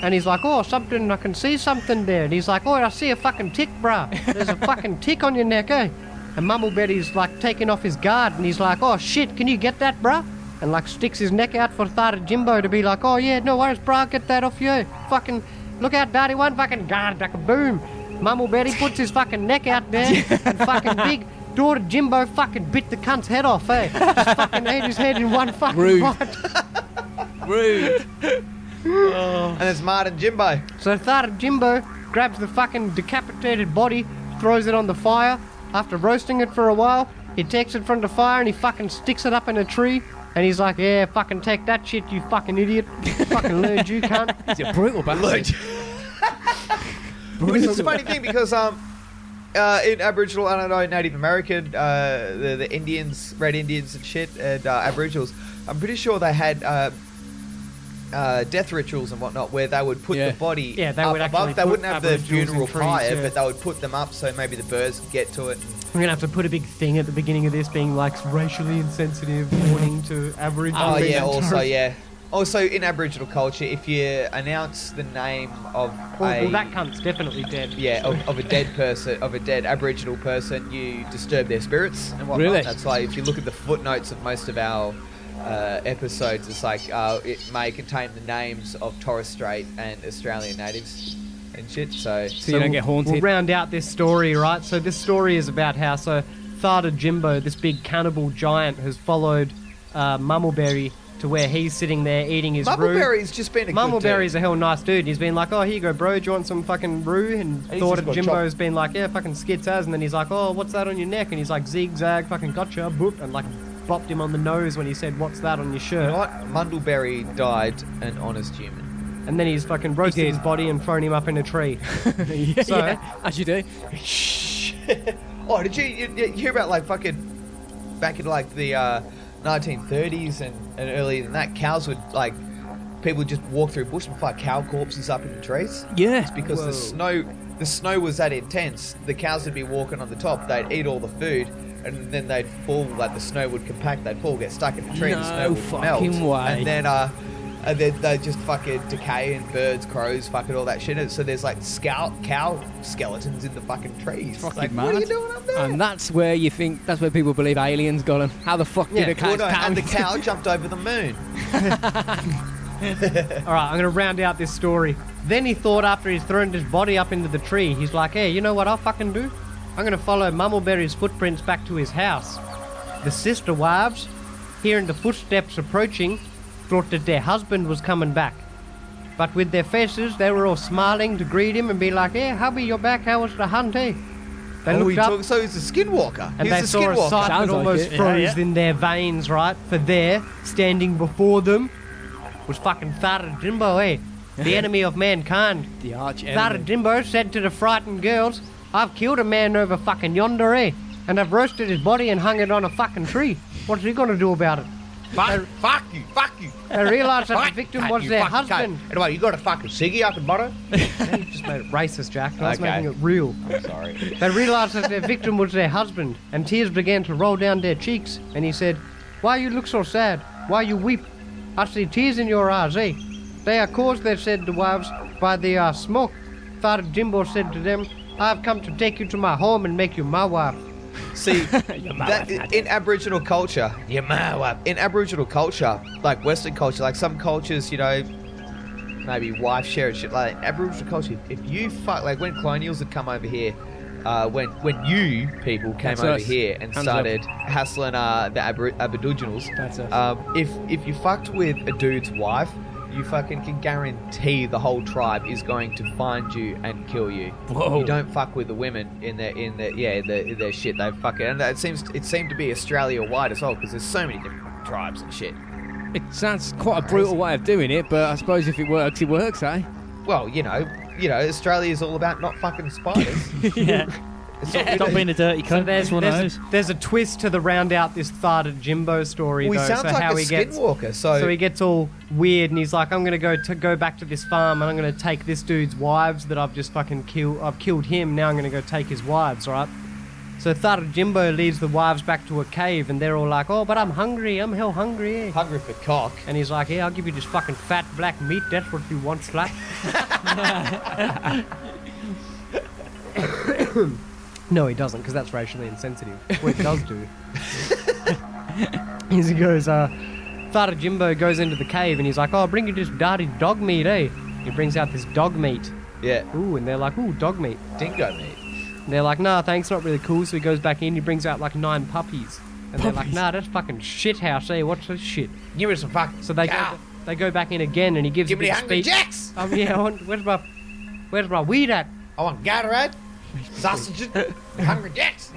And he's like, oh, something, I can see something there. And he's like, oh, I see a fucking tick, bruh. There's a fucking tick on your neck, eh? And Mumbleberry's like taking off his guard and he's like, oh shit, can you get that, bruh? And like sticks his neck out for Thar Jimbo to be like, oh yeah, no worries, bruh, I'll get that off you. Fucking, look out, Daddy One, fucking guard, like a boom. Mumbleberry puts his fucking neck out there and fucking big. Daughter Jimbo fucking bit the cunt's head off, eh? Just fucking ate his head in one fucking
Rude.
bite.
Rude.
And there's Martin Jimbo.
So Thar Jimbo grabs the fucking decapitated body, throws it on the fire. After roasting it for a while, he takes it from the fire and he fucking sticks it up in a tree. And he's like, yeah, fucking take that shit, you fucking idiot. fucking learned you, cunt.
He's a brutal bastard.
Which is a funny thing because um, uh, in Aboriginal, I don't know, Native American, uh, the, the Indians, Red Indians and shit, and uh, Aboriginals, I'm pretty sure they had uh, uh, death rituals and whatnot where they would put
Yeah.
the body
Yeah, they
up
would actually
above. They
put
wouldn't have the
Aboriginals in
funeral
trees,
pyre,
yeah.
but they would put them up so maybe the birds could get to it.
I'm gonna have to put a big thing at the beginning of this, being like racially insensitive warning to Aboriginal.
Oh
people.
yeah, also yeah. Also, in Aboriginal culture, if you announce the name of a
Well, well, that cunt's definitely dead.
yeah of, of a dead person, of a dead Aboriginal person, you disturb their spirits and whatnot.
Really?
That's why if you look at the footnotes of most of our uh, episodes, it's like uh, it may contain the names of Torres Strait and Australian natives and shit. So,
So, you don't get haunted.
We'll round out this story, right? So this story is about how so Thada Jimbo, this big cannibal giant, has followed uh, Mumbleberry to where he's sitting there eating his roux.
Mumbleberry's just been a good dude.
Mumbleberry's a hell nice dude. and He's been like, oh, here you go, bro. Do you want some fucking roux? And
He's
thought
just
of
got
Jimbo's been like, yeah, fucking skits as. And then he's like, oh, what's that on your neck? And he's like, zigzag, fucking gotcha, boop. And like, bopped him on the nose when he said, what's that on your
You know
shirt?
what? Mundleberry died an honest human.
And then he's fucking roasted his body and thrown him up in a tree. so,
yeah, as you do.
Oh, did you, you, you hear about like fucking back in like the uh, 1930s and, and earlier than that? Cows would like people would just walk through bush and find cow corpses up in the trees.
Yeah.
because the snow the snow was that intense. The cows would be walking on the top. They'd eat all the food, and then they'd fall. Like the snow would compact. They'd fall, get stuck in the tree. the
No
snow would melt,
fucking way.
and then uh, and then they just fucking decay and birds, crows, fucking all that shit. So there's like scout cow skeletons in the fucking trees.
Fucking
like, what are
mad.
you doing up there?
And that's where you think, that's where people believe aliens got them. How the fuck
Yeah.
did a
Oh,
cat
no, and the
count?
cow jumped over the moon.
All right, I'm going to round out this story. Then he thought after he's thrown his body up into the tree, he's like, hey, you know what I'll fucking do? I'm going to follow Mumbleberry's footprints back to his house. The sister wives, hearing the footsteps approaching, thought that their husband was coming back. But with their faces, they were all smiling to greet him and be like, hey, hubby, you're back. How was the hunt, eh? They
Oh, he
looked up
talk, so he's a skinwalker.
and
he's
they
a
saw a
skinwalker.
sight that
Sounds like
almost
it.
froze in their veins, right? For there, standing before them, was fucking Thara Jimbo, eh? The enemy of mankind.
The arch
Thara
enemy.
Jimbo said to the frightened girls, I've killed a man over fucking yonder, eh? And I've roasted his body and hung it on a fucking tree. What's he gonna do about it?
Fuck, fuck you, fuck you.
They realised that
fuck
the victim
you,
was
you
their
fucking cunt.
husband.
Anyway, you got a fucking ciggy I can borrow?
Just made it racist, Jack. That's
Okay.
making it real.
Sorry.
They realised that their victim was their husband, and tears began to roll down their cheeks. And he said, Why you look so sad? Why you weep? I see tears in your eyes, eh? They are caused, they said, the wives, by the uh, smoke. Father Jimbo said to them, I've come to take you to my home and make you my wife.
See, that, in Aboriginal culture, yeah, in Aboriginal culture, like Western culture, like some cultures, you know, maybe wife share and shit like that. Aboriginal culture, if you fuck, like when colonials had come over here, uh, when when you people came
That's
over
us.
here and
Hands
started hassling uh, the Abor- Aboriginals,
That's us.
um, if if you fucked with a dude's wife, you fucking can guarantee the whole tribe is going to find you and kill you.
Whoa.
You don't fuck with the women in their in their yeah their, their shit. They fucking and that seems it seemed to be Australia wide as well because there's so many different tribes and shit.
It sounds quite a brutal way of doing it, but I suppose if it works, it works, eh?
Well, you know, you know, Australia is all about not fucking spiders.
yeah.
It's all-
Stop being a dirty cunt.
There's,
That's one of
there's,
those.
a, there's a twist to the round out this Thada Jimbo story,
well, he
though.
sounds
so
like
how
a
he gets
skinwalker. so,
So he gets all weird and he's like, I'm gonna go to go back to this farm and I'm gonna take this dude's wives that I've just fucking killed. I've killed him. Now I'm gonna go take his wives, right? So Thada Jimbo leads the wives back to a cave and they're all like, Oh, but I'm hungry. I'm hell hungry. Eh?
hungry for cock.
And he's like, Yeah, I'll give you this fucking fat black meat. That's what you want, slap. no, he doesn't, because that's racially insensitive. What he does do is he goes, uh, Thada Jimbo goes into the cave and he's like, Oh, I'll bring you this dirty dog meat, eh? He brings out this dog meat.
Yeah,
Ooh, and they're like, Ooh, dog meat.
dingo meat.
And they're like, Nah, thanks, not really cool. So he goes back in, he brings out like nine puppies. And they're like, nah, that's fucking shit house, eh? What's this shit?
Give me some fucking.
So they go,
cow.
they go back in again, and he gives
Give
a
me
big
the hungry
speech.
jacks.
Um, yeah, I want, where's my where's my weed at?
I want Gatorade, sausages, hungry jacks.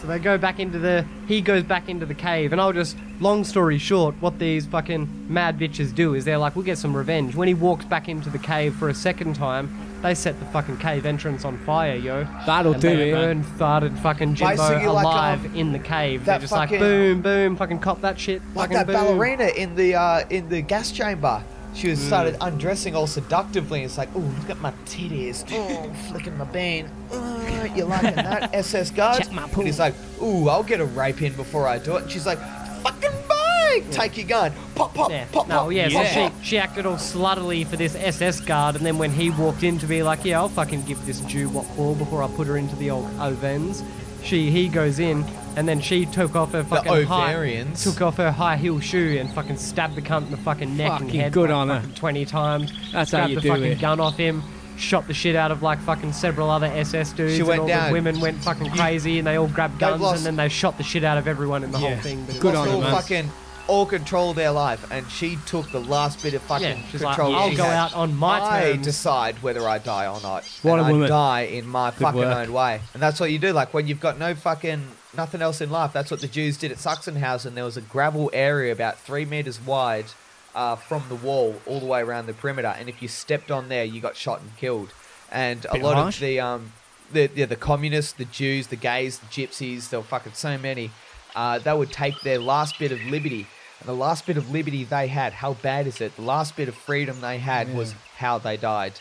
So they go back into the he goes back into the cave, and I'll just long story short, what these fucking mad bitches do is they're like, we'll get some revenge. When he walks back into the cave for a second time, They set the fucking cave entrance on fire, yo.
That'll
and
do
they
it.
Burn started fucking Jimbo
Basically, like,
alive
um,
in the cave. They're
that
just like
fucking-
boom, boom, fucking cop that shit.
Like
fucking
that
boom. Mm.
ballerina in the uh, in the gas chamber. She was started undressing all seductively. It's like, oh, look at my titties. Oh, flicking my bean. Oh, you liking that, SS guards?
Check my poo.
And he's like, ooh, I'll get a rape in before I do it. And she's like, fucking bang! Take your gun. Pop, pop,
Yeah.
pop,
No,
pop.
yeah,
pop,
so
pop.
she, she acted all sluttily for this SS guard, and then when he walked in to be like, yeah, I'll fucking give this Jew what for before I put her into the old ovens, she he goes in, and then she took off her fucking
ovarians.
high took off her high heel shoe and fucking stabbed the cunt in the fucking neck and
Fucking
head
good
like
on her.
fucking twenty times.
That's how
grabbed
you
the
do
fucking
it.
gun off him. Shot the shit out of like fucking several other SS dudes,
She went
and all
down.
the women went fucking crazy, and they all grabbed
They've
guns,
lost-
and then they shot the shit out of everyone in the
Yeah.
whole thing. But it
Good
was
on
Lost
her,
all
man.
fucking all control of their life, and she took the last bit of fucking
Yeah, she's like,
control.
I'll
she
go
had.
out on my
I
terms.
decide whether I die or not.
What
and
a woman.
I die in my fucking
work.
own way, and that's what you do. Like when you've got no fucking nothing else in life. That's what the Jews did at Sachsenhausen. There was a gravel area about three meters wide uh, from the wall all the way around the perimeter, and if you stepped on there, you got shot and killed. And a
Bit
lot
harsh.
of the um, the yeah, the communists, the Jews, the gays, the gypsies, there were fucking so many. Uh, they would take their last bit of liberty, and the last bit of liberty they had. How bad is it? The last bit of freedom they had was how they died,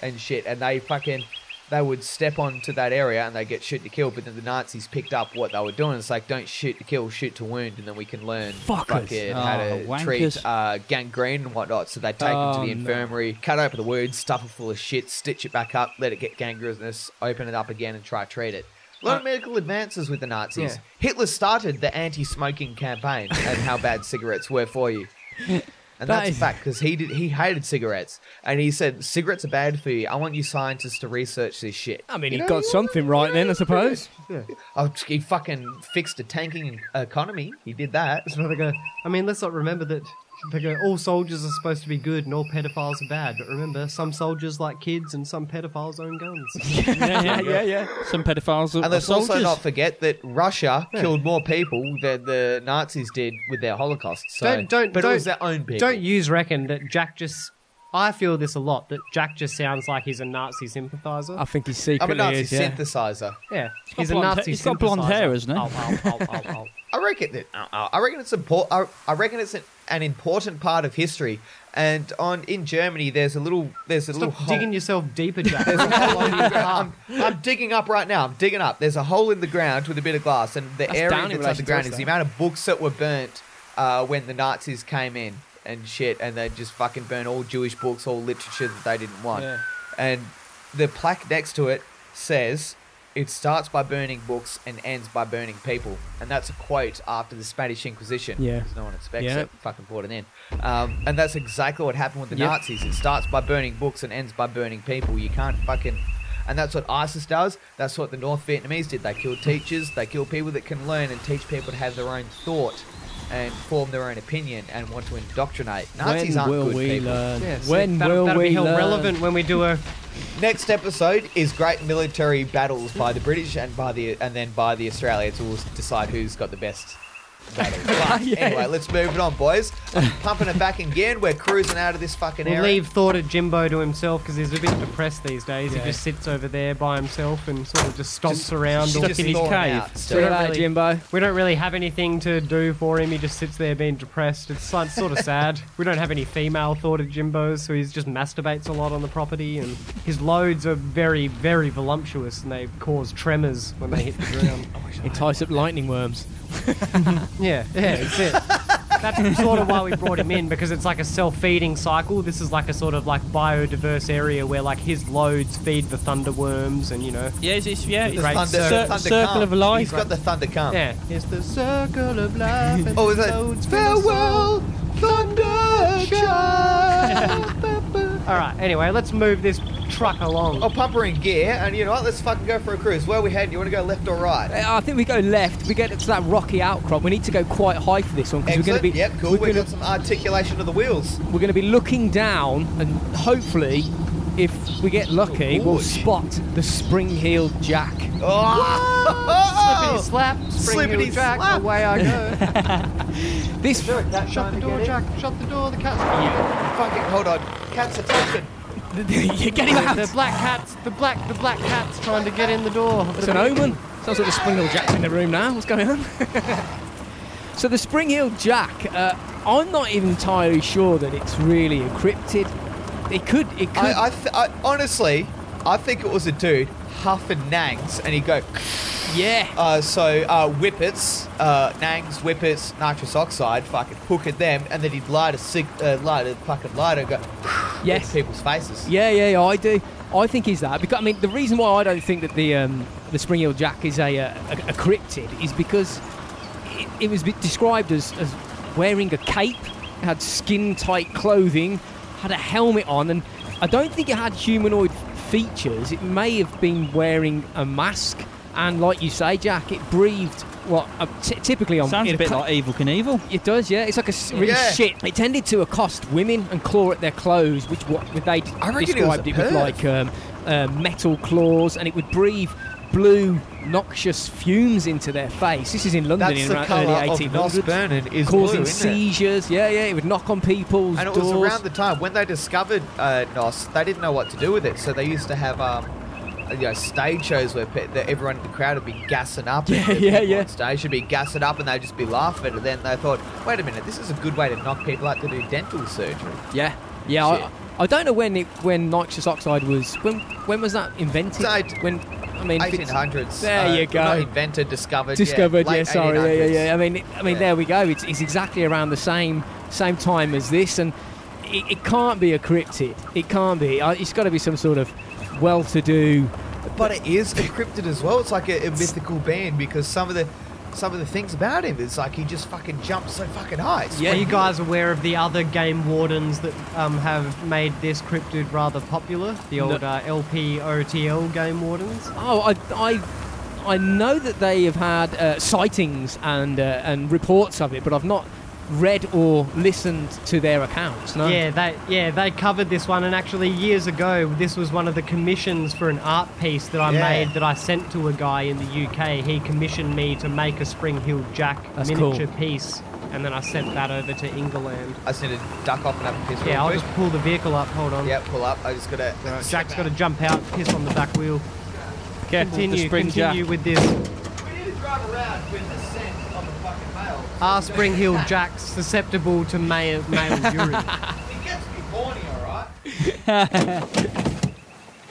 and shit. And they fucking they would step onto that area and they get shoot to kill. But then the Nazis picked up what they were doing. It's like don't shoot to kill, shoot to wound, and then we can learn
Fuckers.
fucking
Oh,
Ah,
how to
wankers.
treat uh, gangrene and whatnot. So they take them
Oh,
to the
no.
infirmary, cut open the wound, stuff it full of shit, stitch it back up, let it get gangrenous, open it up again, and try to treat it. A
Uh,
lot of medical advances with the Nazis. Hitler started the anti-smoking campaign and how bad cigarettes were for you. And
That
that's
is-
a fact because he did, he hated cigarettes and he said cigarettes are bad for you. I want you scientists to research this shit.
Oh.
I mean, he got something right then, I suppose.
Oh, he fucking fixed a tanking economy. He did that.
So they go, I mean, let's not remember that they go, all soldiers are supposed to be good and all pedophiles are bad. But remember, some soldiers like kids and some pedophiles own guns.
yeah, yeah, yeah, Some pedophiles are,
And
are
let's
soldiers.
also not forget that Russia killed more people than the Nazis did with their Holocaust. So,
Don't- don't-
but
don't-
it was their own people.
Don't yous reckon that Jack just. I feel this a lot that Jack just sounds like he's a Nazi sympathizer.
I think he
I'm
secretly
a Nazi
is. Yeah.
synthesizer.
yeah,
got
he's a
blonde
Nazi
hair- he's got blonde
sympathiser.
hair, isn't he?
Ow, ow, ow, ow, ow.
I reckon that. uh, uh, I reckon it's important. I, I reckon it's an, an important part of history. And on in Germany, there's a little. There's a little
Stop
hole.
digging yourself deeper, Jack.
I'm, I'm digging up right now. I'm digging up. There's a hole in the ground with a bit of glass, and the
That's
area
down
that's
in relation to
underground
us,
is
though.
the amount of books that were burnt uh, when the Nazis came in and shit, and they just fucking burn all Jewish books, all literature that they didn't want.
Yeah.
And the plaque next to it says, "It starts by burning books and ends by burning people," and that's a quote after the Spanish Inquisition.
Yeah.
'cause no one expects
Yeah.
it. Fucking brought it in, um, and that's exactly what happened with the
Yep.
Nazis. It starts by burning books and ends by burning people. You can't fucking. And that's what ISIS does. That's what the North Vietnamese did. They kill teachers. They kill people that can learn and teach people to have their own thought and form their own opinion and want to indoctrinate. Nazis
when
aren't
will
good
we
people.
learn?
Yeah, see,
when
that'll,
will
that'll
we
be held
learn?
relevant when we do a
Next episode is great military battles by the British and by the and then by the Australians. We'll decide who's got the best. battle. But
Yeah.
Anyway, let's move it on, boys. I'm pumping it back again. We're cruising out of this fucking
We'll
area.
leave Thor to Jimbo to himself because he's a bit depressed these days. He just sits over there by himself and sort of just stomps around.
He's
All.
just
in his
thawing
cave.
out
See you
still.
Don't
later,
really-
Jimbo.
We don't really have anything to do for him. He just sits there being depressed. It's si- sort of sad. We don't have any female Thor to Jimbos, so he just masturbates a lot on the property. And his loads are very, very voluptuous and they cause tremors when they hit the ground.
Entice up lightning worms.
Yeah, yeah, that's it. That's sort of why we brought him in because it's like a self-feeding cycle. This is like a sort of like biodiverse area where like his loads feed the thunderworms and you know.
Yeah, it's, it's, yeah,
The
it's
Right.
thunder,
Cir-
thunder
circle
cum.
of life.
He's got the thunder cum.
Yeah, it's the circle of life. and
Oh, is
the
that
loads fill us all.
farewell, thunder child?
All right. Anyway, let's move this truck along.
Oh, pumper in gear, and you know what? Let's fucking go for a cruise. Where are we heading? You want to go left or right?
Uh, I think we go left. We get to that rocky outcrop. We need to go quite high for this one because we're going
Excellent.
to
yep,
be
cool.
we're
We've
gonna-
got some articulation of the wheels.
we're going to be looking down and hopefully if we get lucky
Oh,
we'll
gosh.
spot the spring-heeled jack
Oh,
Slippity slap, spring
Slippity
heel jack,
slap.
away I go.
this
Is there a cat
Shut
trying
the
to
door,
get in?
Jack. Shut the door. The cat's
Fucking hold on. Cat's attention.
Get him out.
The black cat's the black the black cat's trying to get in the door.
It's an omen. Sounds like the Spring Hill Jack's in the room now. What's going on? so the Spring Hill Jack, uh, I'm not even entirely sure that it's really encrypted. It could, it could.
I, I, th- I honestly, I think it was a dude huffing nangs, and he'd go.
yeah.
Uh, so uh, whippets, uh, nangs, whippets, nitrous oxide, fucking hook at them, and then he'd light a sig- uh, light a fucking lighter, and go
Yes.
in people's faces.
Yeah, yeah, yeah, I do. I think he's that because I mean the reason why I don't think that the um, the Spring Hill Jack is a, uh, a, a cryptid is because it, it was be- described as, as wearing a cape, had skin tight clothing, had a helmet on, and I don't think it had humanoid features. It may have been wearing a mask, and like you say, Jack, it breathed what uh, t- typically on
Sounds
in
a bit
cl-
like Evil Knievel.
it does, yeah. It's like a s- really
Yeah.
shit. It tended to accost women and claw at their clothes, which what what they d-
I reckon it was
described
a
it, with
perv.
like um, uh, metal claws, and it would breathe blue, noxious fumes into their face. This is in London
That's
in
the
around
colour
early
of
1800s,
Nosburn is
causing
blue, isn't it?
seizures. Yeah, yeah. It would knock on people's
And it
doors.
was around the time when they discovered uh, Nos, they didn't know what to do with it, so they used to have um, you know, stage shows where pe- that everyone in the crowd would be gassing up. and
Yeah,
people
yeah,
on
yeah.
Stage would be gassing up, and they'd just be laughing. at it. And then they thought, wait a minute, this is a good way to knock people out to do dental surgery.
yeah, yeah. I,
Shit.
I don't know when it when nitrous oxide was when when was that invented?
So it-
when I mean, if it's-
1800s.
There
uh,
you go.
Not invented, discovered.
discovered.
Yeah,
Yeah,
late
sorry. Yeah,
1800s.
yeah, yeah. I mean, I mean,
Yeah.
there we go. It's, it's exactly around the same same time as this, and it, it can't be a cryptid. It can't be. Uh, It's got to be some sort of well-to-do.
But it is encrypted as well. It's like a, a mythical band because some of the some of the things about him is like he just fucking jumps so fucking high. It's
Are you guys aware of the other game wardens that um, have made this cryptid rather popular? The old uh, LPOTL game wardens?
Oh, I, I, I know that they have had uh, sightings and uh, and reports of it, but I've not read or listened to their accounts. No.
Yeah, they yeah they covered this one, and actually years ago, this was one of the commissions for an art piece that I
Yeah.
made that I sent to a guy in the UK. He commissioned me to make a Spring Hill Jack
That's
miniature piece, and then I sent that over to England.
I just need to duck off and have a piss.
Yeah,
real
I'll
quick.
just pull the vehicle up. Hold on.
Yeah, pull up. I just gotta.
Jack's got to jump out, piss on the back wheel.
Careful with the
Continue,
spring jack.
continue with this.
We need to drive around with the scent of the fucking mail.
Are Spring Hill Jacks susceptible to male, male urine?
It gets me horny, alright?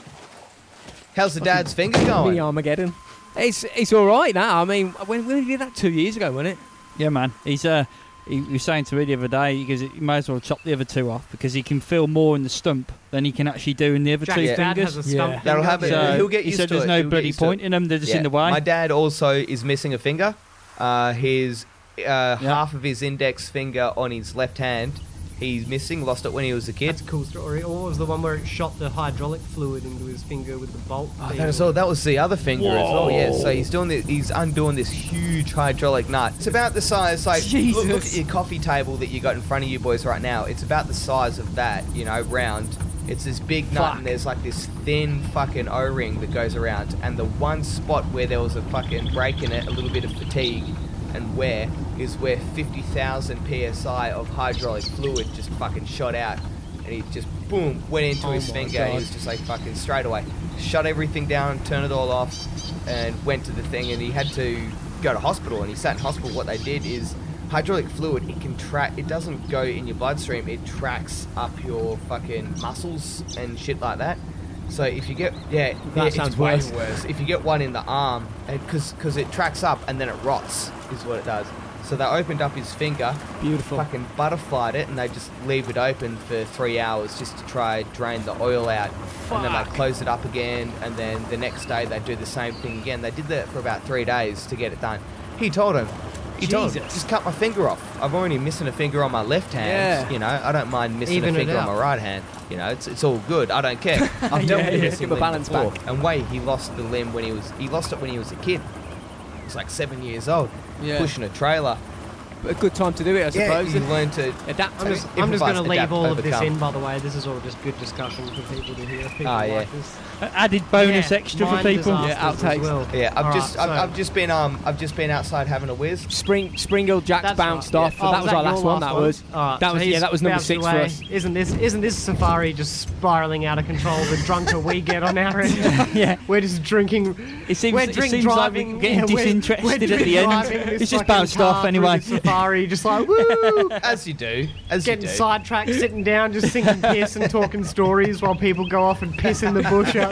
How's the dad's finger
Maybe
going?
Armageddon. It's it's all right now. I mean, when, when we did that two years ago, wasn't it?
Yeah, man. He's uh, he, he was saying to me the other day, he goes, "You may as well chop the other two off because he can feel more in the stump than he can actually do in the other two
Jack's dad
fingers."
has a stump.
Yeah.
That'll
finger.
happen.
So
He'll get
he
used
said
to
there's
it.
no
He'll get
bloody
used to it.
point in them; they're just in the way.
My dad also is missing a finger. Uh, his uh, half of his index finger on his left hand, he's missing. Lost it when he was a kid.
That's a cool story. Or was the one where it shot the hydraulic fluid into his finger with the bolt?
Oh,
thing?
that is all. That was the other finger as well. Yeah. So he's doing this. He's undoing this huge hydraulic nut. It's about the size. Like look, look at
Jesus.
your coffee table that you got in front of you boys right now. It's about the size of that. You know, round. It's this big nut,
Fuck.
and there's like this thin fucking O-ring that goes around, and the one spot where there was a fucking break in it, a little bit of fatigue, and wear, is where 50,000 psi of hydraulic fluid just fucking shot out, and he just boom went into
Oh
his
my
finger.
God.
He was just like fucking straight away. Shut everything down, turn it all off, and went to the thing. And he had to go to hospital. And he sat in hospital. What they did is hydraulic fluid. It can track. It doesn't go in your bloodstream. It tracks up your fucking muscles and shit like that. So if you get yeah, yeah, it's
sounds
way
worse.
worse. If you get one in the arm, because because it tracks up and then it rots is what it does. So they opened up his finger,
Beautiful.
fucking butterflied it, and they just leave it open for three hours just to try drain the oil out, and then they
Fuck.
close it up again, and then the next day they do the same thing again. They did that for about three days to get it done. He told him. He told him,
Jesus.
just cut my finger off. I'm already missing a finger on my left hand.
Yeah.
You know, I don't mind missing
Even
a
it
finger on
out.
my right hand. You know, it's, it's all good. I don't care. I've dealt
Yeah,
with
yeah.
this
Give a balance back.
and way he lost the limb when he was he lost it when he was a kid. He was like seven years old,
Yeah.
pushing a trailer,
a good time to do it, I
Yeah,
suppose.
you learn to. I
adapt.
I'm
mean,
just, I'm just going to
improvise,
leave
adapt,
all of this
overcome.
in, by the way. This is all just good discussion for people to hear. People
Ah, yeah.
like this.
Added bonus
Yeah,
extra for
mine
people.
disasters
Yeah, outtakes.
as well.
Yeah, I've
All
just
right,
I've,
so-
I've just been um I've just been outside having a whiz.
Spring Springill Jack's
That's
bounced
right,
off.
yeah. Oh,
that was,
was
our
that
last
your
one.
last
That
one?
was.
All right,
that
so
was. Yeah,
he's
that was number
bounced
six for
away.
us.
Isn't this isn't this safari just spiraling out of control? The drunker we get on our end,
Yeah.
we're just drinking.
It seems,
we're
it
drink
seems like
driving.
we're getting
yeah, we're-
disinterested
we're
at the
driving
end.
this
It's just
fucking
bounced off
car
anyway.
through the Safari, just like woo,
As you do, as you do.
getting sidetracked, sitting down, just singing piss and talking stories while people go off and piss in the bush outside.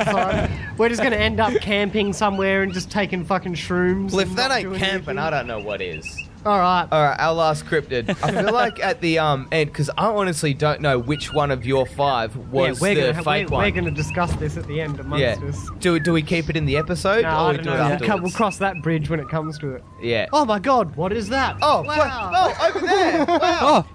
We're just gonna end up camping somewhere and just taking fucking shrooms.
Well, if
and
that
not
ain't
doing
camping,
anything.
I don't know what is.
all right.
All right, our last cryptid. I feel like at the um end because I honestly don't know which one of your five was
yeah, we're
the
gonna,
fake
we're,
one.
We're going to discuss this at the end amongst
yeah.
us.
Do do we keep it in the episode
No,
or
I
we
don't
do
know.
it
We'll,
afterwards?
co- we'll cross that bridge when it comes to it.
Yeah.
Oh my god, what is that?
Oh,
wow.
what- oh, over there. Wow.
Oh.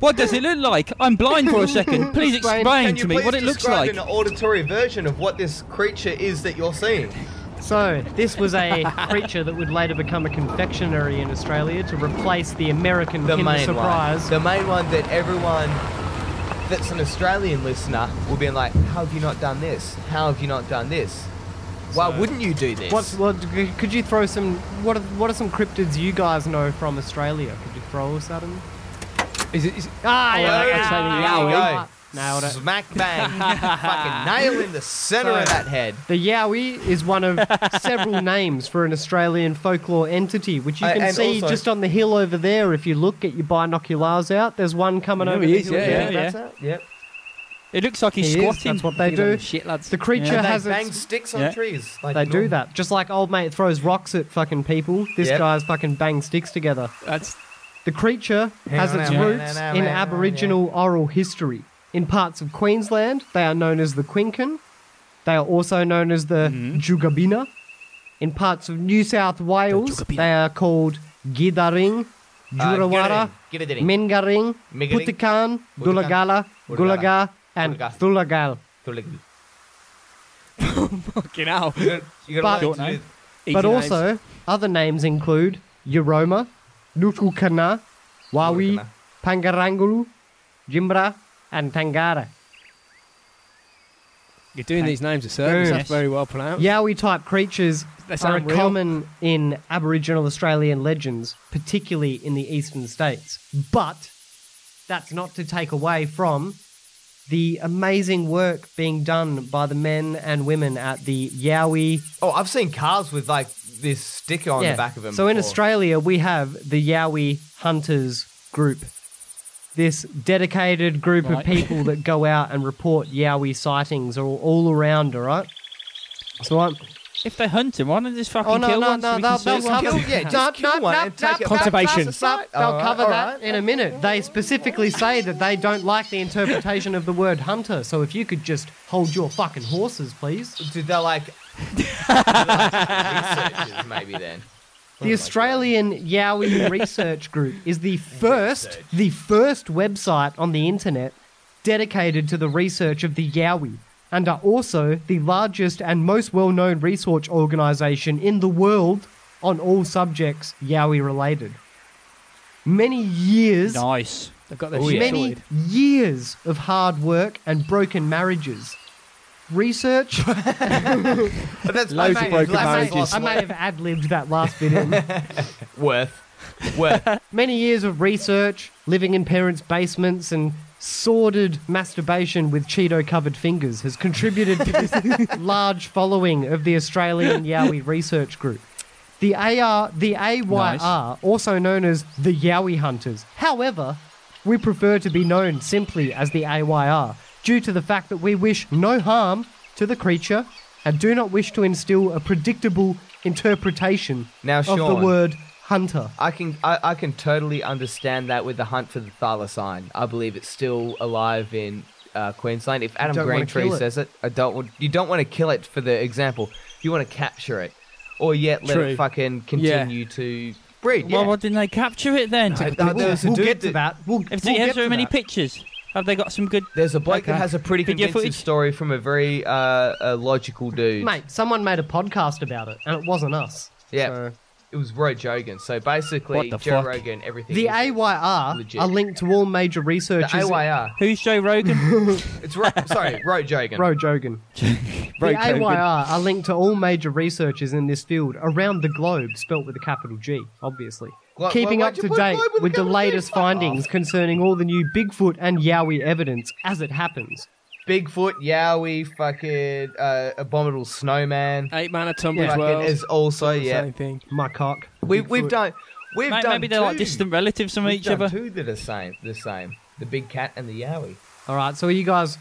What does it look like? I'm blind for a second. Please
Explain.
explain
Can you
to me
please
what it looks
describe
like.
an auditory version of what this creature is that you're seeing?
So, this was a creature that would later become a confectionery in Australia to replace the American
The
Kinder
main
Surprise.
one. The main one that everyone that's an Australian listener will be like, how have you not done this? How have you not done this? Why wouldn't you do this?
What's, what, could you throw some. What are, what are some cryptids you guys know from Australia? Could you throw us at them?
Is it, is it,
Ah,
Oh,
yeah,
there
yeah,
it's
yeah,
only
yeah,
Yowie.
yeah. Nailed it.
Smack bang. Fucking nail in the center of that head.
The Yowie is one of several names for an Australian folklore entity, which you
Uh,
can
and
see
also-
just on the hill over there. If you look, get your binoculars out. There's one coming
Yeah,
over
he
the
is,
hill
yeah,
there.
yeah.
That's it. Yep.
It looks like he's
He is,
squatting.
that's what they
Look at them
do.
Shit, lads.
The creature
They
has
bang
its,
sticks on
Yeah.
trees. Like
They do
normal.
that. Just like old mate throws rocks at fucking people, this
Yep.
guy's fucking bang sticks together.
That's
The creature has its
Yeah.
roots in Aboriginal oral history. In parts of Queensland, they are known as the Quincan. They are also known as the
Mm-hmm.
Jugabina. In parts of New South Wales,
Jugabina.
they are called Gidaring,
Uh,
Jurawara,
get it in, get it in.
Mengaring,
Megaring,
Putikan,
Putikan,
Dulagala,
Gulagala,
Gulaga, and
Gulaga.
Thulagal.
fucking hell.
You gotta-
But-
you gotta learn to do-
But also, other names include Yoroma, Nutukana, Wawi,
Nutukana.
Pangarangulu, Jimbra, and Tangara.
you're doing these names a service.
Yes.
That's very well pronounced.
Yowie type creatures
They
are
sound real.
common in Aboriginal Australian legends, particularly in the eastern states. But that's not to take away from the amazing work being done by the men and women at the Yowie
Oh, I've seen cars with like this sticker on the back of them.
So in
before.
Australia, we have the Yowie Hunters group. This dedicated group of
Right.
people that go out and report Yowie sightings are all, all around, all right? So I'm.
If they hunt him, why don't they just fucking
Oh, no,
kill
no,
one? so
no,
we
they'll,
can
they'll
see one?
cover,
Yeah, just
no,
kill
no,
one
no,
and take
no,
it
no,
back.
Conservation.
no, no, They'll
Alright,
cover that
alright.
in a minute. They specifically say that they don't like the interpretation of the word hunter, so if you could just hold your fucking horses, please.
Dude, they're like. They're like researchers, maybe then.
The Australian Yowie Research Group is the first,
Research.
the first website on the internet dedicated to the research of the Yowie, and are also the largest and most well-known research organisation in the world on all subjects Yowie related. Many years
Nice.
they've got their
Oh,
shit
yeah.
many
sorted.
years of hard work and broken marriages. Research.
But that's
Loads of
I may-
broken
I may-
marriages.
I may have ad libbed that last bit in.
Worth. Worth.
Many years of research, living in parents' basements, and sordid masturbation with Cheeto covered fingers has contributed to this large following of the Australian Yowie Research Group. The AR, the AYR, also known as the Yowie Hunters. However, we prefer to be known simply as the AYR due to the fact that we wish no harm to the creature and do not wish to instill a predictable interpretation
Now,
of the
Sean.
word hunter.
I can I, I can totally understand that with the hunt for the thylacine. I believe it's still alive in uh, Queensland. If Adam
don't wanna
Greentree
kill it.
says it, I don't want you don't want to kill it for the example. You want to capture it, or yet let
True.
it fucking continue to breed.
Well,
Yeah.
why didn't they capture it then?
I- I- there was a
we'll
dude
get to that. We'll,
If
we'll
they have
get
so
to
many
that.
pictures, have they got some good?
There's a bloke that
Okay.
has a pretty
Video
convincing
footage?
story from a very uh, uh, logical dude.
Mate, someone made a podcast about it, and it wasn't us.
Yeah.
So
it was Roe Jogan. So basically,
What the
Joe
fuck?
Rogan, everything.
The
was-
AYR
Legit.
are linked to all major
the
researchers.
AYR.
Who's Joe Rogan?
It's Ro- sorry, Roe Jogan.
Bro Jogan.
Roe
The
Jogan.
AYR are linked to all major researchers in this field around the globe, spelt with a capital G, obviously.
Why-
Keeping
why-
up to
why'd you put
date
globe with a
with the
capital G?
latest
Fuck off.
findings concerning all the new Bigfoot and Yowie evidence as it happens.
Bigfoot, Yowie, fucking uh, abominable snowman.
Eight man a tumble as
fucking
well.
is also yeah.
Same thing.
My cock.
We, we've done we've
Mate,
done
maybe they're
two.
like distant relatives from
we've
each
done
other.
Two that are same, the same. The big cat and the Yowie.
All right, so you guys,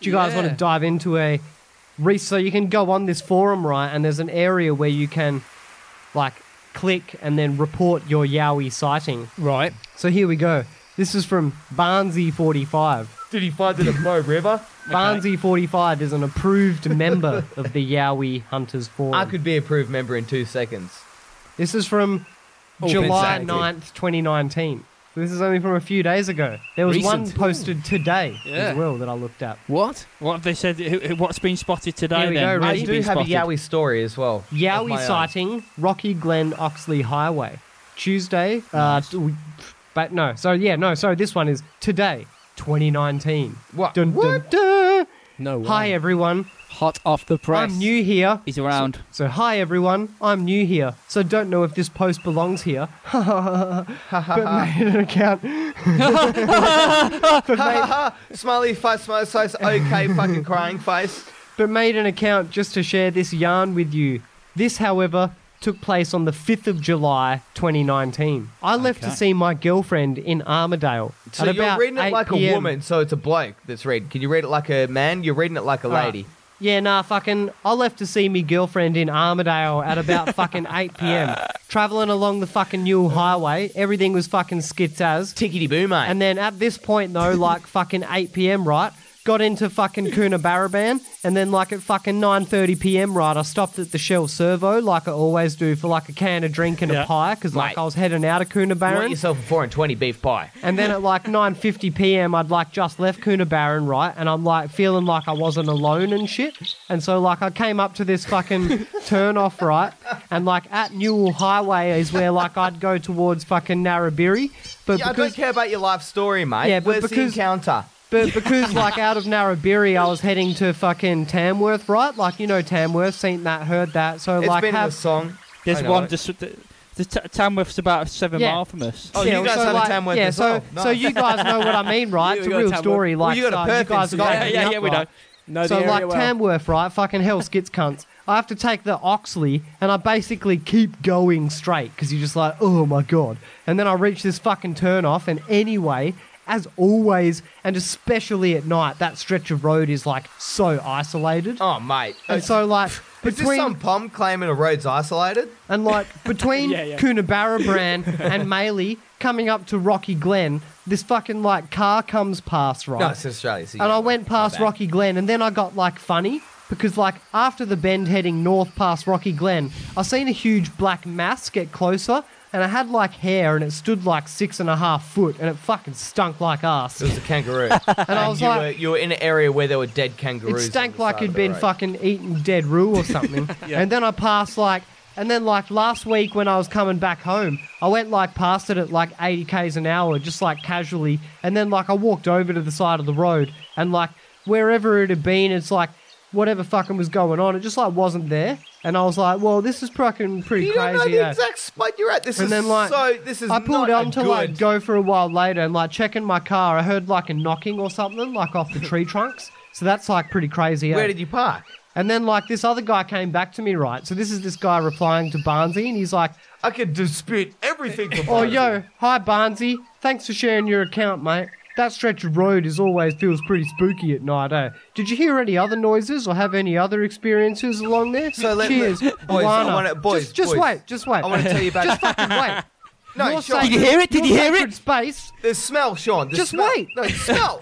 do you guys want
Yeah.
to dive into a re? So you can go on this forum, right? And there's an area where you can, like, click and then report your Yowie sighting.
Right.
So here we go. This is from Barnsey45.
Did he find it at Mo River?
Barnsey45 is an approved member of the Yowie Hunters Forum.
I could be a approved member in two seconds.
This is from
All
July
been
9th, 2019. So this is only from a few days ago. There was one
Recent.
posted today
Yeah.
as well that I looked at.
What?
What have they said? Who- who- What's been spotted today?
Here we
then?
go,
What's
I
ready?
been
do have
spotted?
a Yowie story as well. of my
Yowie
own.
sighting, Rocky Glen Oxley Highway, Tuesday. Uh, t- we- but no, so yeah, no, so this one is today, 2019.
What?
Dun,
What? Oh,
dun, dun.
No way.
Hi everyone,
Hot off the press.
I'm new here.
He's around.
So hi everyone, I'm new here, so don't know if this post belongs here. but made an account. but, made,
Smiley face, smiley face, okay, fucking crying face.
but made an account just to share this yarn with you. This, however, took place on the 5th of July 2019. I left to see my girlfriend in Armadale.
So
at
you're
about
reading it
8
like a
PM.
woman, so it's a bloke that's reading. Can you read it like a man? You're reading it like a lady.
Yeah, nah, fucking. I left to see me girlfriend in Armadale at about fucking 8 p.m. Traveling along the fucking Newell Highway, everything was fucking skits as.
Tickety boo, mate.
And then at this point, though, like fucking 8 p.m., right? Got into fucking Coonabarabran, and then like at fucking 9:30 p.m., right? I stopped at the Shell Servo, like I always do, for like a can of drink and
Yeah.
a pie, because like
Mate.
I was heading out of
you
Coonabarran.
want yourself a four and twenty beef pie.
And then at like 9:50 p.m., I'd like just left Coonabarran, right? And I'm like feeling like I wasn't alone and shit. And so like I came up to this fucking turn off, right? And like at Newell Highway is where like I'd go towards fucking Narrabiri, but
Yeah, I don't
because
care about your life story, mate.
Yeah, but
Where's
because-
the encounter?
but because like out of Narrabiri, I was heading to fucking Tamworth, right? Like you know Tamworth, seen that, heard that. So
It's
like
been in
have
the song. I
There's
know
one
it.
just. The, the t- Tamworth's about seven
Yeah.
mile from us.
Oh, you guys have a Tamworth
yeah,
as
so,
well.
so
Nice.
you guys know what I mean, right?
You
it's a
got
real
Tamworth.
story.
Well,
Like
you got a
so
Perth
guys
in
are
Scotland.
going
Yeah,
up,
yeah, we
right?
know.
No, the
so
area
like
well.
Tamworth, right? Fucking hell, skits cunts. I have to take the Oxley and I basically keep going straight because you're just like, oh my god. And then I reach this fucking turn off, and anyway, as always, and especially at night, that stretch of road is like so isolated.
Oh, mate.
and so like
Is this
between Oh.
some pom claiming a road's isolated?
and like between
Yeah, yeah.
Coonabarabran and Maley coming up to Rocky Glen, this fucking like car comes past, right?
No, it's Australia. So
and
yeah,
I went past
my bad.
Rocky Glen, and then I got like funny because like after the bend heading north past Rocky Glen, I seen a huge black mass get closer, and it had like hair, and it stood like six and a half foot, and it fucking stunk like ass.
It was a kangaroo. and
And I was
you,
like,
were, you were in an area where there were dead
it
kangaroos.
stank
on the
like
side
it'd
of the
been
road.
fucking eating dead roo or something. And then I passed like, and then like last week when I was coming back home, I went like past it at like 80 k's an hour, just like casually. And then like I walked over to the side of the road and like wherever it had been, it's like whatever fucking was going on, it just like wasn't there. And I was like, well, this is fucking pretty
You
crazy.
don't know the
eh?
exact spot you're at. This
and
is
then like
so. This is
I pulled
not a
on to like
good-
go for a while later and like checking my car. I heard like a knocking or something like off the tree trunks. So that's like pretty crazy. eh?
Where did you park?
And then like this other guy came back to me, right? So this is this guy replying to Barnsey, and he's like,
I could dispute everything. from
"Oh
Barnsley.
yo, hi Barnsey, thanks for sharing your account, mate. That stretch of road is always feels pretty spooky at night, eh? Did you hear any other noises or have any other experiences along there?
So let-
Cheers,
let- boys, I
Alana.
wanna- boys,
just, just
boys.
wait, just wait.
I want to tell you about.
just fucking wait.
no,
Your
Sean,
sacred-
Did you hear it? Did
your
you hear it?
sacred Space.
The smell, Sean. The
Just
smell.
wait.
No, the smell.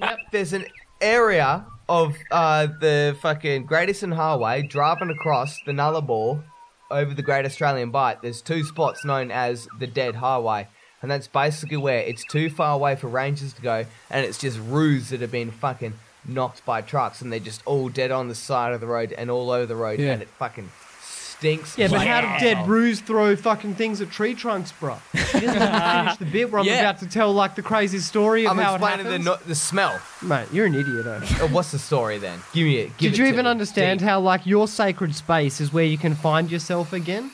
yep. There's an area of uh, the fucking Great Eastern Highway driving across the Nullarbor over the Great Australian Bight. There's two spots known as the Dead Highway. And that's basically where it's too far away for rangers to go, and it's just roofs that have been fucking knocked by trucks, and they're just all dead on the side of the road and all over the road,
Yeah.
and it fucking stinks.
Yeah, but how did Dead Ruse throw fucking things at tree trunks, bro? She doesn't even finish the bit where I'm
Yeah.
about to tell like the crazy story of
I'm
how
explaining
it
the,
happens.
no- the smell.
Mate, you're an idiot. eh?
Uh, What's the story then? Give me it.
Did
Give it
you
to
even
me.
understand how like your sacred space is where you can find yourself again?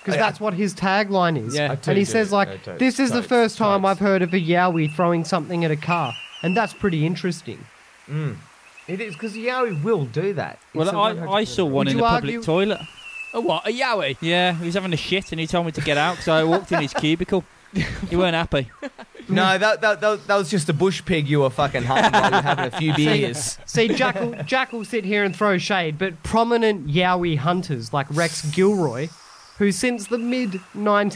Because
Yeah.
that's what his tagline is.
Yeah. I
and
totally
he
do.
says
I
like,
totally-
"This is the
totally-
first time
totally.
I've heard of a Yowie throwing something at a car," and that's pretty interesting.
It is because Yowie will do that.
Well,
It's a
I,
100%
I saw one
Would
in
you
the
argue-
public toilet.
A what? A yowie?
Yeah, he was having a shit and he told me to get out because I walked in his cubicle. He weren't happy.
No, that, that, that, that was just a bush pig you were fucking hunting while you were having a few beers.
See, Jack will, Jack will sit here and throw shade, but prominent Yowie hunters like Rex Gilroy, who since the mid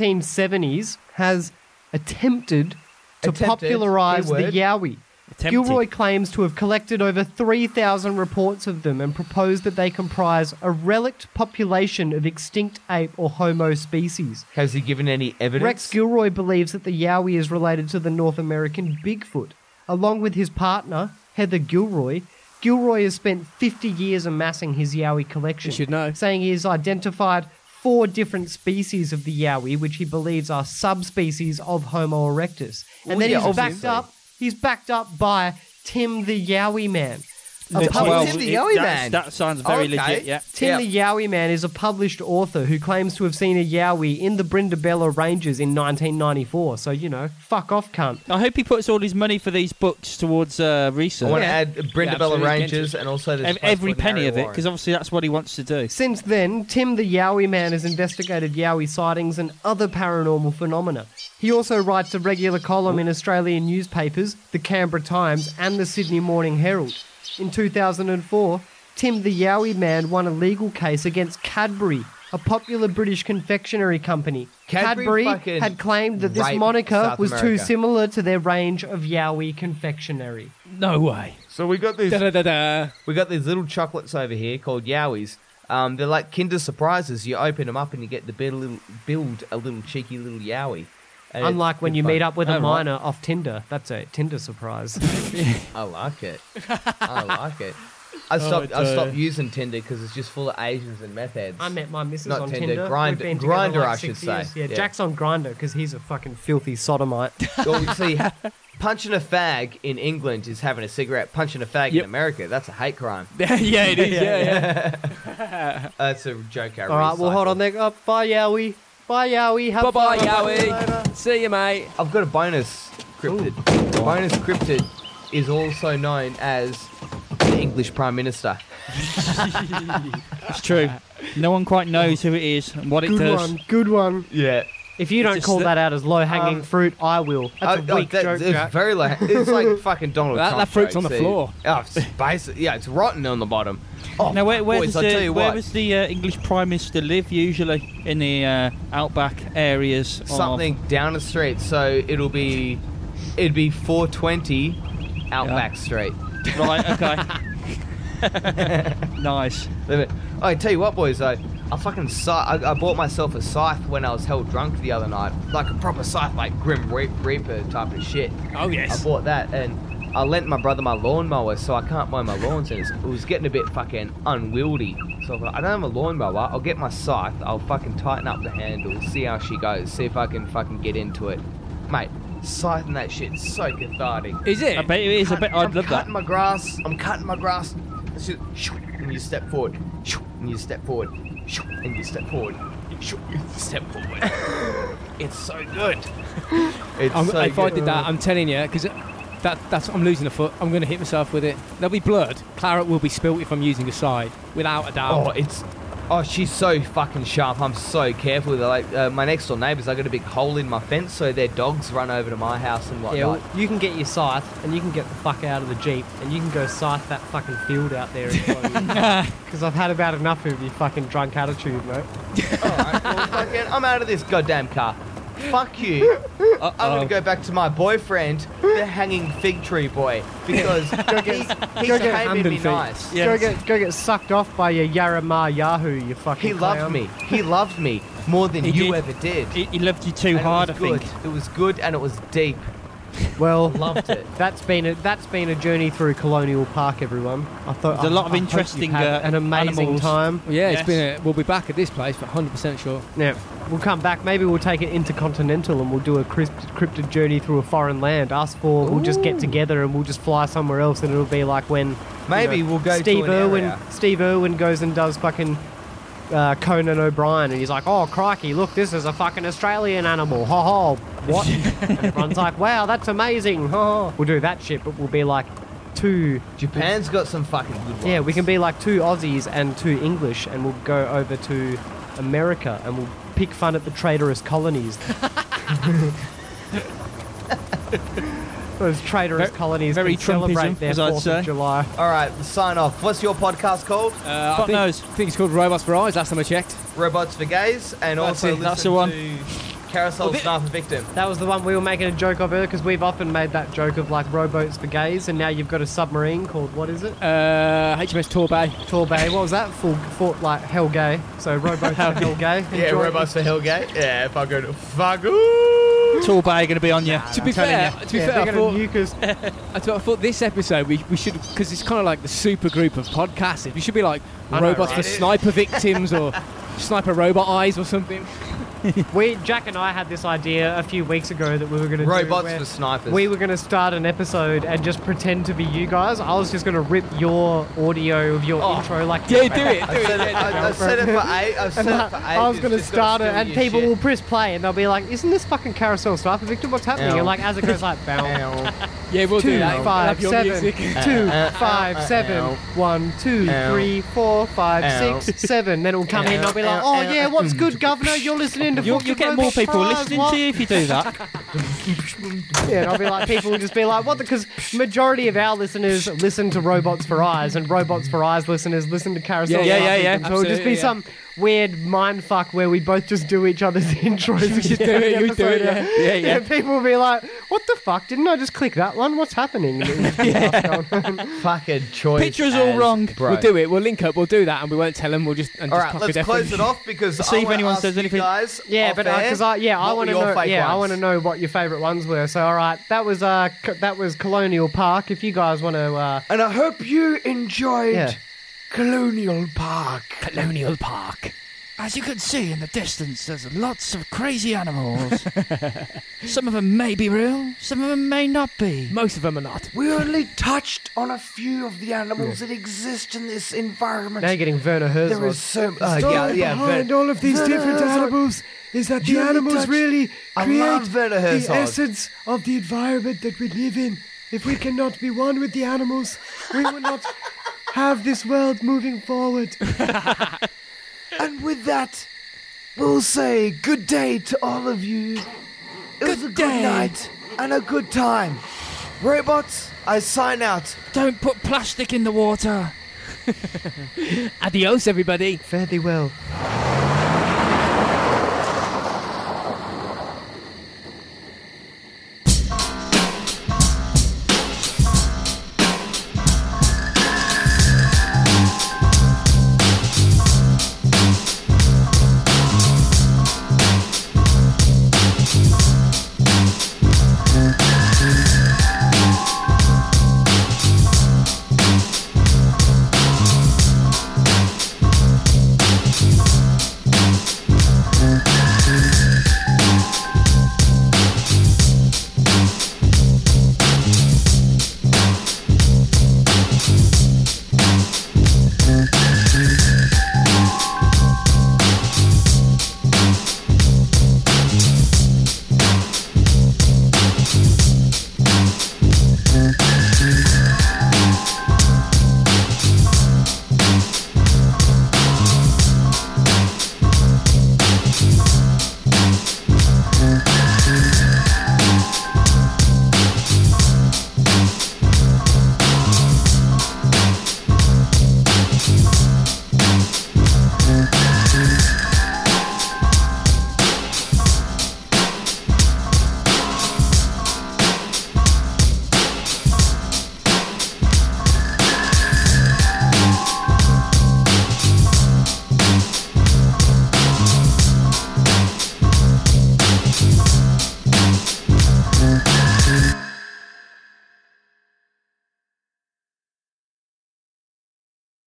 1970s has attempted to
Attempted,
popularize the
keyword.
Yowie.
Attempted.
Gilroy claims to have collected over 3,000 reports of them and proposed that they comprise a relict population of extinct ape or Homo species.
Has he given any evidence?
Rex Gilroy believes that the Yowie is related to the North American Bigfoot. Along with his partner, Heather Gilroy, Gilroy has spent 50 years amassing his Yowie collection.
You should know.
Saying he has identified four different species of the Yowie, which he believes are subspecies of Homo erectus. And then
yeah,
he's backed
obviously.
up. He's backed up by Tim the Yowie Man. A
Well,
public-
Oh, Tim the Yowie
that's-
Man.
That sounds very
Okay.
legit, yeah.
Tim the Yowie Man is a published author who claims to have seen a Yowie in the Brindabella Ranges in 1994. So, you know, fuck off, cunt.
I hope he puts all his money for these books towards uh,
I
research.
want to add Brenda
Yeah,
Bella
absolutely.
Rangers and also this
Ev-
place
Every
called
penny
Harry
of it
Warren.
because obviously that's what he wants to do.
Since then, Tim the Yowie Man has investigated Yowie sightings and other paranormal phenomena. He also writes a regular column in Australian newspapers, the Canberra Times and the Sydney Morning Herald. In 2004, Tim the Yowie Man won a legal case against Cadbury, a popular British confectionery company. Cadbury,
Cadbury fucking
had claimed that this
raped
moniker
South
was too
America.
similar to their range of Yowie confectionery.
No way.
So we got these
Da da da da.
we got these little chocolates over here called Yowies. Um, they're like Kinder surprises. You open them up and you get to build a little, build a little cheeky little Yowie. And
Unlike
it's
when
good
you
fun.
meet up with
Oh,
a
right.
minor off Tinder. That's a Tinder surprise.
I like it. I like it. I stopped. I stopped using Tinder because it's just full of Asians and meth heads.
I met my missus
Not
on
Tinder,
Tinder.
Grindr-
We've been together
Grindr,
like
I
six
should say.
years. Yeah,
Yeah.
Jack's on Grinder because he's a fucking filthy sodomite.
Well, you see, punching a fag in England is having a cigarette. Punching a fag in America, that's a hate crime.
yeah, it is. Yeah, yeah.
That's a joke. I
All right, well, hold
recycled.
on there. Oh, bye, Yowie. Bye, Yowie. Have
Bye bye,
fun.
Yowie. See you, mate.
I've got a bonus cryptid. Bonus cryptid is also known as the English Prime Minister.
It's true. No one quite knows who it is and what it
Good
does.
one. Good one.
Yeah,
If you don't
just
call
that-
that out as low hanging
Um,
fruit, I will. Oh, That's a weak joke,
it's
Jack.
very like it's like fucking Donald
That-
Trump.
that fruit's
jokes,
on the
see.
floor.
Oh, it's basic. Yeah, it's rotten on the bottom. Oh,
Now, where, where
boys,
does
I
the,
tell you
where
what,
does the uh, English Prime Minister live usually in the uh, outback areas? of-
something down the street. So it'll be it'd be 420 Outback Street.
right? Okay. nice.
Limit. Oh, I tell you what, boys. I, I fucking scy- I, I bought myself a scythe when I was held drunk the other night, like a proper scythe, like Grim Re- Reaper type of shit.
Oh, yes.
I bought that and I lent my brother my lawnmower, so I can't mow my lawns, and it's, it was getting a bit fucking unwieldy. So I thought, I don't have a lawnmower. I'll get my scythe. I'll fucking tighten up the handle, see how she goes, see if I can fucking get into it, mate. Scything that shit's so cathartic.
Is it?
I bet it is. I bet I'd
I'm
love that.
cutting my grass. I'm cutting my grass. It's just, shoo, and you step forward. shoo, And you step forward. shoo, And you step forward. shoo, And you step forward. it's so good. It's
I'm,
so
if I
good.
did that, I'm telling you, because that, that's I'm losing a foot. I'm going to hit myself with it. There'll be blood. Claret will be spilt if I'm using a side, without a doubt.
Oh, it's. Oh, she's so fucking sharp. I'm so careful. They're like uh, my next door neighbours. I got a big hole in my fence, so their dogs run over to my house and whatnot.
Yeah, well, you can get your scythe and you can get the fuck out of the jeep and you can go scythe that fucking field out there. Because I've had about enough of your fucking drunk attitude, mate.
Alright, well, fucking, I'm out of this goddamn car. Fuck you. I- I'm gonna go back to my boyfriend, the hanging fig tree boy, because he's, he's
get
behaving
Hamden
me
figs.
nice.
Go get go get sucked off by your Yarama Yahoo, you fucking
He loved
clown.
me. He loved me more than
He
you
did.
ever did.
He, he loved you too
And it
hard, I
was good.
think.
It was good and it was deep.
Well,
Loved it.
That's been a, that's been a journey through Colonial Park, everyone. I thought
There's a
I-
lot of
I hope you've
interesting,
had
uh,
an amazing
animals.
time.
Yeah,
Yes.
it's been. A, we'll be back at this place, but 100% sure.
Yeah, we'll come back. Maybe we'll take it intercontinental and we'll do a crypt- cryptid journey through a foreign land. Us four, we'll just get together and we'll just fly somewhere else, and it'll be like when you
Maybe
know,
we'll go to
Steve
an
Irwin.
area.
Steve Irwin goes and does fucking. Uh, Conan O'Brien, and he's like, "Oh crikey, look, this is a fucking Australian animal." Ha ha! What? And everyone's like, "Wow, that's amazing!" Ha ha! We'll do that shit, but we'll be like two
Japan's got some fucking good ones.
yeah, we can be like two Aussies and two English, and we'll go over to America and we'll pick fun at the traitorous colonies. Those traitorous colonies
very
can celebrate
Trumpism,
their
as I'd
Fourth
say.
of July.
All right, sign off. What's your podcast called?
Uh, I
Fuck
think,
knows.
I think it's called Robots for Eyes. Last time I checked.
Robots for Gays, and also
it,
listen
that's the one.
to Carousel Sniper Victim.
That was the one we were making a joke of earlier because we've often made that joke of like rowboats for gays, and now you've got a submarine called what is it?
Uh, HMS Torbay.
Torbay. What was that? Full, full like hell gay. So rowboats for hell gay.
Yeah,
Enjoy.
Robots for Hellgate. Yeah, fuck it. Fuck ooh.
Tool bag going to be on you.
To be fair, to be
Yeah,
fair, I
they're
thought,
gonna nuke us.
I thought I thought this episode we, we should because it's kind of like the super group of podcasts. We should be like robots for sniper victims or sniper robot eyes or something.
We Jack and I had this idea a few weeks ago that we were going to do
Robots
where
for Snipers.
we were going to start an episode and just pretend to be you guys. I was just going to rip your audio of your intro like
Yeah, do it. Do
I've
it.
said it, I, I've said it for eight. I've said it for eight.
I was going to start it, and people will press play, and they'll be like, "Isn't this fucking carousel stuff, Victor? What's happening?"
Ow.
And like, as it goes, like, bow,
Yeah, we'll do
two,
that. We'll
five,
have your
seven,
music.
two, five, seven,
Ow.
one, two,
Ow.
three, four,
Ow.
five, six, seven. Then it'll come in, and I'll be like,
Ow,
"Oh
ow,
yeah, what's good, Governor? You're listening to
You'll,
fucking
you'll get more
Robots
people
Fries,
listening
what?"
to you if you do that.
Yeah, and I'll be like, people will just be like, what? Because majority of our listeners listen to Robots for Eyes, and Robots for Eyes listeners listen to Carousel.
Yeah,
Live
yeah, yeah,
with
yeah.
them. So it'll just be
Absolutely, yeah.
some weird mind fuck where we both just do each other's intros.
You do it, you do it, yeah. Yeah, yeah.
People will be like, what the fuck? Didn't I just click that one? What's happening?
fucking choice.
Picture's all
as
wrong.
broke.
We'll do it. We'll link up. We'll do that, and we won't tell them. We'll just and
All
just
right,
copy
let's
their
close
thing.
it off because
see
I
if
wanna
anyone
ask
says
you
anything.
Guys
Yeah,
off
but
air,
because I yeah I
what
want
were
to
your
know
fake
yeah I
ones?
want to know what your favourite ones were. So all right, that was uh co- that was Colonial Park. If you guys want to uh,
And I hope you enjoyed
Yeah.
Colonial Park.
Colonial Park.
As you can see in the distance, there's lots of crazy animals. some of them may be real, some of them may not be.
Most of them are not.
We only touched on a few of the animals that exist in this environment.
now you're getting Werner Herzog.
there is so much
Uh, yeah, yeah,
behind
Ver-
all of these
Werner
different
Herzog.
animals is that the
You
animals
touched-
really
I
create
love Werner
the
Herzog.
essence of the environment that we live in. If we cannot be one with the animals, we will not have this world moving forward.
And with that, we'll say good day to all of you. It was a good night and a good time.
Robots, I sign out.
Don't put plastic in the water.
Adios, everybody.
Fare thee well.